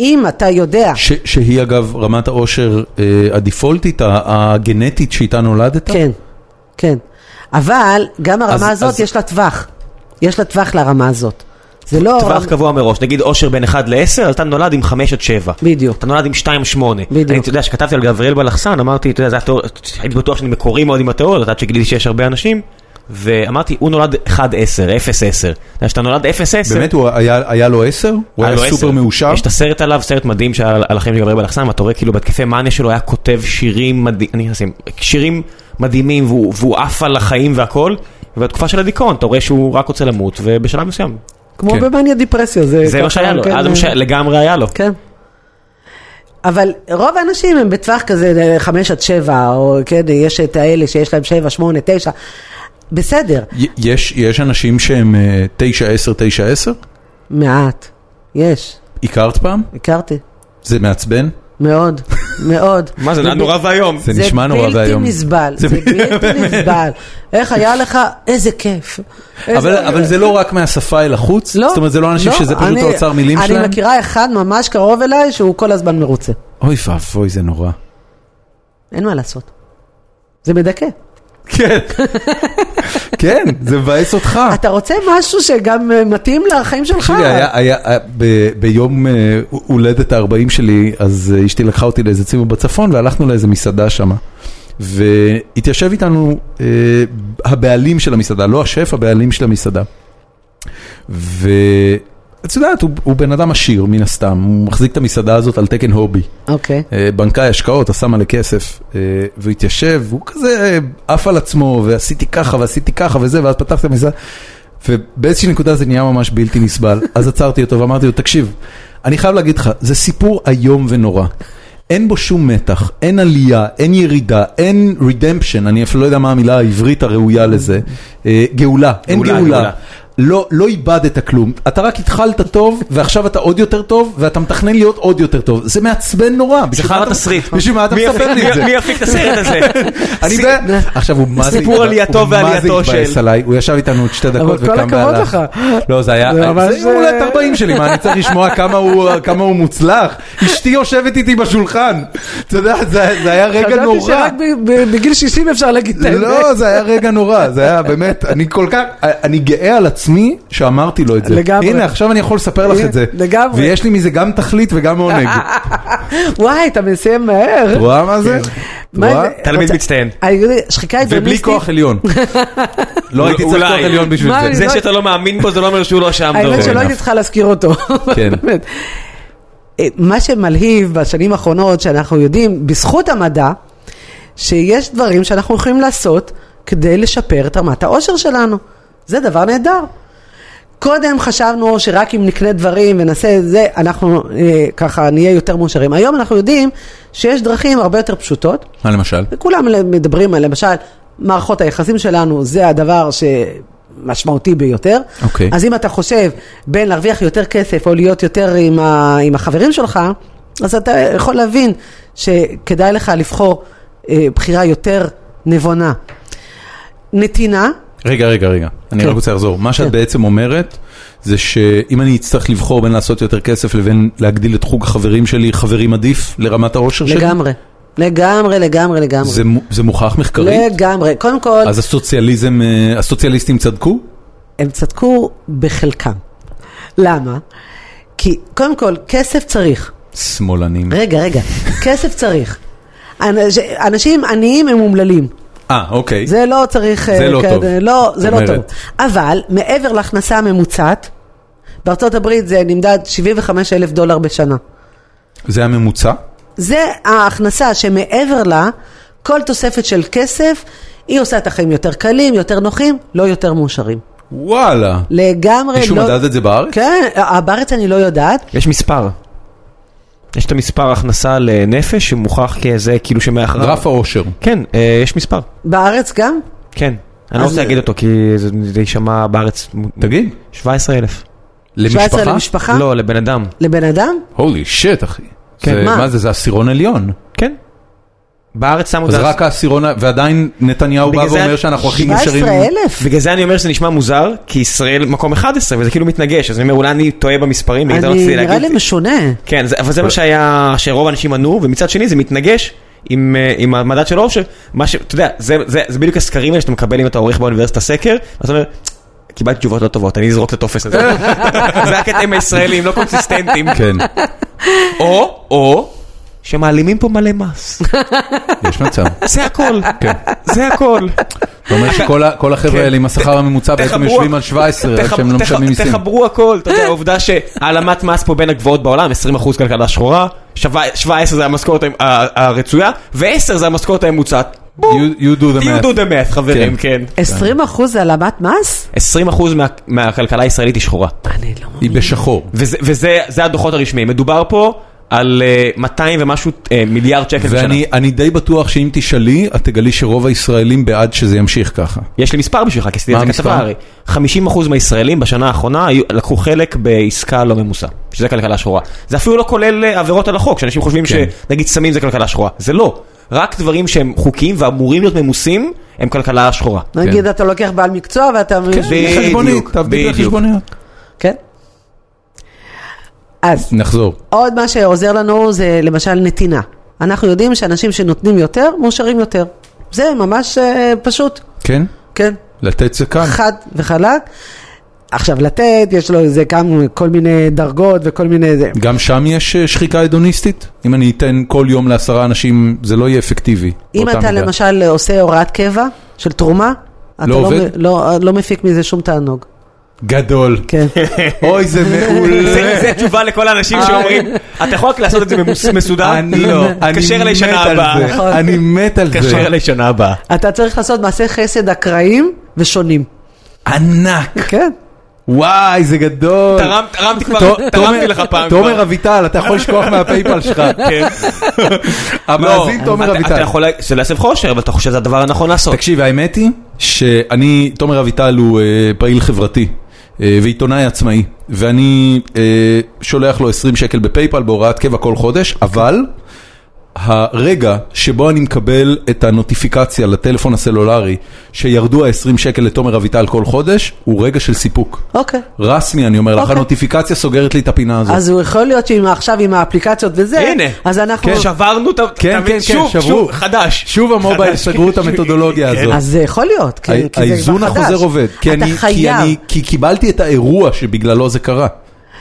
Speaker 3: אם אתה יודע...
Speaker 1: ש, שהיא אגב רמת העושר אה, הדפולטית, ה- הגנטית שאיתה נולדת?
Speaker 3: כן, כן. אבל גם הרמה
Speaker 1: אז-
Speaker 3: הזאת,
Speaker 1: אז-
Speaker 3: יש לה טווח. יש לה טווח לרמה הזאת. זה לא...
Speaker 4: טווח קבוע מראש, נגיד אושר בין 1 ל-10, אז אתה נולד עם 5 עד 7.
Speaker 3: בדיוק.
Speaker 4: אתה נולד עם 2 8.
Speaker 3: בדיוק.
Speaker 4: אני, אתה יודע, כשכתבתי על גבריאל בלחסן, אמרתי, אתה יודע, זה התיאוריה, הייתי בטוח שאני מקורי מאוד עם התיאוריות, עד שגיליתי שיש הרבה אנשים, ואמרתי, הוא נולד 1 10, 0 10. אתה יודע, כשאתה נולד 0 10,
Speaker 1: באמת, הוא היה, היה לו עשר? הוא היה סופר מאושר?
Speaker 4: לא יש את הסרט עליו, סרט מדהים שהיה על- על החיים של גבריאל בלחסן, ואתה רואה כאילו בהתקפי מאניה שלו היה כותב שירים מדהים, אני אשים, שירים מדהימים, והוא והוא עף על החיים והכל, ובתקופה של הדיכאון, אתה רואה שהוא רק רוצה למות, ובשלב מסוים.
Speaker 3: כמו
Speaker 1: כן.
Speaker 3: במאניה דיפרסיה. זה,
Speaker 4: זה
Speaker 3: ככה,
Speaker 4: מה שהיה לו,
Speaker 3: כן,
Speaker 4: אז זה מה שלגמרי היה לו.
Speaker 3: כן. אבל רוב האנשים הם בטווח כזה 5 עד 7, או כן, יש את האלה שיש להם 7, 8, 9. בסדר,
Speaker 1: י- יש, יש אנשים שהם אה, תשע, עשר, תשע, עשר?
Speaker 3: מעט. יש,
Speaker 1: הכרת פעם?
Speaker 3: הכרתי.
Speaker 1: זה מעצבן?
Speaker 3: מאוד, מאוד.
Speaker 4: מה זה, זה היה נורא ואיום.
Speaker 1: זה נשמע נורא ואיום.
Speaker 3: בלתי נסבל,
Speaker 1: זה-
Speaker 3: זה בלתי נסבל. איך היה לך, איזה כיף. איזה-
Speaker 1: אבל, אבל זה לא רק מהשפה אל החוץ?
Speaker 3: לא,
Speaker 1: זאת אומרת, זה לא אנשים
Speaker 3: לא,
Speaker 1: שזה פשוט
Speaker 3: אני-
Speaker 1: האוצר מילים שלהם?
Speaker 3: אני מכירה אחד ממש קרוב אליי שהוא כל הזמן מרוצה.
Speaker 1: אוי ואבוי, זה נורא.
Speaker 3: אין מה לעשות. זה מדכא.
Speaker 1: כן. כן, זה מבאס אותך.
Speaker 3: אתה רוצה משהו שגם אה, מתאים לחיים שלך.
Speaker 1: אה. תקשיבי, היה, היה, היה, ב, ביום אה, הולדת ה-40 שלי, אז אה, אשתי לקחה אותי לאיזה צימר בצפון, והלכנו לאיזה מסעדה שם. והתיישב איתנו אה, הבעלים של המסעדה, לא השף, הבעלים של המסעדה. ואת יודעת, הוא, הוא בן אדם עשיר, מן הסתם, הוא מחזיק את המסעדה הזאת על תקן הובי.
Speaker 3: אוקיי.
Speaker 1: אה, בנקאי השקעות, עשה מלא כסף, אה, והוא התיישב, הוא כזה אה, עף על עצמו, ועשיתי ככה, ועשיתי ככה, וזה, ואז פתחתי מזה, ובאיזושהי נקודה זה נהיה ממש בלתי נסבל. אז עצרתי אותו ואמרתי לו, תקשיב, אני חייב להגיד לך, זה סיפור איום ונורא. אין בו שום מתח, אין עלייה, אין ירידה, אין redemption, אני אפילו לא יודע מה המילה העברית הראויה לזה. אה, גאולה, אין
Speaker 4: גאולה,
Speaker 1: גאולה.
Speaker 4: גאולה.
Speaker 1: לא, לא איבדת כלום, אתה רק התחלת טוב, ועכשיו אתה עוד יותר טוב, ואתה מתכנן להיות עוד יותר טוב. זה מעצבן נורא. בשביל מה
Speaker 4: חרא
Speaker 1: אתה-
Speaker 4: תסריט.
Speaker 1: בשביל מה אתה
Speaker 4: מי
Speaker 1: מספר
Speaker 4: יפיק-
Speaker 1: לי את
Speaker 4: מי-
Speaker 1: זה?
Speaker 4: מי יפיק את הסרט הזה?
Speaker 1: אני ב... עכשיו הוא מה זה...
Speaker 4: סיפור עלייתו
Speaker 1: הוא
Speaker 4: ועלייתו
Speaker 1: מה זה התבאס
Speaker 4: של-
Speaker 1: עליי, הוא ישב איתנו עוד שתי דקות
Speaker 3: כל
Speaker 1: וקם
Speaker 3: הכבוד
Speaker 1: והלך.
Speaker 3: לך.
Speaker 1: לא, זה היה...
Speaker 3: זה ממש- אה,
Speaker 1: זה אולי 40 שלי, מה, אני צריך לשמוע כמה הוא- כמה הוא מוצלח? אשתי יושבת איתי בשולחן. אתה יודע, זה זה היה רגע נורא.
Speaker 3: חשבתי שרק ב- ב- בגיל 60 אפשר להגיד את האמת.
Speaker 1: לא, זה היה רגע נורא, זה היה באמת, אני כל כך, אני גאה על עצמי שאמרתי לו את זה.
Speaker 3: לגמרי.
Speaker 1: הנה, עכשיו אני יכול לספר לך את זה.
Speaker 3: לגמרי. אה,
Speaker 1: ויש לי מזה גם תכלית וגם עונג.
Speaker 3: וואי, אתה מסיים מהר.
Speaker 1: את רואה מה זה? את
Speaker 3: כן. מה
Speaker 1: רואה?
Speaker 3: זה?
Speaker 4: תלמיד
Speaker 3: רוצה-
Speaker 4: מצטיין.
Speaker 3: אני לא יודע, שחיקה
Speaker 1: ובלי
Speaker 3: הדוניסטית.
Speaker 1: כוח עליון. לא הייתי צריך
Speaker 4: אולי.
Speaker 1: כוח עליון בשביל
Speaker 3: מה
Speaker 1: זה.
Speaker 4: זה שאתה לא מאמין בו זה לא אומר שהוא לא שם
Speaker 3: האמת שלא
Speaker 1: enough.
Speaker 3: הייתי צריכה להזכיר אותו.
Speaker 1: כן.
Speaker 3: באמת. אה, מה שמלהיב בשנים האחרונות, שאנחנו יודעים, בזכות המדע, שיש דברים שאנחנו יכולים לעשות כדי לשפר את רמת העושר שלנו. זה דבר נהדר. קודם חשבנו שרק אם נקנה דברים ונעשה את זה, אנחנו אה, ככה נהיה יותר מאושרים. היום אנחנו יודעים שיש דרכים הרבה יותר פשוטות,
Speaker 1: מה למשל?
Speaker 3: וכולם מדברים על למשל מערכות היחסים שלנו זה הדבר שמשמעותי ביותר.
Speaker 1: אוקיי.
Speaker 3: אז אם אתה חושב בין להרוויח יותר כסף או להיות יותר עם, ה... עם החברים שלך, אז אתה יכול להבין שכדאי לך לבחור אה, בחירה יותר נבונה. נתינה,
Speaker 1: רגע, רגע, רגע. אני
Speaker 3: כן.
Speaker 1: רק רוצה לחזור. מה שאת
Speaker 3: כן.
Speaker 1: בעצם אומרת, זה שאם אני אצטרך לבחור בין לעשות יותר כסף לבין להגדיל את חוג החברים שלי, חברים עדיף לרמת העושר שלי?
Speaker 3: לגמרי. לגמרי, לגמרי, לגמרי.
Speaker 1: זה מו- זה מוכח מחקרית?
Speaker 3: לגמרי. קודם כל,
Speaker 1: אז הסוציאליזם, אה, הסוציאליסטים צדקו?
Speaker 3: הם צדקו בחלקם. למה? כי קודם כל, כסף צריך.
Speaker 1: שמאלנים.
Speaker 3: רגע, רגע, כסף צריך. אנש- אנשים עניים הם אומללים,
Speaker 1: אה, אוקיי.
Speaker 3: זה לא צריך... אה,
Speaker 1: זה לא
Speaker 3: כד-
Speaker 1: טוב.
Speaker 3: לא, זה לא
Speaker 1: אומרת.
Speaker 3: טוב. אבל מעבר להכנסה הממוצעת, בארצות הברית זה נמדד 75 אלף דולר בשנה.
Speaker 1: זה הממוצע?
Speaker 3: זה ההכנסה שמעבר לה, כל תוספת של כסף, היא עושה את החיים יותר קלים, יותר נוחים, לא יותר מאושרים.
Speaker 1: וואלה.
Speaker 3: לגמרי
Speaker 1: מישהו
Speaker 3: לא...
Speaker 1: מדד את זה בארץ?
Speaker 3: כן, אה, בארץ אני לא יודעת.
Speaker 4: יש מספר. יש את המספר הכנסה לנפש שמוכח כזה כאילו שמאחריו.
Speaker 1: רף העושר.
Speaker 4: כן, אה, יש מספר.
Speaker 3: בארץ גם?
Speaker 4: כן. אני לא
Speaker 3: אז-
Speaker 4: רוצה להגיד אותו כי זה זה יישמע בארץ.
Speaker 1: תגיד.
Speaker 4: 17 אלף.
Speaker 1: למשפחה?
Speaker 3: 17 למשפחה?
Speaker 2: לא, לבן אדם.
Speaker 3: לבן אדם?
Speaker 1: הולי שיט, אחי.
Speaker 2: כן,
Speaker 1: זה-
Speaker 3: מה?
Speaker 1: מה זה, זה עשירון עליון.
Speaker 2: כן. בארץ שמו את
Speaker 1: אז
Speaker 2: זה...
Speaker 1: רק העשירון, ה- ועדיין נתניהו בא
Speaker 2: בגלל זה-
Speaker 1: ואומר שאנחנו הכי מאושרים.
Speaker 3: 17,000?
Speaker 2: בגלל זה אני אומר שזה נשמע מוזר, כי ישראל מקום 11, וזה כאילו מתנגש, אז אני אומר, אולי אני טועה במספרים, בגלל זה
Speaker 3: אני,
Speaker 2: רציתי
Speaker 3: נראה לי
Speaker 2: להגיד.
Speaker 3: משונה.
Speaker 2: כן, זה- אבל זה מה שהיה, שרוב האנשים ענו, ומצד שני זה מתנגש עם, אה, עם המדד של אורשר, מה ש... אתה יודע, זה, זה, זה בדיוק הסקרים האלה שאתה מקבל אם אתה עורך באוניברסיטה סקר, אז אתה אומר... קיבלתי תשובות לא טובות, אני אזרוק את הטופס הזה. זה הקטע עם הישראלים, לא קונסיסטנטים.
Speaker 1: כן,
Speaker 2: או, או, שמעלימים פה מלא מס.
Speaker 1: יש מצב.
Speaker 2: זה הכל.
Speaker 1: כן.
Speaker 2: זה הכל.
Speaker 1: זאת אומרת שכל ה- כל החבר'ה
Speaker 2: כן.
Speaker 1: האלה עם השכר הממוצע בעצם
Speaker 2: תחברו-
Speaker 1: יושבים על 17, רק
Speaker 2: תח-
Speaker 1: שהם לא
Speaker 2: תח-
Speaker 1: משלמים מיסים.
Speaker 2: תחברו הכל, אתה יודע, העובדה שהעלמת מס פה בין הגבוהות בעולם, 20% כלכלה שחורה, שווה- 17 זה המשכורת ה- ה- הרצויה, ו-10 זה המשכורת הממוצעת. בום.
Speaker 1: You- you do the
Speaker 2: You
Speaker 1: math.
Speaker 2: do the math, חברים,
Speaker 1: כן.
Speaker 2: כן.
Speaker 3: 20 אחוז זה העלמת מס?
Speaker 2: 20% מה- מהכלכלה הישראלית היא שחורה.
Speaker 3: אני לא
Speaker 1: היא
Speaker 3: מאמין.
Speaker 1: בשחור.
Speaker 2: וזה- וזה זה הדוחות הרשמיים. מדובר פה על אה, 200 ומשהו אה, מיליארד שקל בשנה.
Speaker 1: ואני אני די בטוח שאם תשאלי, את תגלי שרוב הישראלים בעד שזה ימשיך ככה.
Speaker 2: יש לי מספר בשבילך, כי עשיתי את
Speaker 1: מה
Speaker 2: זה כתבה הרי. 50% מהישראלים בשנה האחרונה היו- לקחו חלק בעסקה לא ממוסה, שזה כלכלה שחורה. זה אפילו לא כולל אה, עבירות על החוק, שאנשים חושבים
Speaker 1: כן.
Speaker 2: שנגיד סמים זה כלכלה שחורה. זה לא. רק דברים שהם חוקיים ואמורים להיות ממוסים, הם כלכלה שחורה.
Speaker 1: כן.
Speaker 3: נגיד אתה לוקח בעל מקצוע ואתה...
Speaker 2: בדיוק,
Speaker 1: חשבונית, כן, תעבדי
Speaker 2: בדיוק.
Speaker 1: בחשבוניות.
Speaker 3: כן. אז
Speaker 1: נחזור.
Speaker 3: עוד מה שעוזר לנו זה למשל נתינה. אנחנו יודעים שאנשים שנותנים יותר, מאושרים יותר. זה ממש אה, פשוט,
Speaker 1: כן?
Speaker 3: כן.
Speaker 1: לתת זה כאן.
Speaker 3: חד וחלק. עכשיו לתת, יש לו איזה גם כל מיני דרגות וכל מיני זה.
Speaker 1: גם שם יש אה, שחיקה הדוניסטית? אם אני אתן כל יום לעשרה אנשים, זה לא יהיה אפקטיבי.
Speaker 3: אם
Speaker 1: באותה
Speaker 3: אתה
Speaker 1: מידה.
Speaker 3: למשל עושה הוראת קבע של תרומה, אתה
Speaker 1: לא
Speaker 3: לא,
Speaker 1: עובד?
Speaker 3: מ- לא, לא מפיק מזה שום תענוג.
Speaker 1: גדול.
Speaker 3: כן.
Speaker 1: אוי, זה
Speaker 2: זה
Speaker 1: מעולה.
Speaker 2: זה התשובה לכל האנשים שאומרים, אתה יכול רק לעשות את זה ממוס- מסודר?
Speaker 1: אה. אני לא, אני
Speaker 2: תקשר אליי
Speaker 1: מת
Speaker 2: שנה
Speaker 1: על
Speaker 2: הבאה. נכון.
Speaker 1: זה, אני מת על זה,
Speaker 2: תקשר אליי שנה הבאה.
Speaker 3: אתה צריך לעשות מעשי חסד אקראיים ושונים.
Speaker 1: ענק,
Speaker 3: כן.
Speaker 1: וואי זה גדול,
Speaker 2: תרמת- תרמתי כבר,
Speaker 1: תומר-
Speaker 2: תרמתי לך פעם כבר.
Speaker 1: תומר אביטל, אתה יכול לשכוח מהפייפל שלך,
Speaker 2: כן.
Speaker 1: המאזין
Speaker 2: לא,
Speaker 1: תומר
Speaker 2: אתה- אתה
Speaker 1: אביטל.
Speaker 2: יכול, זה להסב חושר, אבל אתה חושב שזה הדבר הנכון לעשות.
Speaker 3: אוקיי.
Speaker 1: תקשיב, האמת היא שאני, תומר אביטל הוא אה, פעיל חברתי אה, ועיתונאי עצמאי, ואני אה, שולח לו 20 שקל בפייפל בהוראת קבע כל חודש, אבל הרגע שבו אני מקבל את הנוטיפיקציה לטלפון הסלולרי שירדו ה-20 שקל לתומר אביטל כל חודש, הוא רגע של סיפוק.
Speaker 3: אוקיי.
Speaker 1: רסמי, אני אומר לך,
Speaker 3: אוקיי.
Speaker 1: הנוטיפיקציה סוגרת לי את הפינה הזאת.
Speaker 3: אז הוא יכול להיות שעם עכשיו עם האפליקציות וזה,
Speaker 2: הנה.
Speaker 3: אז אנחנו...
Speaker 1: כן,
Speaker 2: שברנו את ה...
Speaker 1: כן,
Speaker 2: תמיד
Speaker 1: כן,
Speaker 2: שוב,
Speaker 1: כן,
Speaker 2: שוב,
Speaker 1: שברו.
Speaker 2: חדש.
Speaker 1: שוב המובייל סגרו את המתודולוגיה הזאת.
Speaker 3: כן. אז זה יכול להיות, כי, כי זה
Speaker 1: האיזון
Speaker 3: כבר חדש.
Speaker 1: החוזר עובד, כי
Speaker 3: אתה
Speaker 1: אני, כי,
Speaker 3: חייב,
Speaker 1: אני, כי קיבלתי את האירוע שבגללו זה קרה,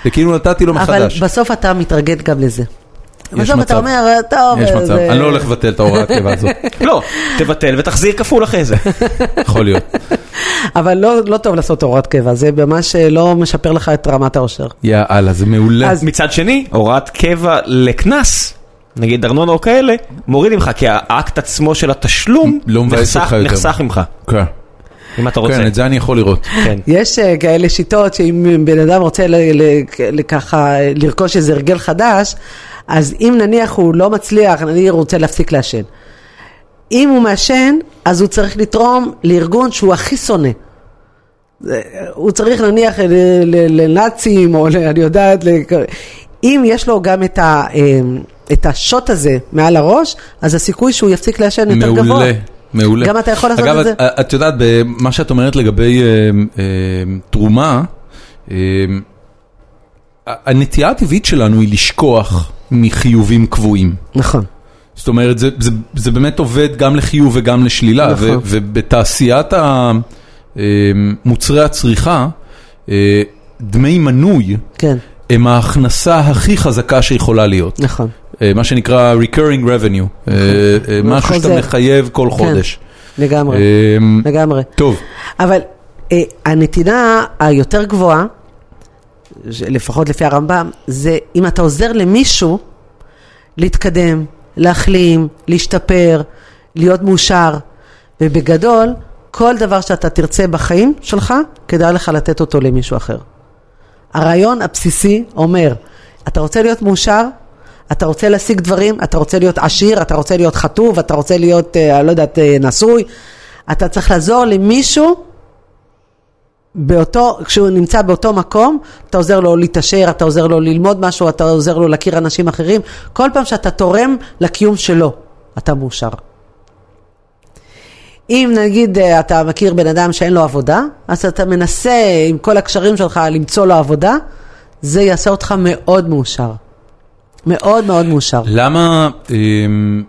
Speaker 1: וכאילו נתתי לו
Speaker 3: אבל
Speaker 1: מחדש.
Speaker 3: בסוף אתה מתרגל גם לזה.
Speaker 1: יש
Speaker 3: בסוף
Speaker 1: מצב.
Speaker 3: אתה אומר, טוב,
Speaker 1: יש
Speaker 3: אה,
Speaker 1: מצב,
Speaker 3: זה...
Speaker 1: אני לא הולך לבטל את ההוראת קבע הזאת,
Speaker 2: לא, תבטל ותחזיר כפול אחרי זה.
Speaker 1: יכול להיות.
Speaker 3: אבל לא, לא טוב לעשות הוראת קבע, זה ממש אה, לא משפר לך את רמת האושר.
Speaker 1: יאללה, זה מעולה.
Speaker 3: אז-
Speaker 2: מצד שני, הוראת קבע לקנס, נגיד ארנונה או כאלה, מוריד ממך, כי האקט עצמו של התשלום
Speaker 1: לא מבאס
Speaker 2: נחסך-
Speaker 1: אותך יותר.
Speaker 2: נחסך ממך,
Speaker 1: כן,
Speaker 2: אם אתה רוצה.
Speaker 1: כן, את זה אני יכול לראות.
Speaker 2: כן.
Speaker 3: יש אה, כאלה שיטות שאם בן אדם רוצה ל- ל- ל- ככה אה, לרכוש איזה הרגל חדש, אז אם נניח הוא לא מצליח, נניח הוא רוצה להפסיק לעשן. אם הוא מעשן, אז הוא צריך לתרום לארגון שהוא הכי שונא. זה- הוא צריך נניח אה, ל- ל- לנאצים, או ל- אני יודעת, ל- אם יש לו גם את ה... אה, את השוט הזה מעל הראש, אז הסיכוי שהוא יפסיק לעשן יותר גבוה.
Speaker 1: מעולה, מעולה.
Speaker 3: גם אתה יכול לעשות
Speaker 1: אגב,
Speaker 3: את זה.
Speaker 1: אגב, את יודעת, מה שאת אומרת לגבי אה, אה, תרומה, אה, הנטייה הטבעית שלנו היא לשכוח מחיובים קבועים.
Speaker 3: נכון.
Speaker 1: זאת אומרת, זה, זה, זה באמת עובד גם לחיוב וגם לשלילה, ו,
Speaker 3: נכון.
Speaker 1: ובתעשיית ה- אה, מוצרי הצריכה, אה, דמי מנוי
Speaker 3: כן,
Speaker 1: הם ההכנסה הכי חזקה שיכולה להיות.
Speaker 3: נכון.
Speaker 1: אה, מה שנקרא recurring revenue, אה, אה, משהו
Speaker 3: חוזר. כן.
Speaker 1: שאתה מחייב כל חודש.
Speaker 3: לגמרי,
Speaker 1: אמ,
Speaker 3: לגמרי.
Speaker 1: טוב,
Speaker 3: אבל אה, הנתינה היותר גבוהה, ש- לפחות לפי הרמב"ם, זה אם אתה עוזר למישהו להתקדם, להחלים, להשתפר, להיות מאושר, ובגדול, כל דבר שאתה תרצה בחיים שלך, כדאי לך לתת אותו למישהו אחר. הרעיון הבסיסי אומר, אתה רוצה להיות מאושר, אתה רוצה להשיג דברים, אתה רוצה להיות עשיר, אתה רוצה להיות חטוב, אתה רוצה להיות, אה, לא יודעת, אה, נשוי, אתה צריך לעזור למישהו באותו, כשהוא נמצא באותו מקום, אתה עוזר לו להתעשר, אתה עוזר לו ללמוד משהו, אתה עוזר לו להכיר אנשים אחרים. כל פעם שאתה תורם לקיום שלו, אתה מאושר. אם נגיד אה, אתה מכיר בן אדם שאין לו עבודה, אז אתה מנסה עם כל הקשרים שלך למצוא לו עבודה, זה יעשה אותך מאוד מאושר. מאוד מאוד מאושר.
Speaker 1: למה, אמ,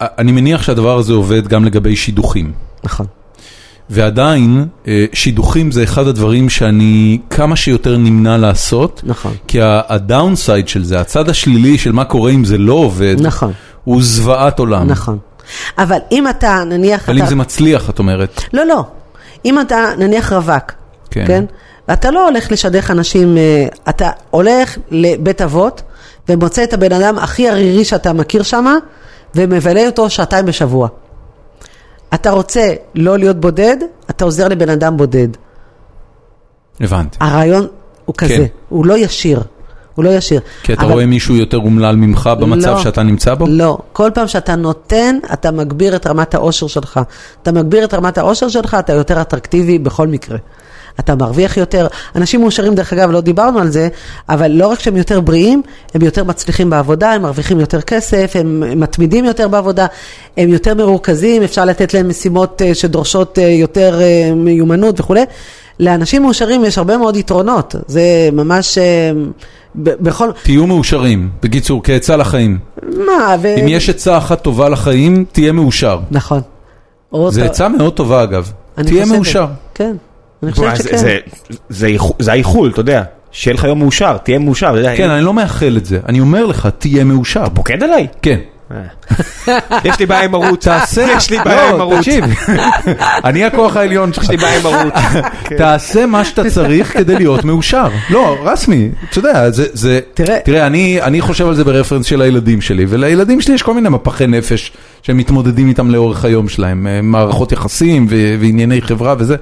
Speaker 1: אני מניח שהדבר הזה עובד גם לגבי שידוכים.
Speaker 3: נכון.
Speaker 1: ועדיין, אה, שידוכים זה אחד הדברים שאני כמה שיותר נמנע לעשות.
Speaker 3: נכון.
Speaker 1: כי ה- הדאונסייד של זה, הצד השלילי של מה קורה אם זה לא עובד,
Speaker 3: נכון.
Speaker 1: הוא זוועת עולם.
Speaker 3: נכון. אבל אם אתה, נניח...
Speaker 1: אבל אם
Speaker 3: אתה...
Speaker 1: זה מצליח, את אומרת.
Speaker 3: לא, לא. אם אתה נניח רווק,
Speaker 1: כן.
Speaker 3: כן? כן? אתה לא הולך לשדך אנשים, אה, אתה הולך לבית אבות ומוצא את הבן אדם הכי ערירי שאתה מכיר שם ומבלה אותו שעתיים בשבוע. אתה רוצה לא להיות בודד, אתה עוזר לבן אדם בודד.
Speaker 1: הבנתי.
Speaker 3: הרעיון הוא כזה,
Speaker 1: כן.
Speaker 3: כן. הוא לא ישיר. הוא לא ישיר.
Speaker 1: כי אתה
Speaker 3: אבל-
Speaker 1: רואה מישהו יותר אומלל ממך במצב
Speaker 3: לא.
Speaker 1: שאתה נמצא בו?
Speaker 3: לא. כל פעם שאתה נותן, אתה מגביר את רמת האושר שלך. אתה מגביר את רמת האושר שלך, אתה יותר אטרקטיבי בכל מקרה. אתה מרוויח יותר. אנשים מאושרים, דרך אגב, לא דיברנו על זה, אבל לא רק שהם יותר בריאים, הם יותר מצליחים בעבודה, הם מרוויחים יותר כסף, הם הם מתמידים יותר בעבודה, הם יותר מרוכזים, אפשר לתת להם משימות אה, שדורשות אה, יותר אה, מיומנות וכולי. לאנשים מאושרים יש הרבה מאוד יתרונות, זה ממש אה, ב- בכל...
Speaker 1: תהיו מאושרים. בקיצור, כעצה לחיים.
Speaker 3: אה, מה, ו...
Speaker 1: אם יש עצה אחת טובה לחיים, תהיה מאושר.
Speaker 3: נכון.
Speaker 1: זו עצה מאוד טובה אגב.
Speaker 3: אני
Speaker 1: תהיה
Speaker 3: חושבת.
Speaker 1: מאושר.
Speaker 3: כן, אני
Speaker 4: וואי,
Speaker 3: חושבת
Speaker 4: זה-
Speaker 3: שכן.
Speaker 4: זה- זה איחו- זה האיחול, אתה יודע. שיהיה לך יום מאושר, תהיה מאושר. אתה יודע,
Speaker 1: כן, אני לא מאחל את זה. אני אומר לך, תהיה מאושר.
Speaker 4: פוקד עליי?
Speaker 1: כן.
Speaker 4: יש לי בעיה עם ערוץ.
Speaker 1: תעשה,
Speaker 4: יש לי בעיה עם
Speaker 1: לא,
Speaker 4: ערוץ.
Speaker 1: תקשיב, אני הכוח העליון שלך,
Speaker 4: יש לי בעיה עם ערוץ. כן.
Speaker 3: כן.
Speaker 1: תעשה מה שאתה צריך כדי להיות מאושר. לא, רסמי, אתה יודע, זה, זה,
Speaker 3: תראה-
Speaker 1: תראה, אני, אני חושב על זה ברפרנס של הילדים שלי, ולילדים שלי יש כל מיני מפחי נפש שהם מתמודדים איתם לאורך היום שלהם, אה, מערכות יחסים ו- וענייני חברה וזה.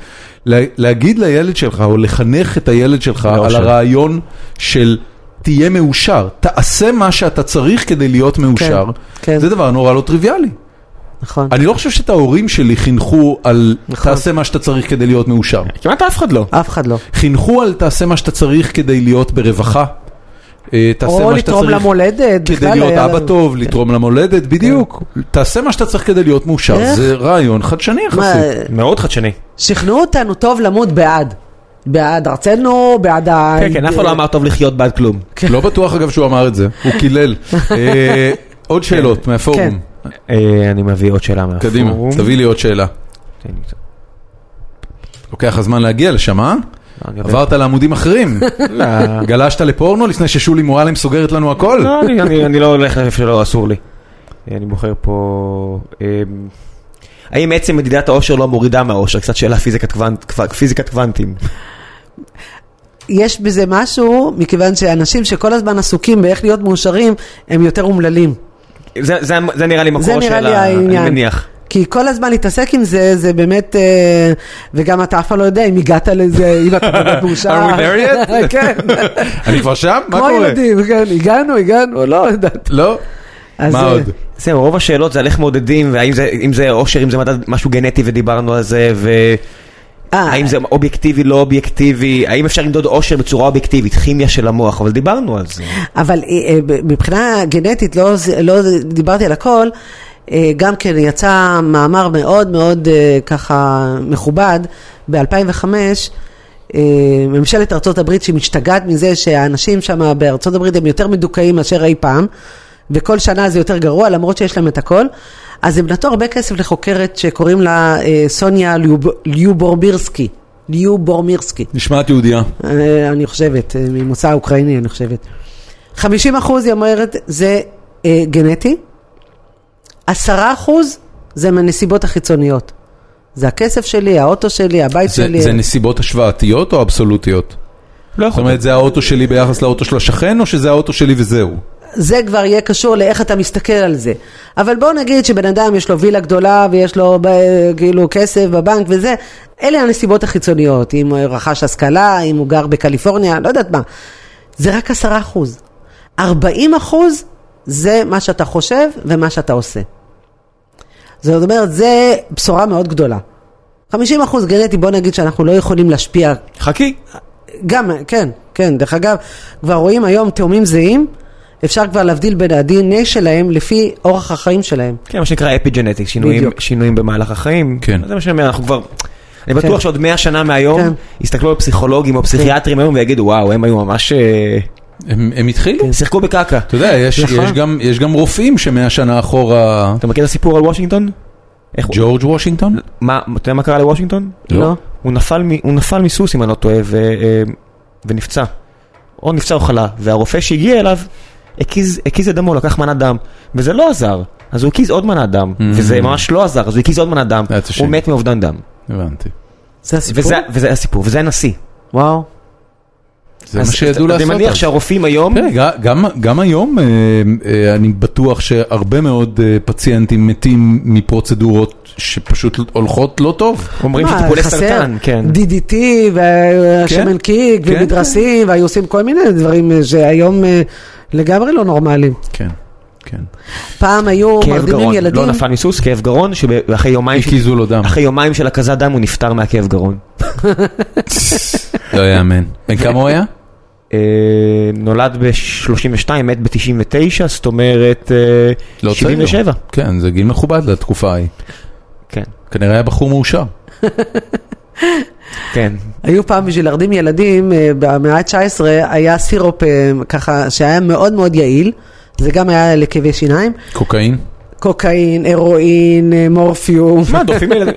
Speaker 1: לה- להגיד לילד שלך, או לחנך את הילד שלך על
Speaker 4: לא
Speaker 2: מאושר.
Speaker 1: הרעיון של... תהיה מאושר, תעשה מה שאתה צריך כדי להיות מאושר,
Speaker 3: כן.
Speaker 1: זה דבר נורא לא טריוויאלי.
Speaker 3: נכון.
Speaker 1: אני לא חושב שאת ההורים שלי חינכו על
Speaker 3: נכון.
Speaker 1: תעשה מה שאתה צריך כדי להיות מאושר.
Speaker 4: כמעט אף אחד לא.
Speaker 3: אף אחד לא.
Speaker 1: חינכו על תעשה מה שאתה צריך כדי להיות ברווחה. אה, תעשה
Speaker 3: או
Speaker 1: מה שאתה
Speaker 3: לתרום
Speaker 1: צריך
Speaker 3: למולדת.
Speaker 1: כדי
Speaker 3: בכלל
Speaker 1: להיות
Speaker 3: היה
Speaker 1: אבא
Speaker 3: לנו- כן.
Speaker 1: טוב, לתרום למולדת, בדיוק. תעשה מה שאתה צריך כדי להיות מאושר,
Speaker 3: איך?
Speaker 1: זה רעיון חדשני
Speaker 3: מה,
Speaker 1: יחסית.
Speaker 4: מאוד חדשני.
Speaker 2: כן,
Speaker 3: שכנעו אותנו טוב למות בעד. בעד ארצנו, בעד ה...
Speaker 4: כן, כן, אף
Speaker 3: אה,
Speaker 4: אחד לא אמר טוב לחיות בעד כלום.
Speaker 3: כן.
Speaker 1: לא בטוח אגב שהוא אמר את זה, הוא קילל. אה, עוד שאלות
Speaker 3: כן.
Speaker 1: מהפורום,
Speaker 4: אה, אני מביא עוד שאלה מהפורום.
Speaker 1: קדימה, תביא לי עוד שאלה.
Speaker 4: תן לי קצת.
Speaker 1: לוקח לך זמן להגיע לשם, אה?
Speaker 4: לא, אני יודע.
Speaker 1: עברת לעמודים אחרים,
Speaker 4: לא,
Speaker 1: גלשת לפורנו לפני ששולי מועלם סוגרת לנו הכל?
Speaker 4: לא, אני- אני- אני לא הולך לאיפה שלא אסור לי. אה, אני בוחר פה... אמ, האם עצם מדידת האושר לא מורידה מהאושר? קצת שאלה פיזיקת קוונט- קו- פיזיקת קוונטים.
Speaker 3: יש בזה משהו, מכיוון שאנשים שכל הזמן עסוקים באיך להיות מאושרים, הם יותר אומללים.
Speaker 4: זה זה- זה נראה לי מקור
Speaker 3: זה
Speaker 4: השאלה,
Speaker 3: נראה לי העניין.
Speaker 4: אני מניח.
Speaker 3: כי כל הזמן להתעסק עם זה, זה באמת, אה, וגם אתה אף פעם לא יודע אם הגעת לזה, אם אתה באמת מאושר.
Speaker 1: Are we there yet?
Speaker 3: כן.
Speaker 1: אני כבר שם? מה
Speaker 3: כמו
Speaker 1: קורה?
Speaker 3: ילדים, כן, הגענו, הגענו, לא יודעת.
Speaker 1: לא?
Speaker 3: אז,
Speaker 1: מה
Speaker 3: אה,
Speaker 1: עוד?
Speaker 4: זהו, רוב השאלות זה על איך מודדים, והאם זה- אם זה אושר, אם זה מדד- משהו גנטי ודיברנו על זה,
Speaker 3: אה,
Speaker 4: והאם זה אובייקטיבי, לא אובייקטיבי, האם אפשר למדוד אושר בצורה אובייקטיבית, כימיה של המוח, אבל דיברנו על זה.
Speaker 3: אבל אה, אה, מבחינה גנטית, לא, לא דיברתי על הכל, אה, גם כן יצא מאמר מאוד מאוד אה, ככה מכובד ב-2005, ממשלת ארצות הברית שמשתגעת מזה שהאנשים שם בארצות הברית הם יותר מדוכאים מאשר אי פעם, וכל שנה זה יותר גרוע למרות שיש להם את הכל, אז הם נתנו הרבה כסף לחוקרת שקוראים לה אה, סוניה ליוב- ליובורמירסקי. ליובורמירסקי.
Speaker 1: נשמעת יהודייה.
Speaker 3: אה, אני חושבת, אה, ממוצא אוקראיני אני חושבת. 50 אחוז, היא אומרת, זה אה, גנטי, 10 אחוז זה מהנסיבות החיצוניות. זה הכסף שלי, האוטו שלי, הבית
Speaker 1: זה,
Speaker 3: שלי.
Speaker 1: זה נסיבות השוואתיות או אבסולוטיות?
Speaker 4: לא
Speaker 1: זאת אומרת, זה האוטו שלי ביחס לאוטו של השכן, או שזה האוטו שלי וזהו?
Speaker 3: זה כבר יהיה קשור לאיך אתה מסתכל על זה. אבל בוא נגיד שבן אדם יש לו וילה גדולה ויש לו אה, כאילו כסף בבנק וזה, אלה הנסיבות החיצוניות, אם הוא רכש השכלה, אם הוא גר בקליפורניה, לא יודעת מה. זה רק עשרה אחוז. ארבעים אחוז זה מה שאתה חושב ומה שאתה עושה. זאת אומרת, זה בשורה מאוד גדולה. 50 אחוז גנטי, בוא נגיד שאנחנו לא יכולים להשפיע,
Speaker 2: חכי.
Speaker 3: גם, כן, כן, דרך אגב, כבר רואים היום תאומים זהים, אפשר כבר להבדיל בין ה-DNA שלהם לפי אורח החיים שלהם.
Speaker 2: כן, מה שנקרא אפיג'נטיקס, שינויים,
Speaker 3: בדיוק.
Speaker 2: שינויים במהלך החיים.
Speaker 1: כן.
Speaker 2: זה מה שאני אומר, אנחנו כבר... אני בטוח
Speaker 3: כן.
Speaker 2: שעוד 100 שנה מהיום,
Speaker 3: כן.
Speaker 2: יסתכלו על פסיכולוגים או פסיכיאטרים היום ויגידו, וואו, הם היו ממש... אה,
Speaker 1: הם הם התחילו?
Speaker 3: כן.
Speaker 2: שיחקו בקקה.
Speaker 1: אתה יודע, יש-
Speaker 2: נכון.
Speaker 1: יש גם- יש גם רופאים שמאה שנה אחורה...
Speaker 2: אתה מכיר את הסיפור על וושינגטון? איך הוא-
Speaker 1: ג'ורג' וושינגטון?
Speaker 2: מה, אתה יודע מה קרה לוושינגטון?
Speaker 1: לא.
Speaker 2: הוא נפל, מ, הוא נפל מסוס, אם אני לא טועה, ו, אה, ונפצע. או נפצע או חלה, והרופא שהגיע אליו, הקיז, הקיז את דמו, לקח מנת דם, וזה לא עזר. אז הוא הקיז עוד מנת דם,
Speaker 1: Mm.
Speaker 2: וזה ממש לא עזר, אז הוא הקיז עוד מנת דם,
Speaker 1: That's a
Speaker 2: הוא
Speaker 1: shame.
Speaker 2: מת מאובדן דם.
Speaker 1: הבנתי.
Speaker 3: זה הסיפור?
Speaker 2: וזה, וזה הסיפור, וזה הנשיא.
Speaker 3: וואו.
Speaker 1: זה מה
Speaker 2: אז כן.
Speaker 1: שידעו
Speaker 2: אתה-
Speaker 1: לעשות.
Speaker 2: אני מניח
Speaker 1: אז.
Speaker 2: שהרופאים היום,
Speaker 1: תראה, ג- גם, גם היום אה, אה, אני בטוח שהרבה מאוד אה, פציינטים מתים מפרוצדורות שפשוט הולכות לא טוב.
Speaker 2: אומרים
Speaker 3: מה,
Speaker 2: שטיפולי
Speaker 3: חסר?
Speaker 2: סרטן, כן.
Speaker 3: DDT והשמן קיק
Speaker 1: כן,
Speaker 3: ומדרסים, והיו עושים כל מיני דברים אה, שהיום אה, לגמרי לא נורמליים.
Speaker 1: כן, כן.
Speaker 3: פעם היו
Speaker 2: כאב
Speaker 3: מרדימים
Speaker 2: גרון,
Speaker 3: ילדים.
Speaker 2: לא נפל מסוס, כאב גרון, שאחרי יומיים, של-
Speaker 1: הקיזו לו דם.
Speaker 2: אחרי יומיים של הקזת דם הוא נפטר מהכאב גרון.
Speaker 1: לא יאמן. בן כמה הוא היה? לא
Speaker 2: אה, נולד ב-32, מת ב-99, זאת אומרת אה,
Speaker 1: לא צעיר.
Speaker 2: 77.
Speaker 1: כן, זה גיל מכובד לתקופה ההיא.
Speaker 2: כן,
Speaker 1: כנראה היה בחור מאושר.
Speaker 2: כן.
Speaker 3: היו פעם בשביל להרדים ילדים, אה, במאה ה-19 היה סירופ אה, ככה, שהיה מאוד מאוד יעיל, זה גם היה לכאבי שיניים,
Speaker 1: קוקאין?
Speaker 3: קוקאין, הרואין, אה, מורפיום.
Speaker 2: מה, דוחפים ילדים,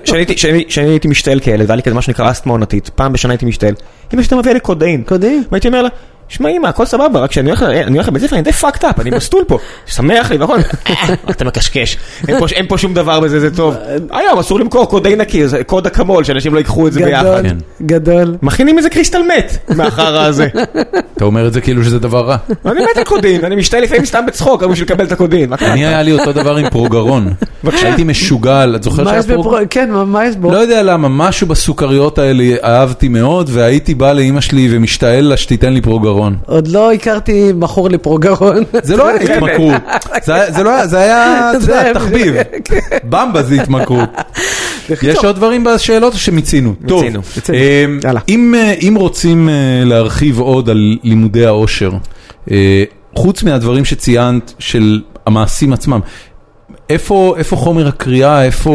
Speaker 2: כשאני הייתי משתעל כילד, והיה לי כזה מה שנקרא אסתמה עונתית, פעם בשנה הייתי משתעל, אמא שלי מביאה לי קודאין.
Speaker 3: קודאין.
Speaker 2: והייתי אומר לה, שמע אמא, הכל סבבה, רק שאני הולך ל- אני הולך לבית ספר, אני די פאקד אפ, אני מסטול פה, שמח לי והכל, "אה, אתה מקשקש, אין פה- אין פה שום דבר בזה, זה טוב. היום אסור למכור קודאין נקי, זה קוד אקמול, שאנשים לא ייקחו את זה ביחד.
Speaker 3: גדול,
Speaker 1: כן.
Speaker 3: גדול.
Speaker 2: מכינים איזה קריסטל מת מהחרא הזה.
Speaker 1: אתה אומר את זה כאילו שזה דבר רע.
Speaker 2: אני מת על קודין, אני משתעל לפעמים סתם בצחוק, רק בשביל לקבל את הקודין. מה קרה?
Speaker 1: אני היה לי אותו דבר עם פרוגרון.
Speaker 2: בבקשה.
Speaker 1: הייתי משוגע, את זוכרת
Speaker 3: מה
Speaker 1: שהיה
Speaker 3: יש
Speaker 1: פרוגרון?
Speaker 3: בו? כן, מה- מה יש בו?
Speaker 1: לא יודע למה, משהו בסוכריות האלה אהבתי מאוד, והייתי בא לאימא שלי ומשתעל לה שתיתן לי פרוגרון.
Speaker 3: עוד לא הכרתי מכור לפרוגרון.
Speaker 1: זה לא היה התמכרות, זה היה- זה לא היה, זה היה, אתה
Speaker 3: זה
Speaker 1: יודע, כן,
Speaker 3: היה-
Speaker 1: תחביב, במבה זה התמכרות. יש עוד דברים בשאלות או שמיצינו? טוב,
Speaker 2: מיצינו,
Speaker 3: מיצינו.
Speaker 1: אמ,
Speaker 3: יאללה.
Speaker 1: אם, אה, אם רוצים אה, להרחיב עוד על לימודי העושר, אה, חוץ מהדברים שציינת של המעשים עצמם, איפה, איפה חומר הקריאה, איפה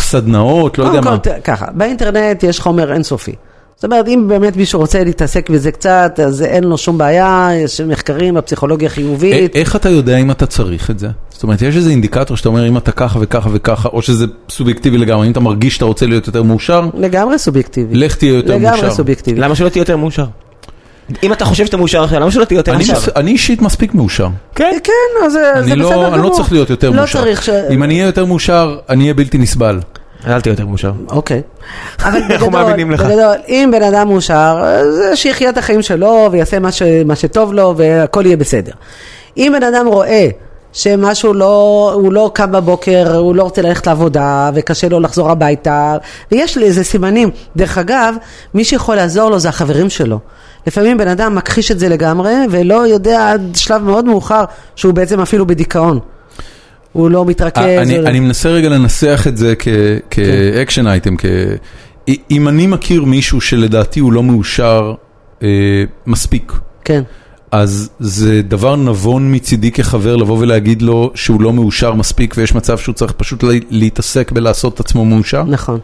Speaker 1: סדנאות, לא יודע
Speaker 3: קודם
Speaker 1: מה.
Speaker 3: כל, ת- ככה, באינטרנט יש חומר אינסופי. זאת אומרת, אם באמת מישהו רוצה להתעסק בזה קצת, אז אין לו שום בעיה, יש מחקרים בפסיכולוגיה חיובית.
Speaker 1: א- איך אתה יודע אם אתה צריך את זה? זאת אומרת, יש איזה אינדיקטור שאתה אומר, אם אתה ככה וככה וככה, או שזה סובייקטיבי לגמרי, אם אתה מרגיש שאתה רוצה להיות יותר מאושר,
Speaker 3: לגמרי סובייקטיבי.
Speaker 1: לך תהיה יותר מאושר.
Speaker 3: לגמרי סובייקטיבי.
Speaker 2: למה שלא תהיה יותר מאושר? אם אתה חושב שאתה מאושר עכשיו, למה שלא תהיה יותר
Speaker 1: אני
Speaker 2: מאושר?
Speaker 1: מס- אני אישית מספיק מאושר.
Speaker 2: כן,
Speaker 3: כן, אז זה זה
Speaker 1: אני
Speaker 3: בסדר גמור.
Speaker 1: לא, אני לא צריך להיות יותר מאושר.
Speaker 3: לא צריך ש...
Speaker 1: אם אני אהיה יותר מאושר, אני אהיה בלתי נסבל.
Speaker 2: אל תהיה יותר מאושר.
Speaker 3: אוקיי. אבל
Speaker 2: אנחנו מאמינים לך.
Speaker 3: בגדול, אם בן אדם מאושר, אז שיחיה את החיים שלו ויעשה מה, ש, מה שטוב לו והכל יהיה בסדר. אם בן אדם רואה שמשהו לא, הוא לא קם בבוקר, הוא לא רוצה ללכת לעבודה וקשה לו לחזור הביתה, ויש לזה סימנים. דרך אגב, מי שיכול לעזור לו זה החברים שלו. לפעמים בן אדם מכחיש את זה לגמרי ולא יודע עד שלב מאוד מאוחר שהוא בעצם אפילו בדיכאון. הוא לא מתרכז.
Speaker 1: אה, אני,
Speaker 3: הוא לא-
Speaker 1: אני מנסה רגע לנסח את זה כאקשן אייטם, כ... אם אני מכיר מישהו שלדעתי הוא לא מאושר אה, מספיק,
Speaker 3: כן.
Speaker 1: אז זה דבר נבון מצידי כחבר לבוא ולהגיד לו שהוא לא מאושר מספיק ויש מצב שהוא צריך פשוט לה- להתעסק בלעשות את עצמו מאושר?
Speaker 3: נכון.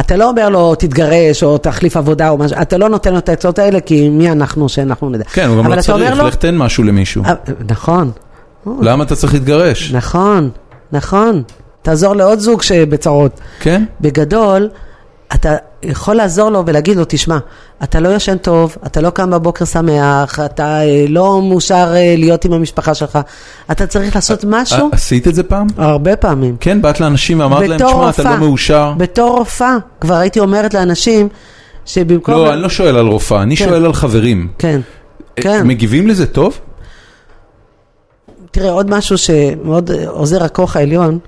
Speaker 3: אתה לא אומר לו תתגרש או תחליף עבודה או משהו, אתה לא נותן לו את העצות האלה כי מי אנחנו שאנחנו נדע.
Speaker 1: כן, הוא גם
Speaker 3: אבל
Speaker 1: לא
Speaker 3: אתה אומר
Speaker 1: צריך,
Speaker 3: לו-
Speaker 1: לך תן משהו למישהו.
Speaker 3: אה, נכון,
Speaker 1: למה אתה צריך להתגרש?
Speaker 3: נכון, נכון. תעזור לעוד זוג שבצרות.
Speaker 1: כן?
Speaker 3: בגדול, אתה יכול לעזור לו ולהגיד לו, תשמע, אתה לא ישן טוב, אתה לא קם בבוקר שמח, אתה אה, לא מאושר אה, להיות עם המשפחה שלך, אתה צריך לעשות
Speaker 1: אה,
Speaker 3: משהו
Speaker 1: ע- עשית את זה פעם?
Speaker 3: הרבה פעמים.
Speaker 1: כן, באת לאנשים ואמרת להם,
Speaker 3: בתור
Speaker 1: שמע, אתה
Speaker 3: רופאה.
Speaker 1: לא מאושר.
Speaker 3: בתור רופאה, כבר הייתי אומרת לאנשים שבמקום...
Speaker 1: לא, אני לא שואל על רופאה, אני
Speaker 3: כן.
Speaker 1: שואל על חברים.
Speaker 3: כן.
Speaker 1: אה,
Speaker 3: כן.
Speaker 1: מגיבים לזה טוב?
Speaker 3: תראה, עוד משהו שמאוד אה, עוזר הכוח העליון,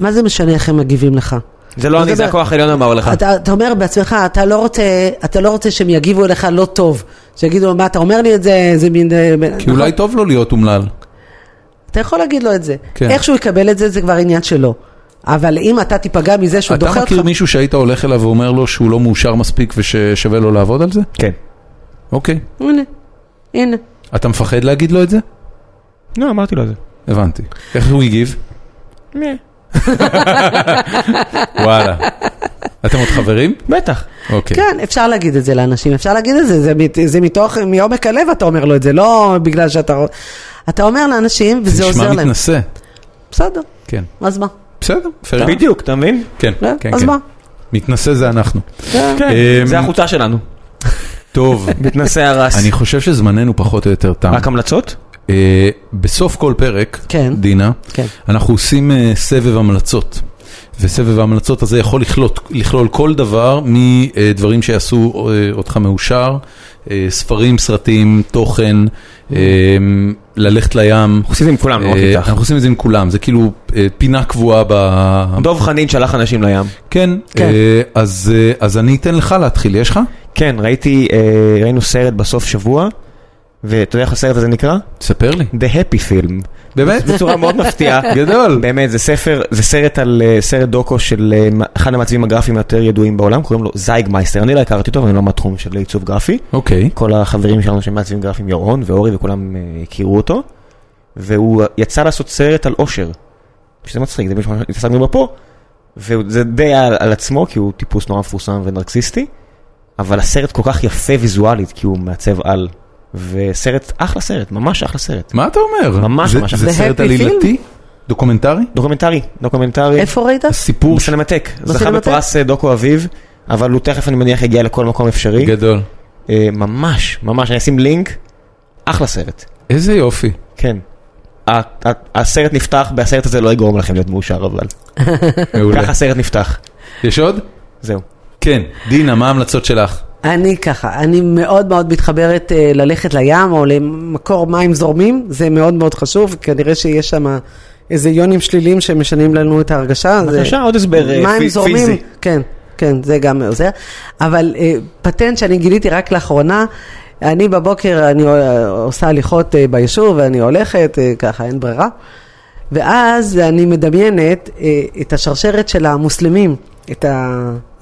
Speaker 3: מה זה משנה איך הם מגיבים לך?
Speaker 2: זה לא אני, זה
Speaker 3: מדבר.
Speaker 2: הכוח העליון אמר
Speaker 1: אה.
Speaker 2: לך.
Speaker 3: אתה, אתה אומר בעצמך, אתה לא, רוצה, אתה לא רוצה שהם יגיבו אליך לא טוב. שיגידו, מה אתה אומר לי את זה, זה מין... אה, ב-
Speaker 1: כי אולי טוב לא להיות אומלל.
Speaker 3: אתה יכול להגיד לו את זה.
Speaker 1: כן.
Speaker 3: כן. איך שהוא יקבל את זה, זה כבר עניין שלו. אבל אם אתה תיפגע מזה שהוא דוחה
Speaker 1: אתה
Speaker 3: אותך...
Speaker 1: מכיר מישהו שהיית הולך אליו ואומר לו שהוא לא מאושר מספיק וששווה לו לעבוד על זה?
Speaker 2: כן.
Speaker 1: אוקיי.
Speaker 3: הנה, הנה.
Speaker 1: אתה מפחד להגיד לו את זה?
Speaker 2: לא, אמרתי לו את זה.
Speaker 1: הבנתי. איך הוא הגיב?
Speaker 2: אה.
Speaker 1: וואלה. אתם עוד חברים?
Speaker 2: בטח.
Speaker 1: אוקיי.
Speaker 3: כן, אפשר להגיד את זה לאנשים, אפשר להגיד את זה, זה, מת- זה מתוך, מעומק הלב אתה אומר לו את זה, לא בגלל שאתה... רוצ- אתה אומר לאנשים וזה עוזר
Speaker 1: נשמע
Speaker 3: להם.
Speaker 1: מתנשא.
Speaker 3: בסדר,
Speaker 1: כן.
Speaker 3: אז מה?
Speaker 1: בסדר, fair enough.
Speaker 2: בדיוק, אתה מבין?
Speaker 1: כן,
Speaker 3: לא?
Speaker 1: כן,
Speaker 3: אז
Speaker 1: כן.
Speaker 3: מה?
Speaker 1: מתנשא זה אנחנו.
Speaker 2: כן.
Speaker 1: אמ,
Speaker 2: זה החולצה שלנו.
Speaker 1: טוב,
Speaker 2: מתנשא הרס.
Speaker 1: אני חושב שזמננו פחות או יותר תם.
Speaker 2: רק המלצות?
Speaker 1: אה, בסוף כל פרק,
Speaker 3: כן.
Speaker 1: דינה,
Speaker 3: כן.
Speaker 1: אנחנו עושים אה, סבב המלצות. וסבב ההמלצות הזה יכול לכלות, לכלול כל דבר מדברים שיעשו אה, אותך מאושר, אה, ספרים, סרטים, תוכן, אה, ללכת לים.
Speaker 2: עושים עם כולם, לא רק
Speaker 1: אה,
Speaker 2: איתך.
Speaker 1: אנחנו עושים את זה עם כולם, זה כאילו אה, פינה קבועה ב... אה,
Speaker 2: דב חנין שלח אנשים לים.
Speaker 1: כן,
Speaker 3: כן.
Speaker 1: אה, אז אה, אז אני אתן לך להתחיל, יש לך?
Speaker 2: כן, ראיתי, אה, ראינו סרט בסוף שבוע, ואתה יודע איך הסרט הזה נקרא?
Speaker 1: תספר לי.
Speaker 2: The Happy Film.
Speaker 1: באמת?
Speaker 2: בצורה מאוד מפתיעה.
Speaker 1: גדול.
Speaker 2: באמת, זה ספר, זה סרט על, אה, סרט דוקו של אה, אחד המעצבים הגרפיים היותר ידועים בעולם, קוראים לו זייגמייסטר. אני לא הכרתי אותו, אבל אני לא מהתחום של עיצוב גרפי.
Speaker 1: אוקיי.
Speaker 2: כל החברים שלנו שמעצבים גרפים, ירון ואורי וכולם אה, הכירו אותו, והוא יצא לעשות סרט על אושר, שזה מצחיק, זה משהו שהתעסקנו בו פה, וזה די על, על עצמו, כי הוא טיפוס נורא מפורסם ונרקסיסטי, אבל הסרט כל כך יפה ויזואלית, כי הוא מעצב על, וסרט, אחלה סרט, ממש אחלה סרט.
Speaker 1: מה אתה אומר?
Speaker 2: ממש,
Speaker 1: זה-
Speaker 2: ממש.
Speaker 1: זה
Speaker 3: זה
Speaker 1: סרט
Speaker 3: happy
Speaker 1: עלילתי? דוקומנטרי?
Speaker 2: דוקומנטרי, דוקומנטרי,
Speaker 3: איפה ראית?
Speaker 1: סיפור ש-
Speaker 2: בסינמטק, זכה
Speaker 3: בסינמטק?
Speaker 2: בפרס אה, דוקו אביב, אבל הוא תכף אני מניח יגיע לכל מקום אפשרי,
Speaker 1: גדול.
Speaker 2: אה, ממש, ממש, אני אשים לינק, אחלה סרט.
Speaker 1: איזה יופי.
Speaker 2: כן. ה- ה- הסרט נפתח, בסרט הזה לא יגרום לכם להיות מאושר אבל.
Speaker 1: מעולה.
Speaker 2: ככה הסרט נפתח.
Speaker 1: יש עוד?
Speaker 2: זהו.
Speaker 1: כן. דינה, מה ההמלצות שלך?
Speaker 3: אני ככה, אני מאוד מאוד מתחברת אה, ללכת לים או למקור מים זורמים, זה מאוד מאוד חשוב, כנראה שיש שם איזה יונים שליליים שמשנים לנו את ההרגשה. זה-
Speaker 2: בבקשה, עוד הסבר, אה, פי-
Speaker 3: מים זורמים,
Speaker 2: פיזי.
Speaker 3: כן, כן, זה גם עוזר. אבל אה, פטנט שאני גיליתי רק לאחרונה, אני בבוקר, אני אה, עושה הליכות אה, ביישוב ואני הולכת, אה, ככה אין ברירה. ואז אני מדמיינת אה, את השרשרת של המוסלמים, את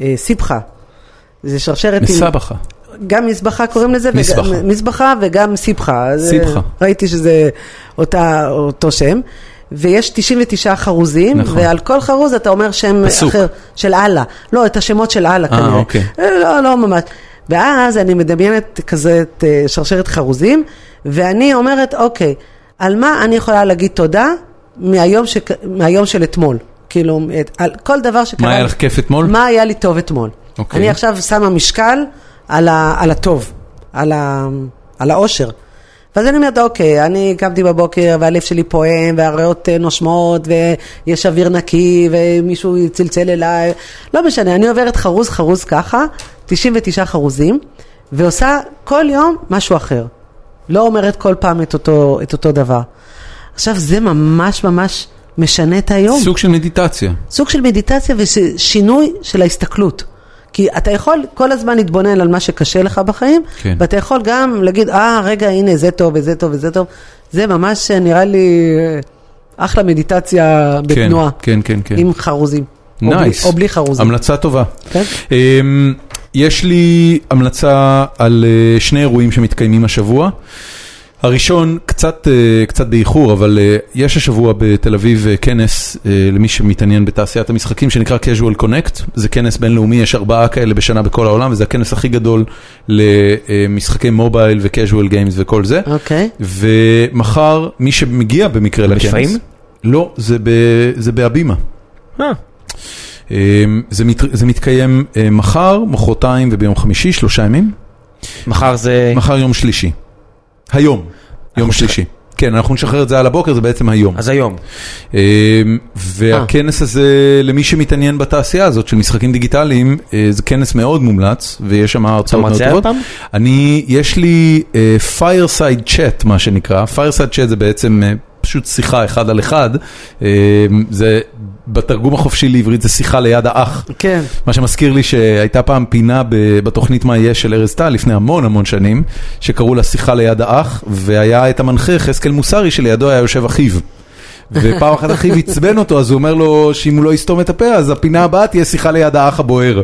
Speaker 3: הסיפחה. זה שרשרת עם...
Speaker 1: מסבכה.
Speaker 3: גם מזבחה קוראים לזה,
Speaker 1: מזבחה.
Speaker 3: וגם, מזבחה וגם סיפחה. אז,
Speaker 1: סיפחה.
Speaker 3: אה, ראיתי שזה אותה, אותו שם, ויש 99 חרוזים,
Speaker 1: נכון.
Speaker 3: ועל כל חרוז אתה אומר שם
Speaker 1: פסוק.
Speaker 3: אחר, של אללה. לא, את השמות של אללה
Speaker 1: אה,
Speaker 3: כנראה.
Speaker 1: אוקיי.
Speaker 3: אה, לא, לא ממש. ואז אני מדמיינת כזה את אה, שרשרת חרוזים, ואני אומרת, אוקיי, על מה אני יכולה להגיד תודה מהיום, שק... מהיום של אתמול? כאילו, את... על כל דבר שקרה.
Speaker 1: מה היה לך כיף אתמול?
Speaker 3: מה היה לי טוב אתמול.
Speaker 1: אוקיי.
Speaker 3: אני עכשיו שמה משקל על, ה, על הטוב, על, ה, על האושר. ואז אני אומרת, אוקיי, אני קמתי בבוקר והלב שלי פועם והריאות אה, נושמות ויש אוויר נקי ומישהו צלצל אליי, לא משנה, אני עוברת חרוז חרוז ככה, 99 חרוזים, ועושה כל יום משהו אחר. לא אומרת כל פעם את אותו, את אותו דבר. עכשיו, זה ממש ממש משנה את היום.
Speaker 1: סוג של מדיטציה.
Speaker 3: סוג של מדיטציה ושינוי של ההסתכלות. כי אתה יכול כל הזמן להתבונן על מה שקשה לך בחיים,
Speaker 1: כן.
Speaker 3: ואתה יכול גם להגיד, אה, רגע, הנה, זה טוב וזה טוב וזה טוב. זה ממש אה, נראה לי אה, אחלה מדיטציה
Speaker 1: כן,
Speaker 3: בתנועה,
Speaker 1: כן, כן, כן.
Speaker 3: עם חרוזים. או בלי-
Speaker 1: נייס.
Speaker 3: או בלי חרוזים.
Speaker 1: המלצה טובה.
Speaker 3: כן?
Speaker 1: אמ, יש לי המלצה על אה, שני אירועים שמתקיימים השבוע. הראשון, קצת, אה, קצת באיחור, אבל אה, יש השבוע בתל אביב אה, כנס אה, למי שמתעניין בתעשיית המשחקים שנקרא Casual Connect. זה כנס בינלאומי, יש ארבעה כאלה בשנה בכל העולם, וזה הכנס הכי גדול למשחקי מובייל ו-Casual Games וכל זה.
Speaker 3: אוקיי.
Speaker 1: ומחר, מי שמגיע במקרה לכנס...
Speaker 2: בשפיים?
Speaker 1: לא, זה, ב, זה בהבימה.
Speaker 2: אה,
Speaker 1: אמ, זה, מת, זה מתקיים אה, מחר, מחרתיים וביום חמישי, שלושה ימים.
Speaker 2: מחר זה...
Speaker 1: מחר יום שלישי. היום, יום
Speaker 2: אנחנו
Speaker 1: שלישי. כן, אנחנו נשחרר את זה על הבוקר, זה בעצם היום.
Speaker 2: אז היום.
Speaker 1: אמ, והכנס הזה, למי שמתעניין בתעשייה הזאת של משחקים דיגיטליים, אה, זה כנס מאוד מומלץ, ויש שם הרצאות מאוד
Speaker 2: מרצה
Speaker 1: טובות.
Speaker 2: הפעם?
Speaker 1: אני, יש לי אה, fireside chat, מה שנקרא. fireside chat זה בעצם אה, פשוט שיחה אחד על אחד. אה, זה, בתרגום החופשי לעברית זה שיחה ליד האח.
Speaker 3: כן.
Speaker 1: מה שמזכיר לי שהייתה פעם פינה ב- בתוכנית מה יהיה של ארז טל לפני המון המון שנים, שקראו לה שיחה ליד האח, והיה את המנחה יחזקאל מוסרי שלידו היה יושב אחיו. ופעם אחת אחיו עצבן אותו, אז הוא אומר לו שאם הוא לא יסתום את הפה, אז הפינה הבאה תהיה שיחה ליד האח הבוער.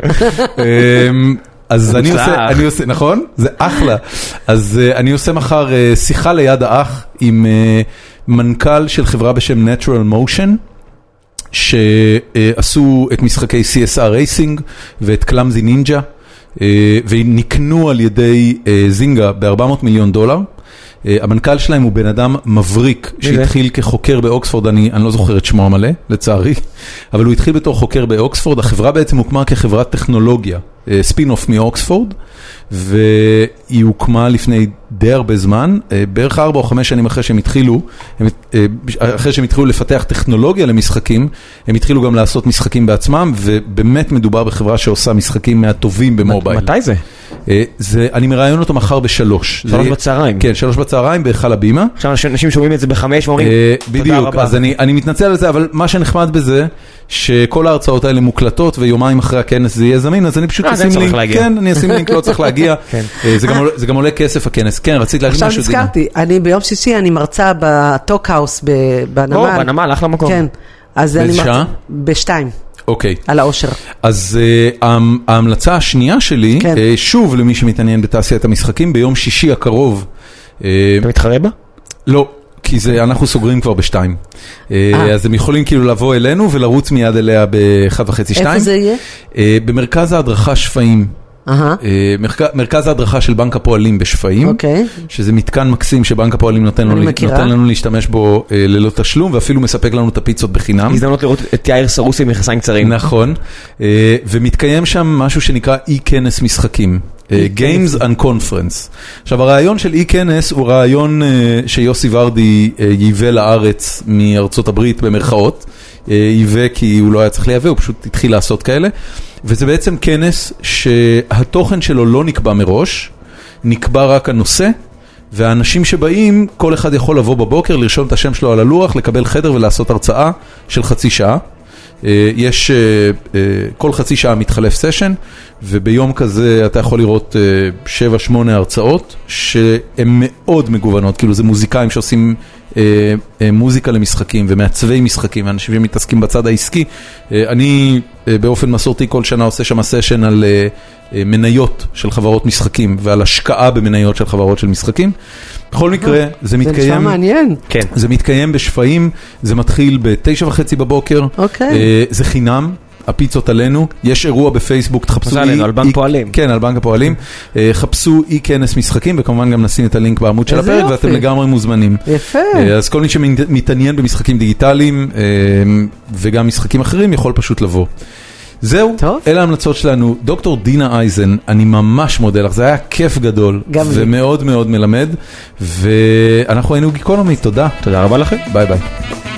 Speaker 1: אמ, אז אני עושה,
Speaker 2: מוצלח.
Speaker 1: אני עושה, נכון? זה אחלה. אז אה, אני עושה מחר אה, שיחה ליד האח עם אה, מנכ"ל של חברה בשם Natural Motion. שעשו את משחקי CSR רייסינג ואת קלאמזי נינג'ה, ונקנו על ידי אה, זינגה ב-400 מיליון דולר. אה, המנכ"ל שלהם הוא בן אדם מבריק,
Speaker 4: זה?
Speaker 1: שהתחיל כחוקר באוקספורד, אני, אני לא זוכר את שמו המלא, לצערי, אבל הוא התחיל בתור חוקר באוקספורד, החברה בעצם הוקמה כחברת טכנולוגיה, ספין אוף מאוקספורד, והיא הוקמה לפני די הרבה זמן, אה, בערך ארבע או חמש שנים אחרי שהם התחילו, הם, אה, אחרי שהם התחילו לפתח טכנולוגיה למשחקים, הם התחילו גם לעשות משחקים בעצמם, ובאמת מדובר בחברה שעושה משחקים מהטובים במובייל.
Speaker 2: מתי זה?
Speaker 1: אה, זה, אני מראיין אותו מחר בשלוש.
Speaker 4: שלוש
Speaker 1: זה-
Speaker 4: בצהריים.
Speaker 1: כן, שלוש בצהריים בהיכל הבימה.
Speaker 4: עכשיו אנשים- אנשים שומעים את זה בחמש ואומרים,
Speaker 1: אה,
Speaker 4: תודה
Speaker 1: בדיוק,
Speaker 4: רבה.
Speaker 1: אז אני, אני מתנצל על זה, אבל מה שנחמד בזה, שכל ההרצאות האלה מוקלטות ויומיים אחרי הכנס זה יהיה זמין, אז אני פשוט
Speaker 2: אז אין
Speaker 1: אשים
Speaker 2: צורך
Speaker 1: לינק,
Speaker 2: להגיע.
Speaker 1: כן, אני אשים לינק, לא צריך להגיע, אה, זה, גם, עולה- זה גם עולה כסף הכנס, כן, רצית להגיד
Speaker 3: כן. עכשיו
Speaker 1: משהו, דינה?
Speaker 3: נזכרתי, אני ביום שישי, אני מרצה בטוקהאוס בנמל.
Speaker 4: או, בנמל, אחלה מקום.
Speaker 3: כן. אז אני
Speaker 1: באיזה
Speaker 3: מרצה-
Speaker 1: שעה?
Speaker 3: בשתיים,
Speaker 1: אוקיי,
Speaker 3: על האושר.
Speaker 1: אז uh, ההמלצה השנייה שלי,
Speaker 3: כן.
Speaker 1: אה, שוב למי שמתעניין בתעשיית המשחקים, ביום שישי הקרוב, אה,
Speaker 4: אתה מתחרה בה?
Speaker 1: לא, כי זה, אנחנו סוגרים כבר בשתיים. אה,
Speaker 3: אה.
Speaker 1: אז הם יכולים כאילו לבוא אלינו ולרוץ מיד אליה באחת וחצי, שתיים.
Speaker 3: איפה זה יהיה?
Speaker 1: אה, במרכז ההדרכה שפיים.
Speaker 3: אהה,
Speaker 1: אה, מרכ- מרכז ההדרכה של בנק הפועלים בשפיים,
Speaker 3: אוקיי.
Speaker 1: שזה מתקן מקסים שבנק הפועלים נותן לנו
Speaker 3: אני
Speaker 1: ל-
Speaker 3: מכירה.
Speaker 1: נותן לנו להשתמש בו אה, ללא תשלום ואפילו מספק לנו את הפיצות בחינם.
Speaker 4: הזדמנות לראות את יאיר סרוסי עם מכסיים קצרים.
Speaker 1: נכון, אה, ומתקיים שם משהו שנקרא אי-כנס משחקים. אה, Games and Conference. עכשיו הרעיון של אי-כנס הוא רעיון אה, שיוסי ורדי אה, ייבא לארץ מארצות הברית במרכאות. אה, ייבא כי הוא לא היה צריך לייבא, הוא פשוט התחיל לעשות כאלה. וזה בעצם כנס שהתוכן שלו לא נקבע מראש, נקבע רק הנושא. והאנשים שבאים, כל אחד יכול לבוא בבוקר, לרשום את השם שלו על הלוח, לקבל חדר ולעשות הרצאה של חצי שעה. אה, יש, אה, אה, כל חצי שעה מתחלף סשן, וביום כזה אתה יכול לראות 7-8 הרצאות, שהן מאוד מגוונות, כאילו זה מוזיקאים שעושים אה, אה, מוזיקה למשחקים ומעצבי משחקים, ואנשים שמתעסקים בצד העסקי. אה, אני אה, באופן מסורתי כל שנה עושה שם סשן על אה, אה, מניות של חברות משחקים ועל השקעה במניות של חברות של משחקים. בכל מקרה, זה
Speaker 3: אוקיי. זה
Speaker 1: מתקיים...
Speaker 3: נשמע מעניין.
Speaker 4: כן.
Speaker 1: זה מתקיים בשפיים, זה מתחיל בתשע וחצי בבוקר,
Speaker 3: אוקיי.
Speaker 1: אה, זה חינם. הפיצות עלינו, יש אירוע בפייסבוק, תחפשו
Speaker 4: מזל עלינו, על בנק פועלים. אוקיי.
Speaker 1: כן, על בנק הפועלים, אה, חפשו אי כנס משחקים, וכמובן גם נשים את הלינק בעמוד של
Speaker 3: איזה
Speaker 1: הפרק,
Speaker 3: יופי.
Speaker 1: ואתם לגמרי מוזמנים.
Speaker 3: יפה.
Speaker 1: אה, אז כל מי שמתעניין במשחקים דיגיטליים אה, וגם משחקים אחרים, יכול פשוט לבוא. זהו,
Speaker 3: טוב.
Speaker 1: אלה ההמלצות שלנו. דוקטור דינה אייזן, אני ממש מודה לך, זה היה כיף גדול,
Speaker 3: גם לי.
Speaker 1: ומאוד מאוד מלמד, ואנחנו היינו גיקונומי, תודה.
Speaker 4: תודה רבה לכם.
Speaker 1: ביי ביי.